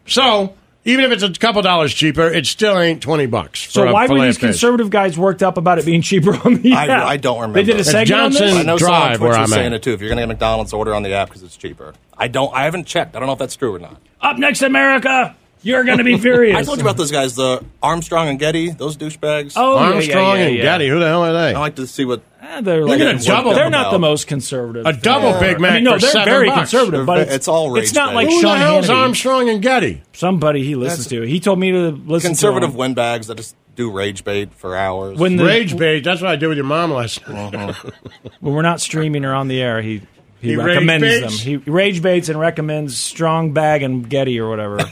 Speaker 3: So even if it's a couple dollars cheaper, it still ain't twenty bucks. for
Speaker 4: So
Speaker 3: a
Speaker 4: why were
Speaker 3: fillet
Speaker 4: these
Speaker 3: of fish.
Speaker 4: conservative guys worked up about it being cheaper on the
Speaker 5: I,
Speaker 4: app?
Speaker 5: I don't remember.
Speaker 4: They did a segment on this?
Speaker 5: I know someone on Twitch was saying
Speaker 4: at.
Speaker 5: it too. If you're going to get McDonald's, order on the app because it's cheaper. I don't. I haven't checked. I don't know if that's true or not.
Speaker 4: Up next, America. You're going to be furious.
Speaker 5: I told you about those guys, the Armstrong and Getty, those douchebags.
Speaker 4: Oh, yeah, yeah, Armstrong yeah, and yeah. Getty,
Speaker 3: who the hell are they?
Speaker 5: I like to see what
Speaker 4: Eh, they're
Speaker 5: You
Speaker 4: like
Speaker 5: get a double
Speaker 4: They're
Speaker 5: Big
Speaker 4: not
Speaker 5: Mac.
Speaker 4: the most conservative.
Speaker 5: A double
Speaker 4: thing.
Speaker 5: Big Mac
Speaker 4: I mean, no,
Speaker 5: for
Speaker 4: they're
Speaker 5: seven
Speaker 4: very
Speaker 5: bucks.
Speaker 4: conservative, but
Speaker 5: They're-
Speaker 4: it's,
Speaker 5: it's all
Speaker 4: It's
Speaker 5: rage
Speaker 4: not
Speaker 5: bait.
Speaker 4: like
Speaker 5: Who the
Speaker 4: Sean
Speaker 5: hell's
Speaker 4: Hannity.
Speaker 3: Armstrong and Getty.
Speaker 4: Somebody he listens to. He told me to listen
Speaker 5: conservative
Speaker 4: to
Speaker 5: windbags that just do rage bait for hours.
Speaker 4: When the-
Speaker 3: Rage bait. That's what I did with your mom last night.
Speaker 4: Uh-huh. conservative. When we're not streaming or on the air, he he,
Speaker 3: He rage
Speaker 4: recommends them.
Speaker 3: baits?
Speaker 4: He rage baits and recommends Strong Bag and Getty or whatever.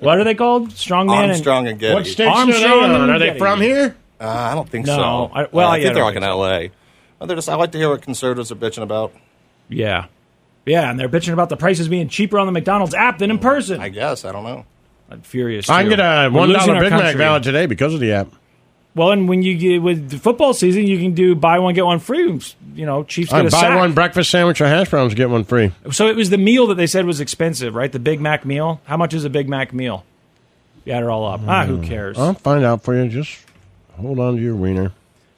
Speaker 4: what are they called? Strong Man
Speaker 5: Armstrong and Getty.
Speaker 4: What states Armstrong and Getty.
Speaker 3: here?
Speaker 5: Uh, I don't think
Speaker 4: No,
Speaker 5: so. Uh,
Speaker 4: I- well,
Speaker 5: I
Speaker 4: yeah,
Speaker 5: think they're
Speaker 4: I don't
Speaker 5: like in
Speaker 4: think
Speaker 5: L.A. Uh, They're just. I like to hear what conservatives are bitching about.
Speaker 4: Yeah, yeah, and they're bitching about the prices being cheaper on the McDonald's app than in person. I
Speaker 5: guess I don't know.
Speaker 4: I'm furious.
Speaker 3: I can
Speaker 4: too.
Speaker 3: get a
Speaker 4: We're
Speaker 3: one
Speaker 4: losing
Speaker 3: dollar
Speaker 4: our
Speaker 3: Big Mac
Speaker 4: country.
Speaker 3: valid today because of the app.
Speaker 4: Well, and when you get with the football season, you can do buy one get one free. You know, Chiefs
Speaker 3: I
Speaker 4: get a
Speaker 3: buy
Speaker 4: sack.
Speaker 3: one breakfast sandwich or hash browns, get one free.
Speaker 4: So it was the meal that they said was expensive, right? The Big Mac meal. How much is a Big Mac meal? You add it all up. Ah,
Speaker 3: Hmm.
Speaker 4: who cares?
Speaker 3: I'll find out for you. Just hold on to your wiener.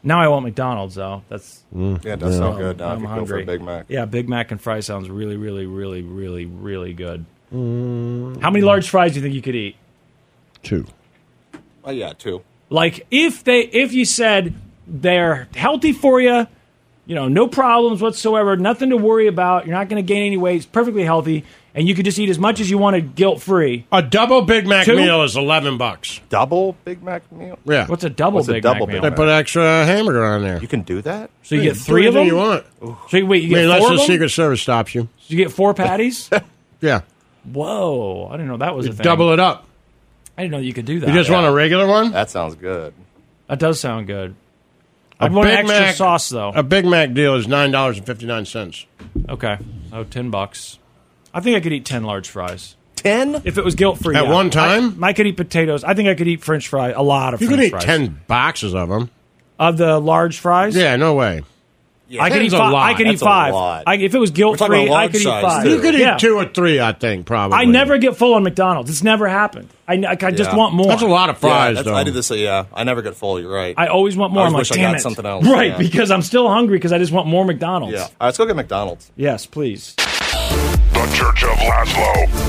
Speaker 4: Now I want McDonald's though. That's
Speaker 3: Mm, Yeah, it does yeah. sound good now
Speaker 4: I'm
Speaker 3: if you go for a
Speaker 4: hungry.
Speaker 3: Big Mac.
Speaker 4: Yeah, Big Mac and fries sounds really, really, really, really, really good. How many large fries do you think you could eat?
Speaker 3: Two.
Speaker 5: Oh yeah, too.
Speaker 4: Like if they if you said they're healthy for you, you know, no problems whatsoever, nothing to worry about, you're not going to gain any weight, it's perfectly healthy, and you could just eat as much as you wanted guilt free.
Speaker 3: A double Big Mac
Speaker 4: Two?
Speaker 3: meal is eleven bucks.
Speaker 5: Double Big Mac meal.
Speaker 3: Yeah.
Speaker 4: What's a double
Speaker 5: What's a
Speaker 4: Big
Speaker 5: double
Speaker 4: Mac
Speaker 5: Big
Speaker 4: meal?
Speaker 3: They put extra hamburger on there. You
Speaker 5: can do that.
Speaker 4: So you
Speaker 3: Yeah,
Speaker 4: get
Speaker 3: do
Speaker 4: three of
Speaker 3: anything
Speaker 4: them.
Speaker 3: You want?
Speaker 4: So you, wait, you
Speaker 3: I mean,
Speaker 4: get
Speaker 3: unless
Speaker 4: four
Speaker 3: the
Speaker 4: of them.
Speaker 3: Secret Service stops you.
Speaker 4: So you get four patties.
Speaker 3: Yeah.
Speaker 4: Whoa! I didn't know that was a thing.
Speaker 3: Double it up.
Speaker 4: I didn't know you could do that.
Speaker 3: You just want a regular one?
Speaker 5: That sounds good.
Speaker 4: That does sound good.
Speaker 3: A
Speaker 4: I'd want
Speaker 3: Big
Speaker 4: extra
Speaker 3: Mac-
Speaker 4: sauce though.
Speaker 3: A Big Mac deal is nine dollars and fifty nine cents.
Speaker 4: Okay, so ten bucks. I think I could eat ten large fries.
Speaker 5: Ten?
Speaker 4: If it was guilt free
Speaker 3: At one time?
Speaker 4: I, I could eat potatoes. I think I could eat French fries. A lot of
Speaker 3: You
Speaker 4: French
Speaker 3: could eat
Speaker 4: fries.
Speaker 3: ten boxes of them.
Speaker 4: of the large fries.
Speaker 3: Yeah, no way.
Speaker 4: I could eat
Speaker 3: Ten's a
Speaker 4: five.
Speaker 3: lot.
Speaker 4: I could eat
Speaker 3: That's a
Speaker 4: five.
Speaker 3: lot.
Speaker 4: I, if it was guilt free, I could eat five.
Speaker 3: You could eat
Speaker 4: Yeah.
Speaker 3: two or three, I think, probably.
Speaker 4: I never get full on McDonald's. It's never happened. I, I just
Speaker 5: Yeah.
Speaker 4: want more.
Speaker 5: Yeah, that's- I did this. uh, Yeah, I never get full. You're right.
Speaker 4: I always want more.
Speaker 5: I
Speaker 4: I'm like,
Speaker 5: always wish I
Speaker 4: damn
Speaker 5: got
Speaker 4: it.
Speaker 5: something else.
Speaker 4: Right,
Speaker 5: yeah.
Speaker 4: because I'm still hungry because I just want more McDonald's.
Speaker 5: Yeah. All right, let's go get McDonald's.
Speaker 4: Yes, please.
Speaker 10: The Church of Laszlo.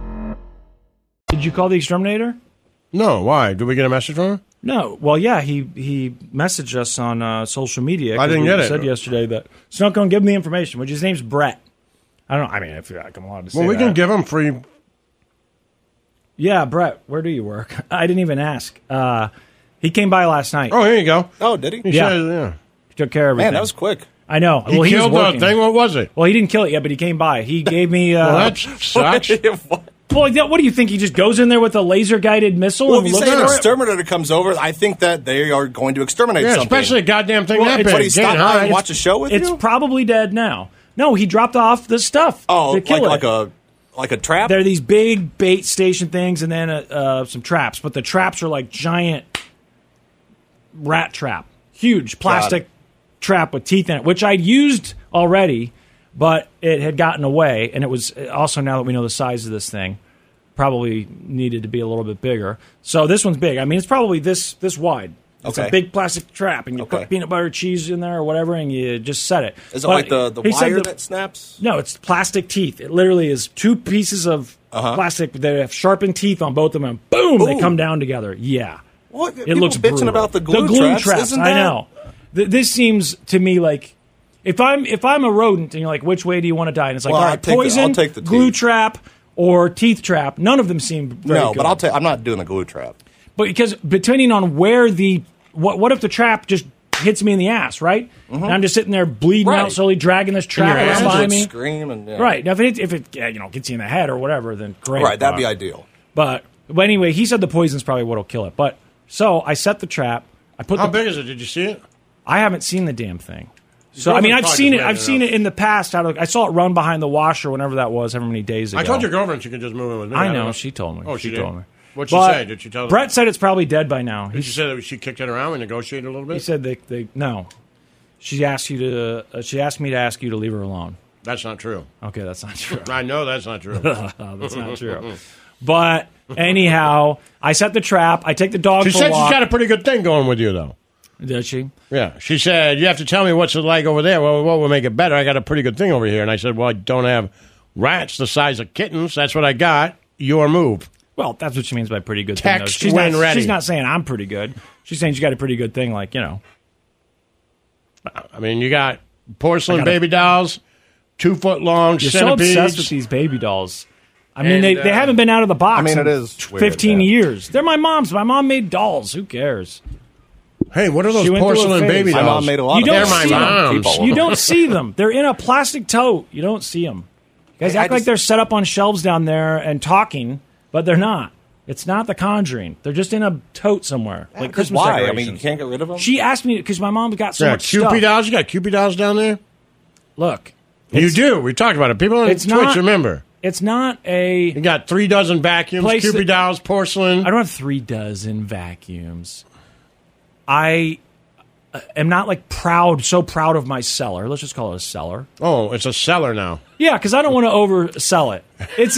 Speaker 4: Did you call the exterminator?
Speaker 3: No. Why? Did we get a message from him?
Speaker 4: No. Well, yeah, he he messaged us on uh, social media. 'cause
Speaker 3: I didn't
Speaker 4: we
Speaker 3: get it.
Speaker 4: Said yesterday that Snunk gonna give him the information, which his name's Brett. I don't. know. I mean, if like, I'm allowed to say
Speaker 3: Well, we can
Speaker 4: that.
Speaker 3: give him free.
Speaker 4: Yeah, Brett, where do you work? I didn't even ask. Uh, he came by last night.
Speaker 3: Oh, here you go.
Speaker 5: Oh, did he?
Speaker 3: He
Speaker 4: yeah.
Speaker 3: said, yeah.
Speaker 4: Took care of everything.
Speaker 5: Man, that was quick.
Speaker 4: I know.
Speaker 3: He
Speaker 4: well, he was
Speaker 3: killed the
Speaker 4: working.
Speaker 3: thing? What was it?
Speaker 4: Well, he didn't kill it yet, but he came by. He gave me. Uh,
Speaker 3: Well, that sucks.
Speaker 4: Well, yeah, what do you think? He just goes in there with a laser guided missile
Speaker 5: Well, if
Speaker 4: and
Speaker 5: you
Speaker 4: looks
Speaker 5: say an
Speaker 4: for it?
Speaker 5: exterminator comes over, I think that they are going to exterminate
Speaker 4: Yeah,
Speaker 5: something.
Speaker 4: especially a
Speaker 3: goddamn
Speaker 4: Well, it's-
Speaker 5: But he stopped by and watched a show with
Speaker 4: it's
Speaker 5: you?
Speaker 4: probably dead now. No, he dropped off the stuff.
Speaker 5: Oh,
Speaker 4: to
Speaker 5: like,
Speaker 4: kill it.
Speaker 5: like a like a trap.
Speaker 4: They're these big bait station things, and then uh, uh, some traps. But the traps are like giant rat trap, huge plastic trap with teeth in it, which I'd used already, but it had gotten away. And it was also now that we know the size of this thing, probably needed to be a little bit bigger. So this one's big. I mean, it's probably this this wide. It's a
Speaker 5: Okay.
Speaker 4: big plastic trap, and you put peanut butter cheese in there or whatever, and you just set it.
Speaker 5: Is it
Speaker 4: But
Speaker 5: like the the
Speaker 4: he said
Speaker 5: wire
Speaker 4: the-
Speaker 5: that snaps?
Speaker 4: no, it's plastic teeth. It literally is two pieces of plastic that have sharpened teeth on both of them. And boom, they
Speaker 5: Uh-huh. Ooh.
Speaker 4: come down together. Yeah,
Speaker 5: What?
Speaker 4: it
Speaker 5: People
Speaker 4: looks
Speaker 5: bitching
Speaker 4: brutal.
Speaker 5: about the glue traps, isn't
Speaker 4: I
Speaker 5: that-
Speaker 4: know. Th- this seems to me like if I'm if I'm a rodent and you're like, which way do you want to die? And it's like,
Speaker 5: Well,
Speaker 4: all
Speaker 5: I'll
Speaker 4: right,
Speaker 5: take the- I'll
Speaker 4: poison,
Speaker 5: take the
Speaker 4: glue trap, or teeth trap. None of them seem very
Speaker 5: No,
Speaker 4: good.
Speaker 5: but I'll tell. I'm not doing the glue trap.
Speaker 4: But because depending on where the what what if the trap just hits me in the ass, right? And I'm just sitting there bleeding out
Speaker 5: Mm-hmm. Right.
Speaker 4: slowly, dragging this trap
Speaker 5: Your
Speaker 4: around
Speaker 5: hands
Speaker 4: by
Speaker 5: would
Speaker 4: me.
Speaker 5: Scream and yeah.
Speaker 4: Right. Now, if it if it yeah, you know gets you in the head or whatever, then great.
Speaker 5: Right, that'd be
Speaker 4: Uh,
Speaker 5: ideal.
Speaker 4: But but anyway, he said the poison's probably what'll kill it. But so I set the trap. I put
Speaker 3: How
Speaker 4: the,
Speaker 3: big is it? Did you see it?
Speaker 4: I haven't seen the damn thing. So
Speaker 3: Your
Speaker 4: I mean,
Speaker 3: girlfriend
Speaker 4: I've
Speaker 3: probably
Speaker 4: seen
Speaker 3: just
Speaker 4: it.
Speaker 3: ran
Speaker 4: I've
Speaker 3: it
Speaker 4: seen
Speaker 3: up.
Speaker 4: it in the past. Out of I saw it run behind the washer, whenever that was, however many days ago.
Speaker 3: I told your girlfriend she could just move in with me.
Speaker 4: I
Speaker 3: don't
Speaker 4: know, she told me.
Speaker 3: Oh,
Speaker 4: She
Speaker 3: she, did?
Speaker 4: told me.
Speaker 3: What'd she
Speaker 4: But
Speaker 3: say? Did she tell
Speaker 4: Brett said it's probably dead by now.
Speaker 3: Did she say that she kicked it around? We negotiated a little bit.
Speaker 4: He said they, they no. She asked you to. Uh, she asked me to ask you to leave her alone.
Speaker 3: that's not true.
Speaker 4: Okay, that's not true.
Speaker 3: I know that's not true.
Speaker 4: That's not true. But anyhow, I set the trap. I take the dog.
Speaker 3: She
Speaker 4: for
Speaker 3: said
Speaker 4: a walk.
Speaker 3: she's got a pretty good thing going with you, though.
Speaker 4: Did she?
Speaker 3: Yeah. She said, You have to tell me what's it like over there. Well, what will make it better? I got a pretty good thing over here. And I said, Well, I don't have rats the size of kittens. That's what I got. Your move.
Speaker 4: Well, that's what she means by pretty good thing. though.
Speaker 3: Text
Speaker 4: She's
Speaker 3: when
Speaker 4: not,
Speaker 3: ready.
Speaker 4: She's not saying I'm pretty good. She's saying she got a pretty good thing. Like you know,
Speaker 3: I mean, you got porcelain
Speaker 4: I gotta-
Speaker 3: baby dolls, two foot long
Speaker 4: you're
Speaker 3: centipedes.
Speaker 4: so obsessed with these baby dolls. I mean,
Speaker 3: And,
Speaker 4: they, they
Speaker 3: uh,
Speaker 4: haven't been out of the
Speaker 3: I
Speaker 4: box.
Speaker 3: mean, it
Speaker 4: in
Speaker 3: is
Speaker 4: tw-
Speaker 3: weird,
Speaker 4: fifteen years. They're my mom's. My mom made dolls. Who cares?
Speaker 3: Hey, what are those
Speaker 4: She went through a
Speaker 3: porcelain baby
Speaker 4: phase.
Speaker 3: dolls?
Speaker 4: You don't see
Speaker 3: They're my
Speaker 4: them.
Speaker 3: mom's.
Speaker 4: You don't see them. They're in a plastic tote. You don't see them. You guys
Speaker 3: Hey, I
Speaker 4: act like
Speaker 3: just-
Speaker 4: they're set up on shelves down there and talking, but they're not. It's not The Conjuring. They're just in a tote somewhere, like Christmas
Speaker 5: Why? I
Speaker 4: decorations.
Speaker 5: mean, you can't get rid of them.
Speaker 4: she asked me because my mom got so
Speaker 3: yeah,
Speaker 4: much
Speaker 3: Cupid
Speaker 4: stuff.
Speaker 3: dolls. You got Cupid dolls down there?
Speaker 4: Look.
Speaker 3: You do. We talked about it. People on
Speaker 4: It's
Speaker 3: Twitch
Speaker 4: not-
Speaker 3: remember.
Speaker 4: It's not a. You
Speaker 3: got three dozen vacuums, Cupid dolls, porcelain.
Speaker 4: I don't have three dozen vacuums. I uh, am not like proud, so proud of my cellar. Let's just call it a cellar.
Speaker 3: Oh, it's a cellar now.
Speaker 4: Yeah, because I don't want to oversell it. It's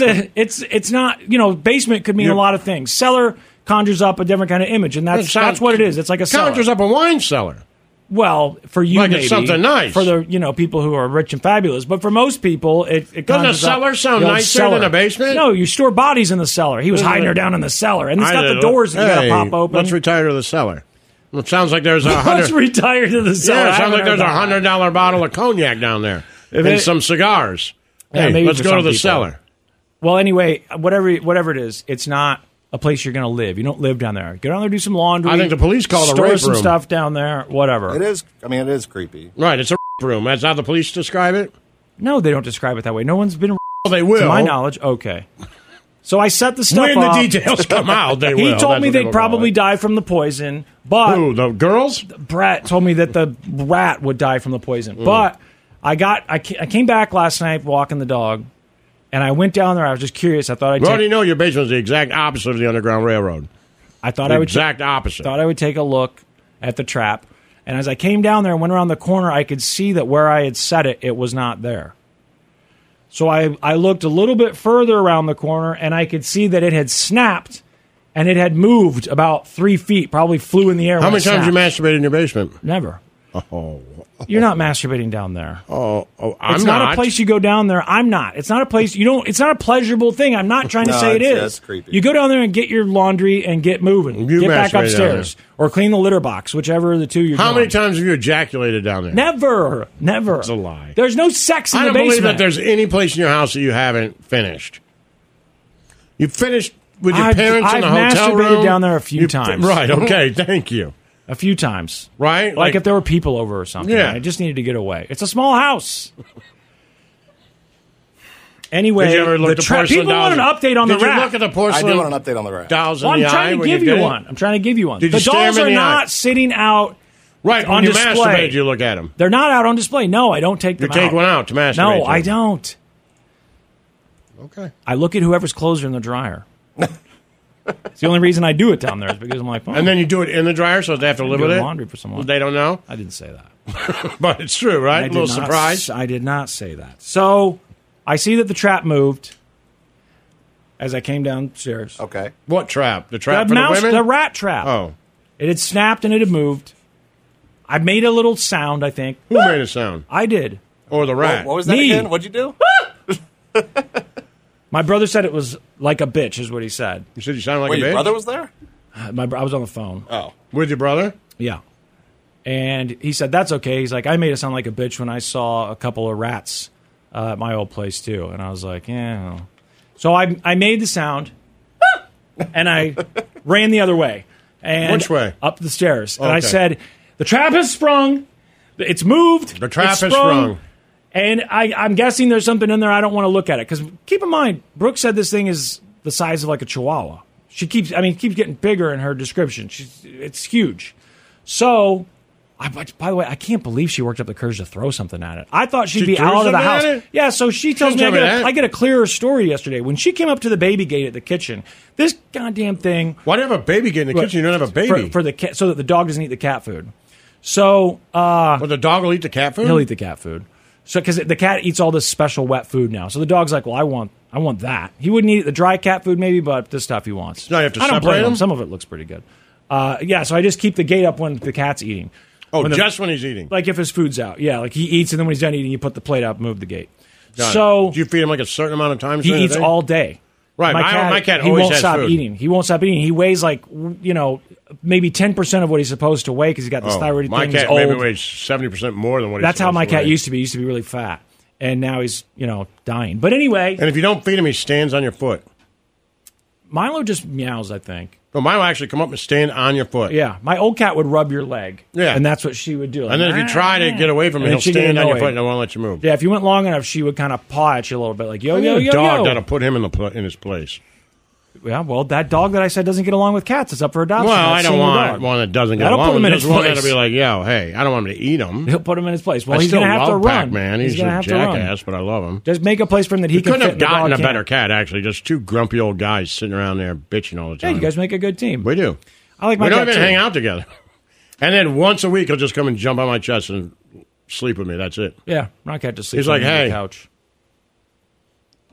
Speaker 4: a, it's, it's not. You know, basement could mean a
Speaker 3: You're-
Speaker 4: lot of things. Cellar conjures up a different kind of image, and that's
Speaker 3: It sounds-
Speaker 4: that's what it is. It's like a cellar.
Speaker 3: Conjures up a wine cellar.
Speaker 4: Well, for you,
Speaker 3: Like it's
Speaker 4: maybe.
Speaker 3: something nice.
Speaker 4: for the you know people who are rich and fabulous. But for most people, it, it
Speaker 3: Doesn't a
Speaker 4: conjures up
Speaker 3: cellar sound
Speaker 4: the old
Speaker 3: nicer than
Speaker 4: cellar.
Speaker 3: a basement?
Speaker 4: No, you store bodies in the cellar. He was
Speaker 3: Isn't
Speaker 4: hiding
Speaker 3: it-
Speaker 4: her down in the cellar, and it's
Speaker 3: I
Speaker 4: got the
Speaker 3: did-
Speaker 4: doors that
Speaker 3: hey,
Speaker 4: you got to pop open.
Speaker 3: Let's retire to the cellar. Well, it sounds like there's a
Speaker 4: Let's
Speaker 3: hundred.
Speaker 4: retire to the cellar.
Speaker 3: Yeah, it
Speaker 4: I
Speaker 3: sounds like
Speaker 4: haven't
Speaker 3: there's a
Speaker 4: heard that.
Speaker 3: hundred dollar bottle of cognac down there
Speaker 4: If
Speaker 3: and
Speaker 4: it-
Speaker 3: some cigars.
Speaker 4: Yeah,
Speaker 3: hey,
Speaker 4: maybe
Speaker 3: let's
Speaker 4: for
Speaker 3: go
Speaker 4: some
Speaker 3: to the
Speaker 4: people.
Speaker 3: cellar.
Speaker 4: Well, anyway, whatever whatever it is, it's not a place you're going to live. You don't live down there. Go down there, do some laundry.
Speaker 3: I think the police call it a
Speaker 4: store
Speaker 3: rape
Speaker 4: some
Speaker 3: room.
Speaker 4: stuff down there. Whatever.
Speaker 5: It is. I mean, it is creepy.
Speaker 3: Right, it's a room. That's how the police describe it.
Speaker 4: No, they don't describe it that way. No one's been.
Speaker 3: Well, they
Speaker 4: To
Speaker 3: will.
Speaker 4: my knowledge, okay. So I set the stuff
Speaker 3: When the
Speaker 4: up.
Speaker 3: details come out, they
Speaker 4: he
Speaker 3: will.
Speaker 4: told
Speaker 3: That's
Speaker 4: me
Speaker 3: what they
Speaker 4: they'd
Speaker 3: will call
Speaker 4: probably
Speaker 3: it.
Speaker 4: die from the poison, but
Speaker 3: Who, the girls?
Speaker 4: Brett told me that the rat would die from the poison.
Speaker 3: Mm.
Speaker 4: But I got I ca- I came back last night walking the dog, and I went down there. I was just curious. I thought I'd
Speaker 3: You already
Speaker 4: take,
Speaker 3: know your basement's the exact opposite of the Underground Railroad.
Speaker 4: I thought
Speaker 3: the
Speaker 4: I would ta-
Speaker 3: exact opposite.
Speaker 4: thought I would take a look at the trap, and as I came down there and went around the corner, I could see that where I had set it, it was not there. So I, I looked a little bit further around the corner and I could see that it had snapped and it had moved about three feet, probably flew in the air.
Speaker 3: How
Speaker 4: when
Speaker 3: many
Speaker 4: it
Speaker 3: times you
Speaker 4: snapped.
Speaker 3: masturbated in your basement?
Speaker 4: Never.
Speaker 3: Oh,
Speaker 4: You're not masturbating down there.
Speaker 3: Oh, oh I'm
Speaker 4: it's not, a place you go down there. I'm not. It's not a place you don't. It's not a pleasurable thing. I'm not trying to
Speaker 3: No,
Speaker 4: say it
Speaker 3: it's-
Speaker 4: is.
Speaker 3: that's creepy.
Speaker 4: You go down there and get your laundry and get moving.
Speaker 3: You
Speaker 4: get
Speaker 3: masturbate
Speaker 4: back
Speaker 3: down
Speaker 4: upstairs or clean the litter box, whichever of the two you're.
Speaker 3: How
Speaker 4: doing.
Speaker 3: many times have you ejaculated down there?
Speaker 4: Never, never.
Speaker 3: That's a lie.
Speaker 4: There's no sex in
Speaker 3: I
Speaker 4: the
Speaker 3: don't believe that
Speaker 4: basement.
Speaker 3: there's any place in your house that you haven't finished. You finished with your
Speaker 4: I've-
Speaker 3: parents in the
Speaker 4: I've
Speaker 3: hotel
Speaker 4: masturbated
Speaker 3: room.
Speaker 4: down there a few
Speaker 3: You-
Speaker 4: times.
Speaker 3: Right. Okay. Thank you.
Speaker 4: A few times.
Speaker 3: Right.
Speaker 4: like, if there were people over or something.
Speaker 3: Yeah.
Speaker 4: I just needed to get away. It's a small house. Anyway,
Speaker 3: Did you ever look at
Speaker 4: the trap-
Speaker 3: porcelain
Speaker 4: people want an
Speaker 3: dolls?
Speaker 4: update on
Speaker 3: Did
Speaker 4: the
Speaker 3: you
Speaker 4: rat.
Speaker 3: look at the porcelain?
Speaker 5: I do want an update on the rat.
Speaker 3: Dolls in
Speaker 4: Well, I'm
Speaker 3: the eye
Speaker 4: trying to
Speaker 3: when
Speaker 4: give
Speaker 3: you
Speaker 4: you
Speaker 3: did it?
Speaker 4: one. I'm trying to give you one.
Speaker 3: Did
Speaker 4: the
Speaker 3: you stare 'em
Speaker 4: dolls
Speaker 3: in
Speaker 4: are
Speaker 3: the
Speaker 4: not
Speaker 3: eye?
Speaker 4: sitting out
Speaker 3: Right.
Speaker 4: on
Speaker 3: when you
Speaker 4: display.
Speaker 3: masturbate, you look at them.
Speaker 4: They're not out on display. No, I don't take
Speaker 3: You
Speaker 4: them
Speaker 3: take one out to masturbate.
Speaker 4: No,
Speaker 3: to.
Speaker 4: I don't.
Speaker 3: Okay.
Speaker 4: I look at whoever's clothes are in the dryer. it's the only reason I do it down there is because I'm like, oh,
Speaker 3: And then you do it in the dryer, so they have to
Speaker 4: I'm
Speaker 3: live
Speaker 4: doing
Speaker 3: with it.
Speaker 4: laundry for someone.
Speaker 3: They don't know,
Speaker 4: I didn't say that.
Speaker 3: but it's true, right?
Speaker 4: I
Speaker 3: A
Speaker 4: did
Speaker 3: little
Speaker 4: not
Speaker 3: surprise.
Speaker 4: s- I did not say that. So I see that the trap moved as I came downstairs.
Speaker 5: Okay.
Speaker 3: What trap? The trap for
Speaker 4: the, mouse,
Speaker 3: the women?
Speaker 4: rat trap.
Speaker 3: Oh.
Speaker 4: It had snapped and it had moved. I made a little sound, I think.
Speaker 3: Who made a sound?
Speaker 4: I did.
Speaker 3: Or the rat?
Speaker 5: What, what was that
Speaker 4: Me.
Speaker 5: again? What'd you do?
Speaker 4: My brother said it was like a bitch, is what he said.
Speaker 3: You said you sounded like
Speaker 5: Wait,
Speaker 3: a
Speaker 5: your
Speaker 3: bitch.
Speaker 5: brother was there?
Speaker 4: My, bro- I was on the phone.
Speaker 5: Oh.
Speaker 3: with your brother.
Speaker 4: Yeah. And he said, that's okay. He's like, I made it sound like a bitch when I saw a couple of rats uh, at my old place, too. And I was like, yeah. So I, I made the sound and I ran the other way. And
Speaker 3: Which way?
Speaker 4: Up the stairs. And I
Speaker 3: Okay.
Speaker 4: said, the trap has sprung. It's moved.
Speaker 3: The trap
Speaker 4: It's
Speaker 3: has sprung.
Speaker 4: And I, I'm guessing there's something in there. I don't want to look at it because keep in mind, Brooke said this thing is the size of like a Chihuahua. She keeps, I mean, keeps getting bigger in her description. She's, it's huge. So, I, but by the way, I can't believe she worked up the courage to throw something at it. I thought she'd
Speaker 3: She
Speaker 4: be
Speaker 3: threw
Speaker 4: out of the
Speaker 3: something at
Speaker 4: house.
Speaker 3: it?
Speaker 4: Yeah, so she tells
Speaker 3: Shouldn't
Speaker 4: me
Speaker 3: tell
Speaker 4: I
Speaker 3: me
Speaker 4: get, a,
Speaker 3: that.
Speaker 4: I get a clearer story yesterday when she came up to the baby gate at the kitchen. This goddamn thing
Speaker 3: Why do you have a baby get in the
Speaker 4: Right.
Speaker 3: kitchen? You don't have a
Speaker 4: for,
Speaker 3: baby.
Speaker 4: for the cat, so that the dog doesn't eat the cat food. So, uh,
Speaker 3: well, the dog will eat the cat food.
Speaker 4: He'll eat the cat food. So because the cat eats all this special wet food now, so the dog's like, "Well, I want, I want that." He wouldn't eat the dry cat food, maybe, but this stuff he wants.
Speaker 3: Now you have to
Speaker 4: I don't blame
Speaker 3: separate
Speaker 4: him.
Speaker 3: them?
Speaker 4: Some of it looks pretty good. Uh, yeah, so I just keep the gate up when the cat's eating.
Speaker 3: Oh,
Speaker 4: When the-
Speaker 3: just when he's eating.
Speaker 4: like if his food's out, yeah, like he eats and then when he's done eating, you put the plate out, move the gate.
Speaker 3: Got it.
Speaker 4: so
Speaker 3: do you feed him like a certain amount of times?
Speaker 4: he
Speaker 3: during the
Speaker 4: eats
Speaker 3: day?
Speaker 4: all day.
Speaker 3: Right, my- my cat
Speaker 4: he
Speaker 3: always
Speaker 4: won't
Speaker 3: has
Speaker 4: stop
Speaker 3: food.
Speaker 4: eating. He won't stop eating. He weighs like you know maybe ten percent of what he's supposed to weigh because he's got this
Speaker 3: Oh,
Speaker 4: thyroid
Speaker 3: my
Speaker 4: thing.
Speaker 3: cat
Speaker 4: he's old.
Speaker 3: maybe weighs seventy percent more than what.
Speaker 4: That's
Speaker 3: he's
Speaker 4: how my
Speaker 3: supposed to
Speaker 4: cat
Speaker 3: weigh.
Speaker 4: used to be. He used to be really fat, and now he's you know dying. But anyway,
Speaker 3: And if you don't feed him, he stands on your foot.
Speaker 4: Milo just meows. I think.
Speaker 3: No, mine will actually come up and stand on your foot.
Speaker 4: Yeah, my old cat would rub your leg.
Speaker 3: Yeah.
Speaker 4: and that's what she would do.
Speaker 3: And then if you try to get away from him,
Speaker 4: And
Speaker 3: he'll
Speaker 4: she'd get
Speaker 3: stand on your
Speaker 4: annoyed.
Speaker 3: foot and it won't let you move.
Speaker 4: Yeah, if you went long enough, she would kind of paw at you a little bit, like yo
Speaker 3: I need
Speaker 4: yo
Speaker 3: a
Speaker 4: yo
Speaker 3: dog
Speaker 4: yo.
Speaker 3: that'll put him in the pl- in his place.
Speaker 4: Yeah, well, that dog that I said doesn't get along with cats is up for adoption.
Speaker 3: Well,
Speaker 4: That
Speaker 3: I don't
Speaker 4: senior
Speaker 3: want
Speaker 4: dog.
Speaker 3: one that doesn't get
Speaker 4: That'll
Speaker 3: along.
Speaker 4: put him
Speaker 3: with
Speaker 4: in
Speaker 3: it.
Speaker 4: his
Speaker 3: Just want
Speaker 4: place.
Speaker 3: to be like, yo, hey, I don't want him to eat him.
Speaker 4: He'll put him in his place. Well,
Speaker 3: I
Speaker 4: he's
Speaker 3: still
Speaker 4: gonna have to
Speaker 3: love
Speaker 4: run,
Speaker 3: Pac-Man.
Speaker 4: He's
Speaker 3: He's,
Speaker 4: gonna
Speaker 3: a
Speaker 4: have to run.
Speaker 3: jackass, but I love him.
Speaker 4: Just make a place for him that he
Speaker 3: we
Speaker 4: can
Speaker 3: couldn't
Speaker 4: fit
Speaker 3: have
Speaker 4: in the dog
Speaker 3: gotten a
Speaker 4: can.
Speaker 3: better cat, actually. Just two grumpy old guys sitting around there bitching all the
Speaker 4: Yeah,
Speaker 3: time.
Speaker 4: you guys make a good team.
Speaker 3: we do.
Speaker 4: I like my
Speaker 3: we don't
Speaker 4: cat
Speaker 3: even
Speaker 4: too.
Speaker 3: hang out together. And then once a week, he'll just come and jump on my chest and sleep with me. That's it.
Speaker 4: Yeah, my cat just sleeps
Speaker 3: He's like,
Speaker 4: on
Speaker 3: hey,
Speaker 4: the couch.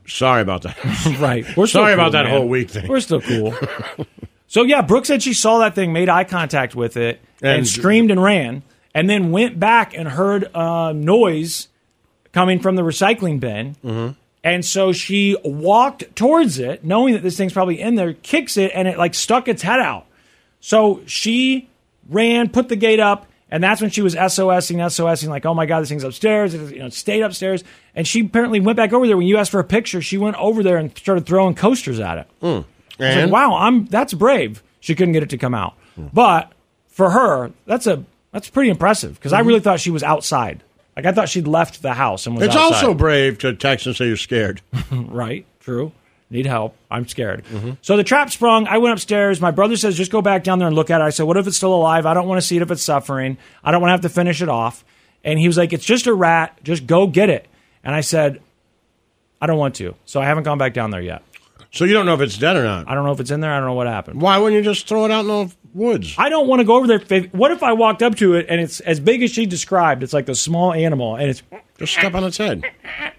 Speaker 3: Sorry about that.
Speaker 4: right. We're still
Speaker 3: sorry
Speaker 4: cool,
Speaker 3: about that
Speaker 4: man.
Speaker 3: whole week thing.
Speaker 4: We're still cool. so yeah, Brooke said she saw that thing, made eye contact with it, and,
Speaker 3: And-
Speaker 4: screamed and ran. and then went back and heard uh, noise coming from the recycling bin.
Speaker 3: Mm-hmm.
Speaker 4: And so she walked towards it, knowing that this thing's probably in there, kicks it, and it like stuck its head out. So she ran, put the gate up, and that's when she was SOSing, SOSing, like, oh my God, this thing's upstairs. It, you know, it stayed upstairs. And she apparently went back over there. When you asked for a picture, she went over there and started throwing coasters at it.
Speaker 3: Mm.
Speaker 4: I was like,
Speaker 3: And?
Speaker 4: wow, I'm that's brave. She couldn't get it to come out.
Speaker 3: Hmm.
Speaker 4: But for her, that's a that's pretty impressive because I
Speaker 3: Mhm.
Speaker 4: really thought she was outside. Like I thought she'd left the house and was
Speaker 3: It's
Speaker 4: outside.
Speaker 3: also brave to text and say you're scared.
Speaker 4: right, true. Need help. I'm scared.
Speaker 3: Mm-hmm.
Speaker 4: So the trap sprung. I went upstairs. My brother says, just go back down there and look at it. I said, what if it's still alive? I don't want to see it if it's suffering. I don't want to have to finish it off. And he was like, it's just a rat. Just go get it. And I said, I don't want to. So I haven't gone back down there yet.
Speaker 3: So you don't know if it's dead or not?
Speaker 4: I don't know if it's in there. I don't know what happened.
Speaker 3: Why wouldn't you just throw it out in the woods?
Speaker 4: I don't want to go over there. If- What if I walked up to it and it's as big as she described? It's like a small animal and it's
Speaker 3: just step on its head.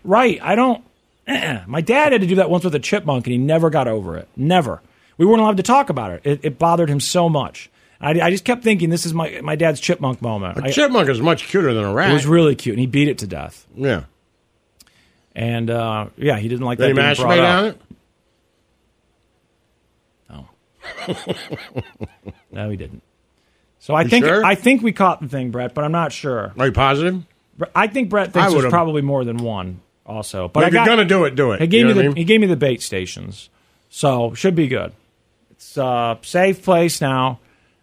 Speaker 4: Right. I don't. eh. My dad had to do that once with a chipmunk and he never got over it. Never. We weren't allowed to talk about it. It, it bothered him so much. I, I just kept thinking this is my my dad's chipmunk moment.
Speaker 3: A
Speaker 4: I-
Speaker 3: chipmunk is much cuter than a rat.
Speaker 4: It was really cute, and he beat it to death.
Speaker 3: Yeah.
Speaker 4: And uh, yeah, he didn't like
Speaker 3: Did
Speaker 4: that.
Speaker 3: he
Speaker 4: being brought
Speaker 3: masturbate
Speaker 4: up.
Speaker 3: on it?
Speaker 4: Oh. No, he didn't. So I
Speaker 3: You
Speaker 4: think
Speaker 3: sure?
Speaker 4: I think we caught the thing, Brett, but I'm not sure.
Speaker 3: Are you positive?
Speaker 4: Bre- I think Brett
Speaker 3: I
Speaker 4: thinks there's
Speaker 3: would've-
Speaker 4: probably more than one. Also, but
Speaker 3: Well,
Speaker 4: I
Speaker 3: if you're
Speaker 4: got-
Speaker 3: gonna do it, do it.
Speaker 4: He gave
Speaker 3: You know
Speaker 4: me the
Speaker 3: what I mean?
Speaker 4: he gave me the bait stations, so should be good. It's a safe place now.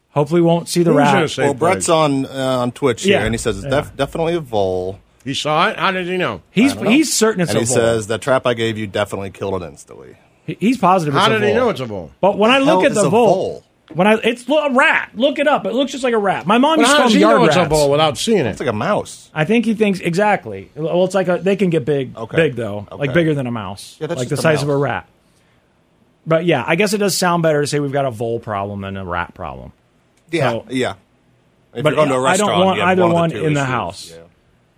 Speaker 4: Hopefully, won't see the rat.
Speaker 5: Well, Brett's on uh, on Twitch
Speaker 4: Yeah.
Speaker 5: here, and he says it's def- definitely a vole.
Speaker 3: He saw it. How did he know?
Speaker 4: He's-
Speaker 5: I don't know.
Speaker 4: he's certain it's
Speaker 5: and
Speaker 4: a
Speaker 5: he
Speaker 4: vole.
Speaker 5: says the trap I gave you definitely killed it instantly.
Speaker 4: He- He's positive.
Speaker 5: How
Speaker 4: it's a
Speaker 5: did he
Speaker 4: vole.
Speaker 5: know it's a vole?
Speaker 4: But when I
Speaker 5: The
Speaker 4: look
Speaker 5: hell
Speaker 4: at
Speaker 5: is
Speaker 4: the
Speaker 5: a
Speaker 4: vole,
Speaker 5: vole?
Speaker 4: when I it's lo- a rat. Look it up. It looks just like a rat. My mom
Speaker 3: Well,
Speaker 4: used to
Speaker 3: how
Speaker 4: call
Speaker 3: does
Speaker 4: them
Speaker 3: he
Speaker 4: yard
Speaker 3: know it's a
Speaker 4: rats.
Speaker 3: vole without seeing it? It's
Speaker 5: like a mouse.
Speaker 4: I think he thinks exactly. Well, it's like a, they can get big, big though, like
Speaker 5: Okay.
Speaker 4: bigger than a mouse,
Speaker 5: Yeah, that's
Speaker 4: like the
Speaker 5: just a
Speaker 4: size of
Speaker 5: mouse.
Speaker 4: a rat. But yeah, I guess it does sound better to say we've got a vole problem than a rat problem.
Speaker 5: Yeah,
Speaker 4: So-
Speaker 5: yeah. If
Speaker 4: but
Speaker 5: you're going to a
Speaker 4: I
Speaker 5: restaurant,
Speaker 4: don't want
Speaker 5: you have
Speaker 4: either
Speaker 5: one, of the
Speaker 4: one
Speaker 5: two
Speaker 4: in the
Speaker 5: issues.
Speaker 4: house.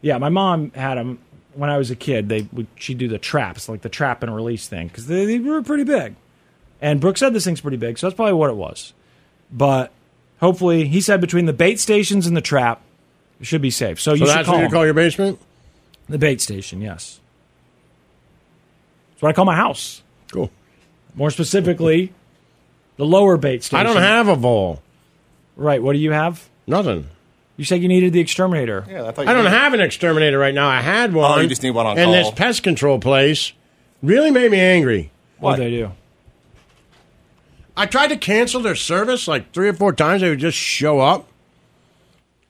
Speaker 4: Yeah. my mom had them when I was a kid. They would she'd do the traps, like the trap and release thing, because they, they were pretty big. And Brooke said this thing's pretty big, so that's probably what it was. But hopefully, he said between the bait stations and the trap, it should be safe. So
Speaker 3: So
Speaker 4: you should
Speaker 3: that's what
Speaker 4: call,
Speaker 3: you
Speaker 4: them.
Speaker 3: call your basement?
Speaker 4: the bait station. Yes, that's what I call my house.
Speaker 3: Cool.
Speaker 4: More specifically, the lower bait
Speaker 3: I
Speaker 4: station.
Speaker 3: don't have a vole.
Speaker 4: Right. What do you have?
Speaker 3: Nothing.
Speaker 4: You said you needed the exterminator.
Speaker 5: Yeah, I,
Speaker 3: I don't have an exterminator right now. I had one.
Speaker 5: Oh, you just need one on
Speaker 3: And
Speaker 5: call.
Speaker 3: this pest control place really made me angry.
Speaker 4: What they do?
Speaker 3: I tried to cancel their service like three or four times. They would just show up,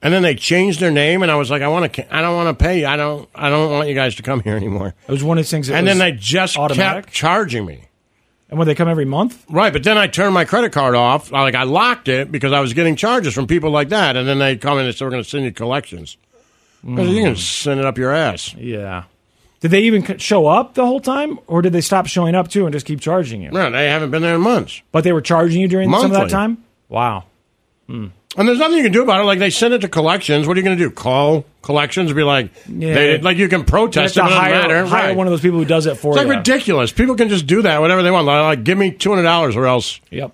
Speaker 3: and then they changed their name. And I was like, I want to. I don't want to pay. I don't. I don't want you guys to come here anymore.
Speaker 4: It was one of the things. That
Speaker 3: and then
Speaker 4: was
Speaker 3: they just
Speaker 4: automatic?
Speaker 3: kept charging me.
Speaker 4: And when they come every month?
Speaker 3: Right, but then I turned my credit card off. I- Like I locked it because I was getting charges from people like that. And then they come in and said, "We're going to send you collections." Because
Speaker 4: Mm.
Speaker 3: you can send it up your ass.
Speaker 4: Yeah. Did they even c- show up the whole time, or did they stop showing up too and just keep charging you?
Speaker 3: No, they haven't been there in months.
Speaker 4: But they were charging you during some of that
Speaker 3: Monthly.
Speaker 4: time. Wow. Hmm.
Speaker 3: And there's nothing you can do about it. Like they send it to collections. What are you going to do? Call collections and be like,
Speaker 4: Yeah.
Speaker 3: they, like you can protest.
Speaker 4: You
Speaker 3: it
Speaker 4: have to
Speaker 3: doesn't
Speaker 4: hire,
Speaker 3: matter.
Speaker 4: hire
Speaker 3: Right.
Speaker 4: one of those people who does it for
Speaker 3: It's like
Speaker 4: you.
Speaker 3: ridiculous. People can just do that, whatever they want. Like, like, give me two hundred dollars, or else.
Speaker 4: Yep.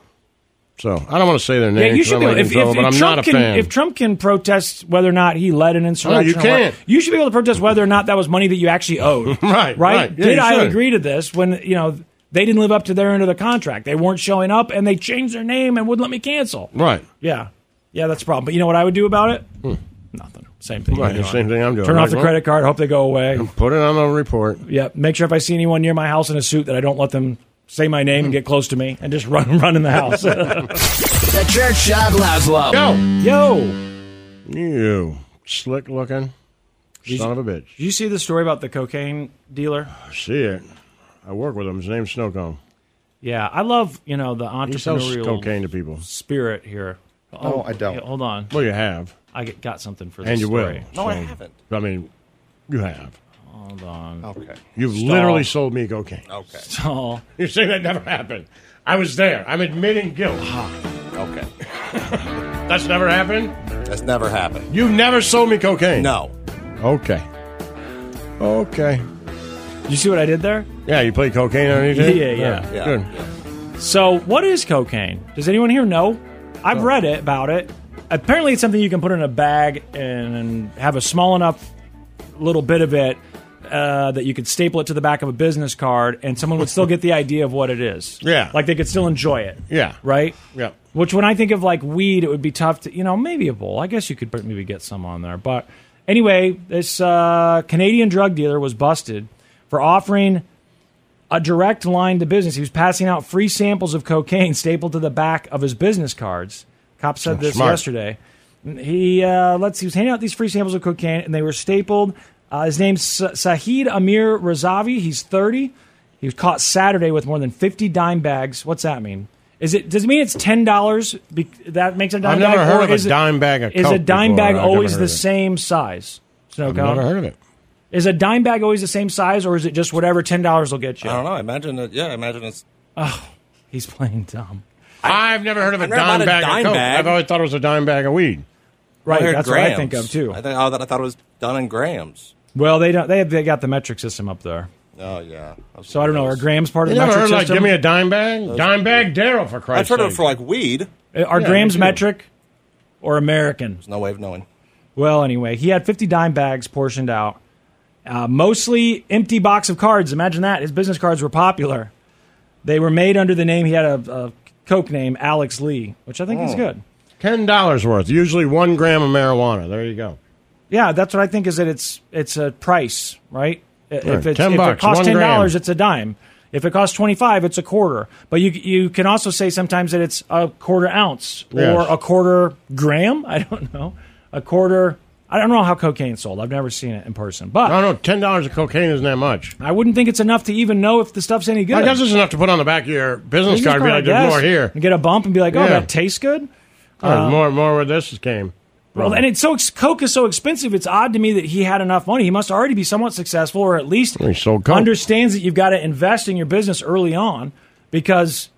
Speaker 3: So I don't want to say their name.
Speaker 4: Yeah, you should be.
Speaker 3: i
Speaker 4: Able, if, if,
Speaker 3: but I'm
Speaker 4: if
Speaker 3: not
Speaker 4: Trump
Speaker 3: a
Speaker 4: can,
Speaker 3: fan.
Speaker 4: if Trump can protest whether or not he led an insurrection,
Speaker 3: you
Speaker 4: or what-
Speaker 3: can't.
Speaker 4: You should be able to protest whether or not that was money that you actually owed.
Speaker 3: Right,
Speaker 4: right.
Speaker 3: right. Yeah,
Speaker 4: Did
Speaker 3: you
Speaker 4: I
Speaker 3: should.
Speaker 4: agree to this? When you know they didn't live up to their end of the contract, they weren't showing up, and they changed their name and wouldn't let me cancel.
Speaker 3: right.
Speaker 4: Yeah, yeah, that's a problem. But you know what I would do about it? Nothing. Same thing.
Speaker 3: Hmm. Right,
Speaker 4: you're doing.
Speaker 3: same thing I'm doing.
Speaker 4: Turn off
Speaker 3: Like,
Speaker 4: the
Speaker 3: well,
Speaker 4: credit card. Hope they go away.
Speaker 3: Put it on the report.
Speaker 4: Yeah. Make sure if I see anyone near my house in a suit that I don't let them say my name and get close to me and just run run in the house.
Speaker 7: The Church of Laszlo.
Speaker 3: Yo.
Speaker 4: Yo.
Speaker 3: You slick looking
Speaker 4: Did
Speaker 3: son
Speaker 4: you-
Speaker 3: of a bitch.
Speaker 4: Did you see the story about the cocaine dealer?
Speaker 3: I see it. I work with him. His name's Snowcone.
Speaker 4: Yeah, I love you know the
Speaker 3: He sells
Speaker 4: entrepreneurial
Speaker 3: cocaine to people.
Speaker 4: spirit here. Oh,
Speaker 3: No, I don't.
Speaker 4: yeah, Hold on.
Speaker 3: Well, you have,
Speaker 4: I get- got something for this
Speaker 3: and you
Speaker 4: story.
Speaker 3: will. So, I mean, you have.
Speaker 4: Hold on. Okay.
Speaker 3: You've literally sold me cocaine.
Speaker 5: Okay.
Speaker 4: Stall.
Speaker 3: You're saying that never happened. I was there. I'm admitting guilt.
Speaker 5: Okay.
Speaker 3: That's never happened.
Speaker 5: That's never happened.
Speaker 3: You never sold me cocaine.
Speaker 5: No.
Speaker 3: Okay. Okay.
Speaker 4: You see what I did there?
Speaker 3: Yeah, you play cocaine or anything?
Speaker 4: Yeah, yeah. Yeah.
Speaker 3: Good.
Speaker 4: So, what is cocaine? Does anyone here know? I've read it about it. apparently it's something you can put in a bag and have a small enough little bit of it uh, that you could staple it to the back of a business card, and someone would still get the idea of what it is.
Speaker 3: Yeah.
Speaker 4: like they could still enjoy it.
Speaker 3: Yeah.
Speaker 4: Right.
Speaker 3: Yeah.
Speaker 4: Which, when I think of like weed, it would be tough to, you know, maybe a bowl. I guess you could maybe get some on there. But anyway, this uh, Canadian drug dealer was busted for offering a direct line to business. He was passing out free samples of cocaine stapled to the back of his business cards. Cops said
Speaker 3: Oh,
Speaker 4: this
Speaker 3: smart.
Speaker 4: yesterday. He uh, let's. He was handing out these free samples of cocaine, and they were stapled. Uh, his name's Sa- Sahid Amir Razavi. He's 30. He was caught Saturday with more than 50 dime bags. What's that mean? Is it? Does it mean it's ten dollars? Be- that makes a dime
Speaker 3: I've
Speaker 4: bag.
Speaker 3: never heard
Speaker 4: or
Speaker 3: of a
Speaker 4: is it-
Speaker 3: dime bag of
Speaker 4: Is a
Speaker 3: Coke
Speaker 4: dime
Speaker 3: before.
Speaker 4: bag
Speaker 3: I've never
Speaker 4: always
Speaker 3: heard
Speaker 4: the
Speaker 3: of it.
Speaker 4: same size? Snow
Speaker 3: I've
Speaker 4: cone?
Speaker 3: never heard of it.
Speaker 4: Is a dime bag always the same size, or is it just whatever ten dollars will get you?
Speaker 5: I don't know. I imagine that. Yeah, I imagine it's.
Speaker 4: Oh, he's playing dumb.
Speaker 3: I, have never heard of a
Speaker 5: I've never bought
Speaker 3: dime
Speaker 5: a
Speaker 3: bag
Speaker 5: dime
Speaker 3: of Coke.
Speaker 5: bag.
Speaker 3: I've always Oh, thought it was a dime bag of weed.
Speaker 4: Right,
Speaker 5: I heard
Speaker 4: that's what I think
Speaker 5: grams.
Speaker 4: of, too.
Speaker 5: I think oh, that I thought it was done in grams.
Speaker 4: Well, they don't. They have, they got the metric system up there.
Speaker 5: Oh yeah.
Speaker 4: So I don't know. Are grams part of
Speaker 3: You
Speaker 4: the
Speaker 3: never
Speaker 4: metric
Speaker 3: heard like
Speaker 4: system?
Speaker 3: give me a dime bag, dime bag Daryl for
Speaker 5: I've
Speaker 3: Christ's
Speaker 5: heard of it
Speaker 3: sake.
Speaker 5: for like weed.
Speaker 4: Uh, Are
Speaker 5: Yeah,
Speaker 4: grams
Speaker 5: me too.
Speaker 4: metric or American? There's
Speaker 5: no way of knowing.
Speaker 4: Well, anyway, he had 50 dime bags portioned out, uh, mostly empty box of cards. Imagine that. His business cards were popular. They were made under the name, he had a, a Coke name, Alex Lee, which I think is
Speaker 3: Oh.
Speaker 4: good.
Speaker 3: ten dollars worth, usually one gram of marijuana. There you go.
Speaker 4: Yeah, that's what I think is that it's it's a price, right? I- If,
Speaker 3: Right,
Speaker 4: it's,
Speaker 3: 10
Speaker 4: if
Speaker 3: bucks,
Speaker 4: it costs
Speaker 3: one
Speaker 4: ten
Speaker 3: gram.
Speaker 4: dollars, it's a dime. If it costs twenty five, it's a quarter. But you you can also say sometimes that it's a quarter ounce or
Speaker 3: Yes.
Speaker 4: a quarter gram. I don't know. A quarter. I don't know how cocaine's sold. I've never seen it in person, but
Speaker 3: I don't know. Ten dollars of cocaine isn't that much.
Speaker 4: I wouldn't think it's enough to even know if the stuff's any good.
Speaker 3: I guess it's enough to put on the back of your business,
Speaker 4: Business
Speaker 3: card. and Be
Speaker 4: card,
Speaker 3: like,
Speaker 4: I
Speaker 3: there's
Speaker 4: guess.
Speaker 3: more here.
Speaker 4: And get a bump and be like, oh,
Speaker 3: Yeah.
Speaker 4: that tastes good.
Speaker 3: Oh, there's
Speaker 4: Uh,
Speaker 3: more, more where this came.
Speaker 4: Well, and it's so ex- Coke is so expensive. It's odd to me that he had enough money. He must already be somewhat successful, or at least
Speaker 3: Well, he sold Coke.
Speaker 4: understands that you've got to invest in your business early on because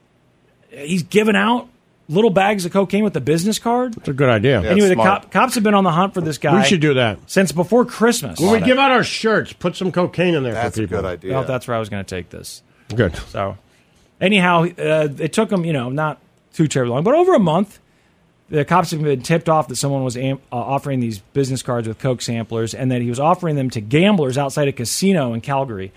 Speaker 4: he's giving out little bags of cocaine with the business card.
Speaker 3: It's a good idea.
Speaker 4: anyway, the cop, cops have been on the hunt for this guy.
Speaker 3: We should do that.
Speaker 4: since before Christmas.
Speaker 3: When we give out our shirts, put some cocaine in there for people.
Speaker 4: Well, that's where I was going to take this.
Speaker 3: Good.
Speaker 4: So, anyhow, uh, it took him, you know, not too terribly long, but over a month. The cops have been tipped off that someone was am- uh, offering these business cards with Coke samplers and that he was offering them to gamblers outside a casino in Calgary.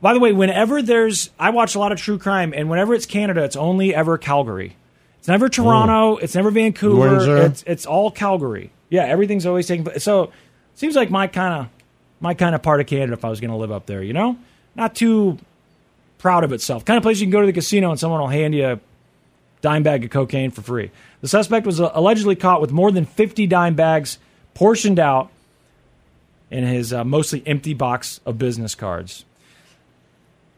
Speaker 4: By the way, whenever there's, I watch a lot of true crime, and whenever it's Canada, it's only ever Calgary. It's never Toronto. It's never Vancouver.
Speaker 3: Windsor.
Speaker 4: It's it's all Calgary. Yeah, everything's always taking. pla- So, seems like my kind of my kind of part of Canada. If I was going to live up there, you know, not too proud of itself. Kind of place you can go to the casino and someone will hand you a dime bag of cocaine for free. The suspect was uh, allegedly caught with more than 50 dime bags portioned out in his uh, mostly empty box of business cards.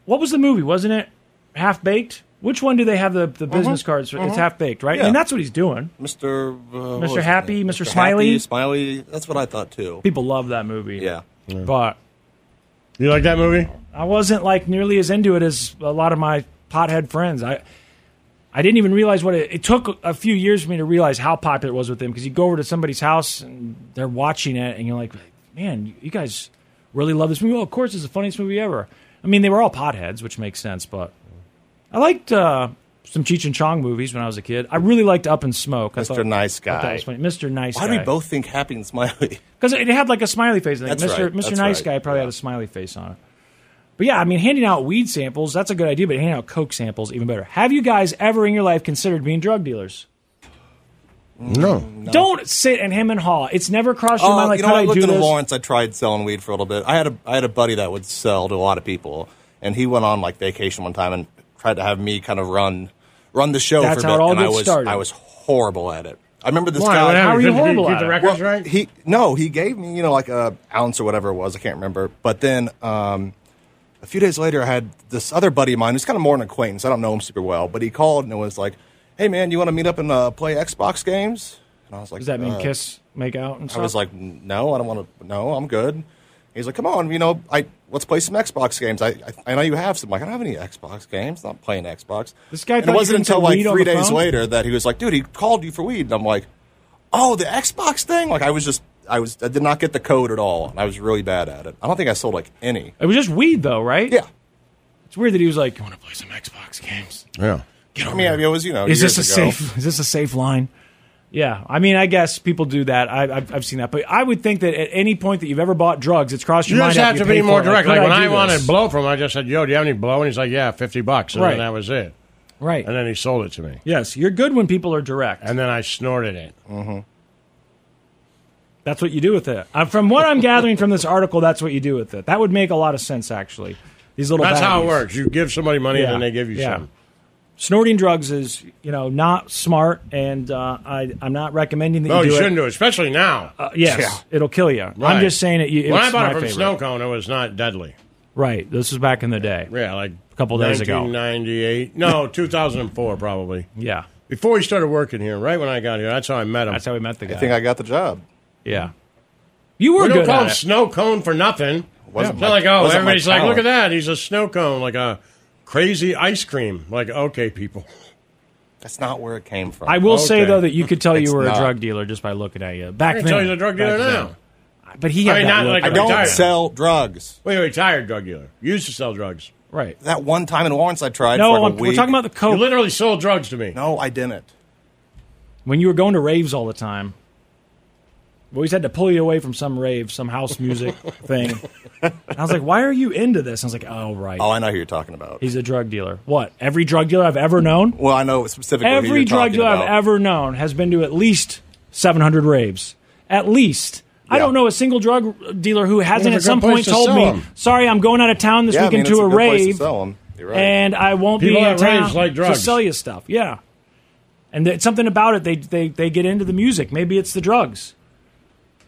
Speaker 4: What was the movie? Wasn't it Half Baked? Which one do they have the, the business cards? for? It's
Speaker 5: Mhm.
Speaker 4: Half Baked, right?
Speaker 5: Yeah.
Speaker 4: And that's what he's doing.
Speaker 5: Mr. Uh, what
Speaker 4: Mr.
Speaker 5: was his
Speaker 4: Happy,
Speaker 5: name?
Speaker 4: Mr. Smiley.
Speaker 5: Happy, Smiley. That's what I thought too.
Speaker 4: People love that movie.
Speaker 5: Yeah.
Speaker 4: But
Speaker 3: you like that movie?
Speaker 4: I wasn't like nearly as into it as a lot of my pothead friends. I I didn't even realize what it, it took a few years for me to realize how popular it was with them because you go over to somebody's house and they're watching it and you're like, man, you guys really love this movie. Well, of course, it's the funniest movie ever. I mean, they were all potheads, which makes sense, but I liked uh, some Cheech and Chong movies when I was a kid. I really liked Up and Smoke. I
Speaker 5: Mr.
Speaker 4: thought-
Speaker 5: nice
Speaker 4: I thought
Speaker 5: Guy.
Speaker 4: that was funny. Mr. Nice
Speaker 5: Why
Speaker 4: Guy.
Speaker 5: do we both think Happy and Smiley?
Speaker 4: Because it had like a smiley face. I think.
Speaker 5: That's
Speaker 4: Mr.
Speaker 5: right,
Speaker 4: Mr.
Speaker 5: that's
Speaker 4: nice
Speaker 5: right,
Speaker 4: Guy probably had a smiley face on it. But yeah, I mean, handing out weed samples, that's a good idea, but handing out Coke samples, even better. Have you guys ever in your life considered being drug dealers?
Speaker 3: No.
Speaker 4: Don't sit and hem and haw. It's never crossed your
Speaker 5: Oh,
Speaker 4: mind like,
Speaker 5: you know,
Speaker 4: could
Speaker 5: I
Speaker 4: I
Speaker 5: looked
Speaker 4: do
Speaker 5: in
Speaker 4: this?
Speaker 5: Lawrence. I tried selling weed for a little bit. I had a I had a buddy that would sell to a lot of people, and he went on like vacation one time and tried to have me kind of run run the show
Speaker 4: That's
Speaker 5: for a
Speaker 4: how
Speaker 5: bit.
Speaker 4: it all
Speaker 5: and I
Speaker 4: gets
Speaker 5: was
Speaker 4: started.
Speaker 5: I was horrible at it. I remember this
Speaker 4: Why?
Speaker 5: guy.
Speaker 4: What happened? How were you Couldn't you horrible
Speaker 3: keep at the it? records right?
Speaker 5: He no, he gave me you know like a ounce or whatever it was. I can't remember. But then. um a few days later, I had this other buddy of mine who's kind of more an acquaintance. I don't know him super well, but he called and was like, "Hey, man, you want to meet up and uh, play Xbox games?" And I was like,
Speaker 4: Does that mean
Speaker 5: uh,
Speaker 4: kiss, make out, and stuff?
Speaker 5: I was like, "No, I don't want to. No, I'm good." He's like, "Come on, you know, I let's play some Xbox games. I I, I know you have some. Like, I don't have any Xbox games. I'm not playing Xbox."
Speaker 4: This guy
Speaker 5: And it
Speaker 4: thought you
Speaker 5: wasn't until
Speaker 4: couldn't sell
Speaker 5: like
Speaker 4: weed on
Speaker 5: three
Speaker 4: the
Speaker 5: days
Speaker 4: phone?
Speaker 5: later that he was like, "Dude, he called you for weed," and I'm like, "Oh, the Xbox thing." Like, I was just. I was I did not get the code at all, and I was really bad at it. I don't think I sold like any.
Speaker 4: it was just weed, though, right?
Speaker 5: Yeah.
Speaker 4: It's weird that he was like, I want to play some Xbox games.
Speaker 3: Yeah.
Speaker 5: I mean, I mean, it was you know.
Speaker 4: is this
Speaker 5: years
Speaker 4: a
Speaker 5: ago.
Speaker 4: safe? Is this a safe line? Yeah, I mean, I guess people do that. I, I've, I've seen that, but I would think that at any point that you've ever bought drugs, it's crossed
Speaker 3: You
Speaker 4: your mind.
Speaker 3: just have
Speaker 4: after
Speaker 3: to
Speaker 4: you pay
Speaker 3: be more
Speaker 4: for it,
Speaker 3: direct. Like
Speaker 4: could
Speaker 3: when
Speaker 4: do
Speaker 3: I wanted
Speaker 4: this?
Speaker 3: blow from him, I just said, "Yo, do you have any blow?" And he's like, "Yeah, fifty bucks." And
Speaker 4: Right.
Speaker 3: then that was it.
Speaker 4: Right.
Speaker 3: And then he sold it to me.
Speaker 4: Yes, you're good when people are direct.
Speaker 3: And then I snorted it. Mm-hmm.
Speaker 4: That's what you do with it. Uh, from what I'm gathering from this article, that's what you do with it. That would make a lot of sense, actually. These little.
Speaker 3: That's how it
Speaker 4: baggies.
Speaker 3: works. You give somebody money,
Speaker 4: Yeah,
Speaker 3: and then they give you
Speaker 4: yeah.
Speaker 3: some.
Speaker 4: Snorting drugs is, you know, not smart, and uh, I, I'm not recommending that
Speaker 3: No,
Speaker 4: you
Speaker 3: you
Speaker 4: do
Speaker 3: shouldn't
Speaker 4: it.
Speaker 3: do it, especially now.
Speaker 4: Uh, yes, it'll kill you. I'm
Speaker 3: Right.
Speaker 4: just saying it. you-
Speaker 3: when I
Speaker 4: it's
Speaker 3: bought
Speaker 4: my
Speaker 3: it from
Speaker 4: favorite.
Speaker 3: Snow Cone, it was not deadly.
Speaker 4: Right. This was back in the day.
Speaker 3: Yeah, like
Speaker 4: a couple days ago.
Speaker 3: 1998. No, 2004 probably.
Speaker 4: Yeah.
Speaker 3: Before he started working here, right when I got here, that's how I met him. That's
Speaker 4: how we met the guy.
Speaker 5: I think I got the job.
Speaker 4: Yeah. You were
Speaker 3: we don't
Speaker 4: good
Speaker 3: call
Speaker 4: at
Speaker 3: him
Speaker 4: it.
Speaker 3: snow cone for nothing.
Speaker 4: Wasn't
Speaker 3: it's
Speaker 4: my-
Speaker 3: not like oh,
Speaker 4: wasn't my
Speaker 3: everybody's like, look
Speaker 4: talent.
Speaker 3: at that, he's a snow cone, like a crazy ice cream. Like okay, people,
Speaker 5: that's not where it came from.
Speaker 4: I will say
Speaker 3: Okay.
Speaker 4: though that you could tell you
Speaker 3: It's
Speaker 4: were
Speaker 3: not.
Speaker 4: a drug dealer just by looking at you back
Speaker 3: I
Speaker 4: then.
Speaker 3: can tell he's a drug dealer
Speaker 4: back then.
Speaker 3: now.
Speaker 4: But he
Speaker 3: I
Speaker 4: had
Speaker 3: mean,
Speaker 4: that
Speaker 3: not
Speaker 4: look.
Speaker 3: like
Speaker 4: I
Speaker 3: a
Speaker 4: don't
Speaker 3: retired.
Speaker 5: sell drugs.
Speaker 3: Wait, a retired drug dealer used to sell drugs.
Speaker 4: Right.
Speaker 5: That one time in Lawrence I tried
Speaker 3: No,
Speaker 5: for like
Speaker 3: I'm-
Speaker 5: a
Speaker 3: we're
Speaker 5: week.
Speaker 3: talking about the coke. You literally sold drugs to me.
Speaker 5: No, I didn't.
Speaker 4: when you were going to raves all the time. We always had to pull you away from some rave, some house music thing. And I was like, "Why are you into this?" I was like, "Oh, right."
Speaker 5: Oh, I know who you're talking about.
Speaker 4: He's a drug dealer. What? Every drug dealer I've ever known.
Speaker 5: Well, I know specifically who
Speaker 4: Every
Speaker 5: you're
Speaker 4: drug
Speaker 5: talking
Speaker 4: dealer
Speaker 5: about.
Speaker 4: I've ever known has been to at least 700 raves. At least. I don't know a single drug dealer who hasn't
Speaker 5: Well,
Speaker 4: at
Speaker 5: it's a
Speaker 4: some
Speaker 5: good place
Speaker 4: point
Speaker 5: to
Speaker 4: told
Speaker 5: sell
Speaker 4: me,
Speaker 5: 'em.
Speaker 4: "Sorry, I'm going out of town this
Speaker 5: yeah,
Speaker 4: weekend
Speaker 5: I mean, it's
Speaker 4: to
Speaker 5: a
Speaker 4: a
Speaker 5: good
Speaker 4: rave."
Speaker 5: Place to sell 'em. You're right.
Speaker 4: and I won't
Speaker 5: People
Speaker 4: be in
Speaker 5: at raves
Speaker 4: town
Speaker 5: like drugs.
Speaker 4: to sell you stuff. Yeah, and it's something about it. They they they get into the music. Maybe it's the drugs.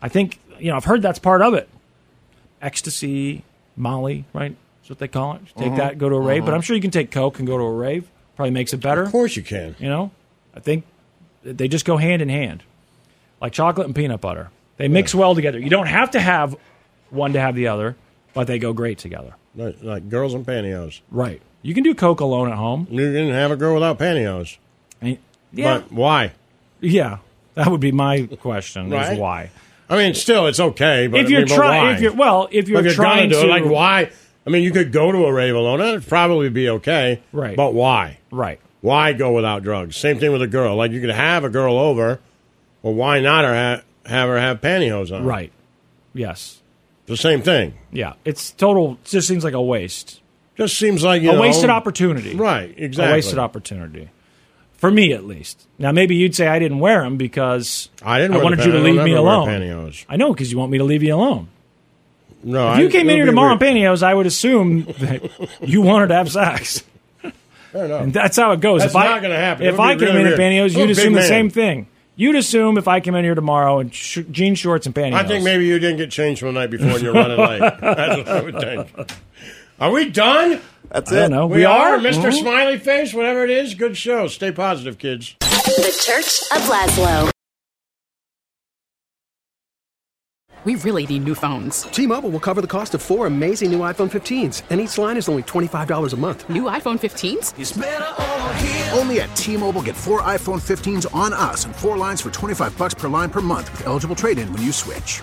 Speaker 4: I think you know. I've heard that's part of it. Ecstasy, Molly, right? That's what they call it. Take
Speaker 3: Mhm.
Speaker 4: that, go to a rave. But
Speaker 3: Mhm.
Speaker 4: I'm sure you can take coke and go to a rave. Probably makes it better. Of
Speaker 3: course you can.
Speaker 4: You know, I think they just go hand in hand, like chocolate and peanut butter. They mix well together. You don't have to have one to have the other, but they go great together.
Speaker 3: Like, like girls in pantyhose.
Speaker 4: Right. You can do coke alone at home.
Speaker 3: You can have a girl without pantyhose.
Speaker 4: yeah.
Speaker 3: But why?
Speaker 4: Yeah, that would be my question.
Speaker 3: Right?
Speaker 4: Is why?
Speaker 3: I mean, still, it's okay. But
Speaker 4: If
Speaker 3: I
Speaker 4: you're
Speaker 3: mean, but
Speaker 4: try-
Speaker 3: why?
Speaker 4: if you're- well, if you're
Speaker 3: gonna
Speaker 4: trying
Speaker 3: do it,
Speaker 4: to-
Speaker 3: like why? I mean, you could go to a rave alone; that'd probably be okay.
Speaker 4: Right.
Speaker 3: But why?
Speaker 4: Right.
Speaker 3: Why go without drugs? Same thing with a girl. Like you could have a girl over. Well, why not her ha- have her have pantyhose on?
Speaker 4: Right. Yes.
Speaker 3: The same thing.
Speaker 4: Yeah, it's total. It just seems like a waste.
Speaker 3: Just seems like you
Speaker 4: a
Speaker 3: know,
Speaker 4: wasted opportunity.
Speaker 3: Right. Exactly.
Speaker 4: A wasted opportunity. For me, at least. Now, maybe you'd say I didn't wear them because
Speaker 3: I didn't. wear the
Speaker 4: wanted you
Speaker 3: pan-
Speaker 4: to
Speaker 3: I
Speaker 4: leave
Speaker 3: don't
Speaker 4: me
Speaker 3: ever wear
Speaker 4: alone.
Speaker 3: Pantyhose.
Speaker 4: I know because you want me to leave you alone.
Speaker 3: No.
Speaker 4: if you
Speaker 3: I-
Speaker 4: came
Speaker 3: it would
Speaker 4: in here
Speaker 3: be
Speaker 4: tomorrow
Speaker 3: weird.
Speaker 4: in pantyhose, I would assume that you wanted to have sex.
Speaker 3: Fair enough.
Speaker 4: And that's how it goes.
Speaker 3: That's
Speaker 4: if I-
Speaker 3: not gonna happen. It
Speaker 4: If
Speaker 3: would be
Speaker 4: I came
Speaker 3: really
Speaker 4: in in
Speaker 3: weird.
Speaker 4: pantyhose,
Speaker 3: I'm a
Speaker 4: you'd
Speaker 3: big
Speaker 4: assume the
Speaker 3: man.
Speaker 4: same thing. You'd assume if I came in here tomorrow in sh- jean shorts and pantyhose.
Speaker 3: I think maybe you didn't get changed from the night before and you're running late. That's what I would think. Are we done?
Speaker 5: That's
Speaker 6: I don't it. know.
Speaker 3: We,
Speaker 6: We
Speaker 3: are,
Speaker 6: are?
Speaker 3: mister
Speaker 6: Mhm.
Speaker 3: Smiley Face, whatever it is. Good show. Stay positive, kids.
Speaker 6: The Church of Laszlo.
Speaker 18: We really need new phones. T-Mobile will cover the cost of four amazing new iPhone 15s, and each line is only $25 a month.
Speaker 8: New iPhone 15s?
Speaker 19: Only at T-Mobile, get four iPhone 15s on us and four lines for 25 bucks per line per month with eligible trade-in when you switch.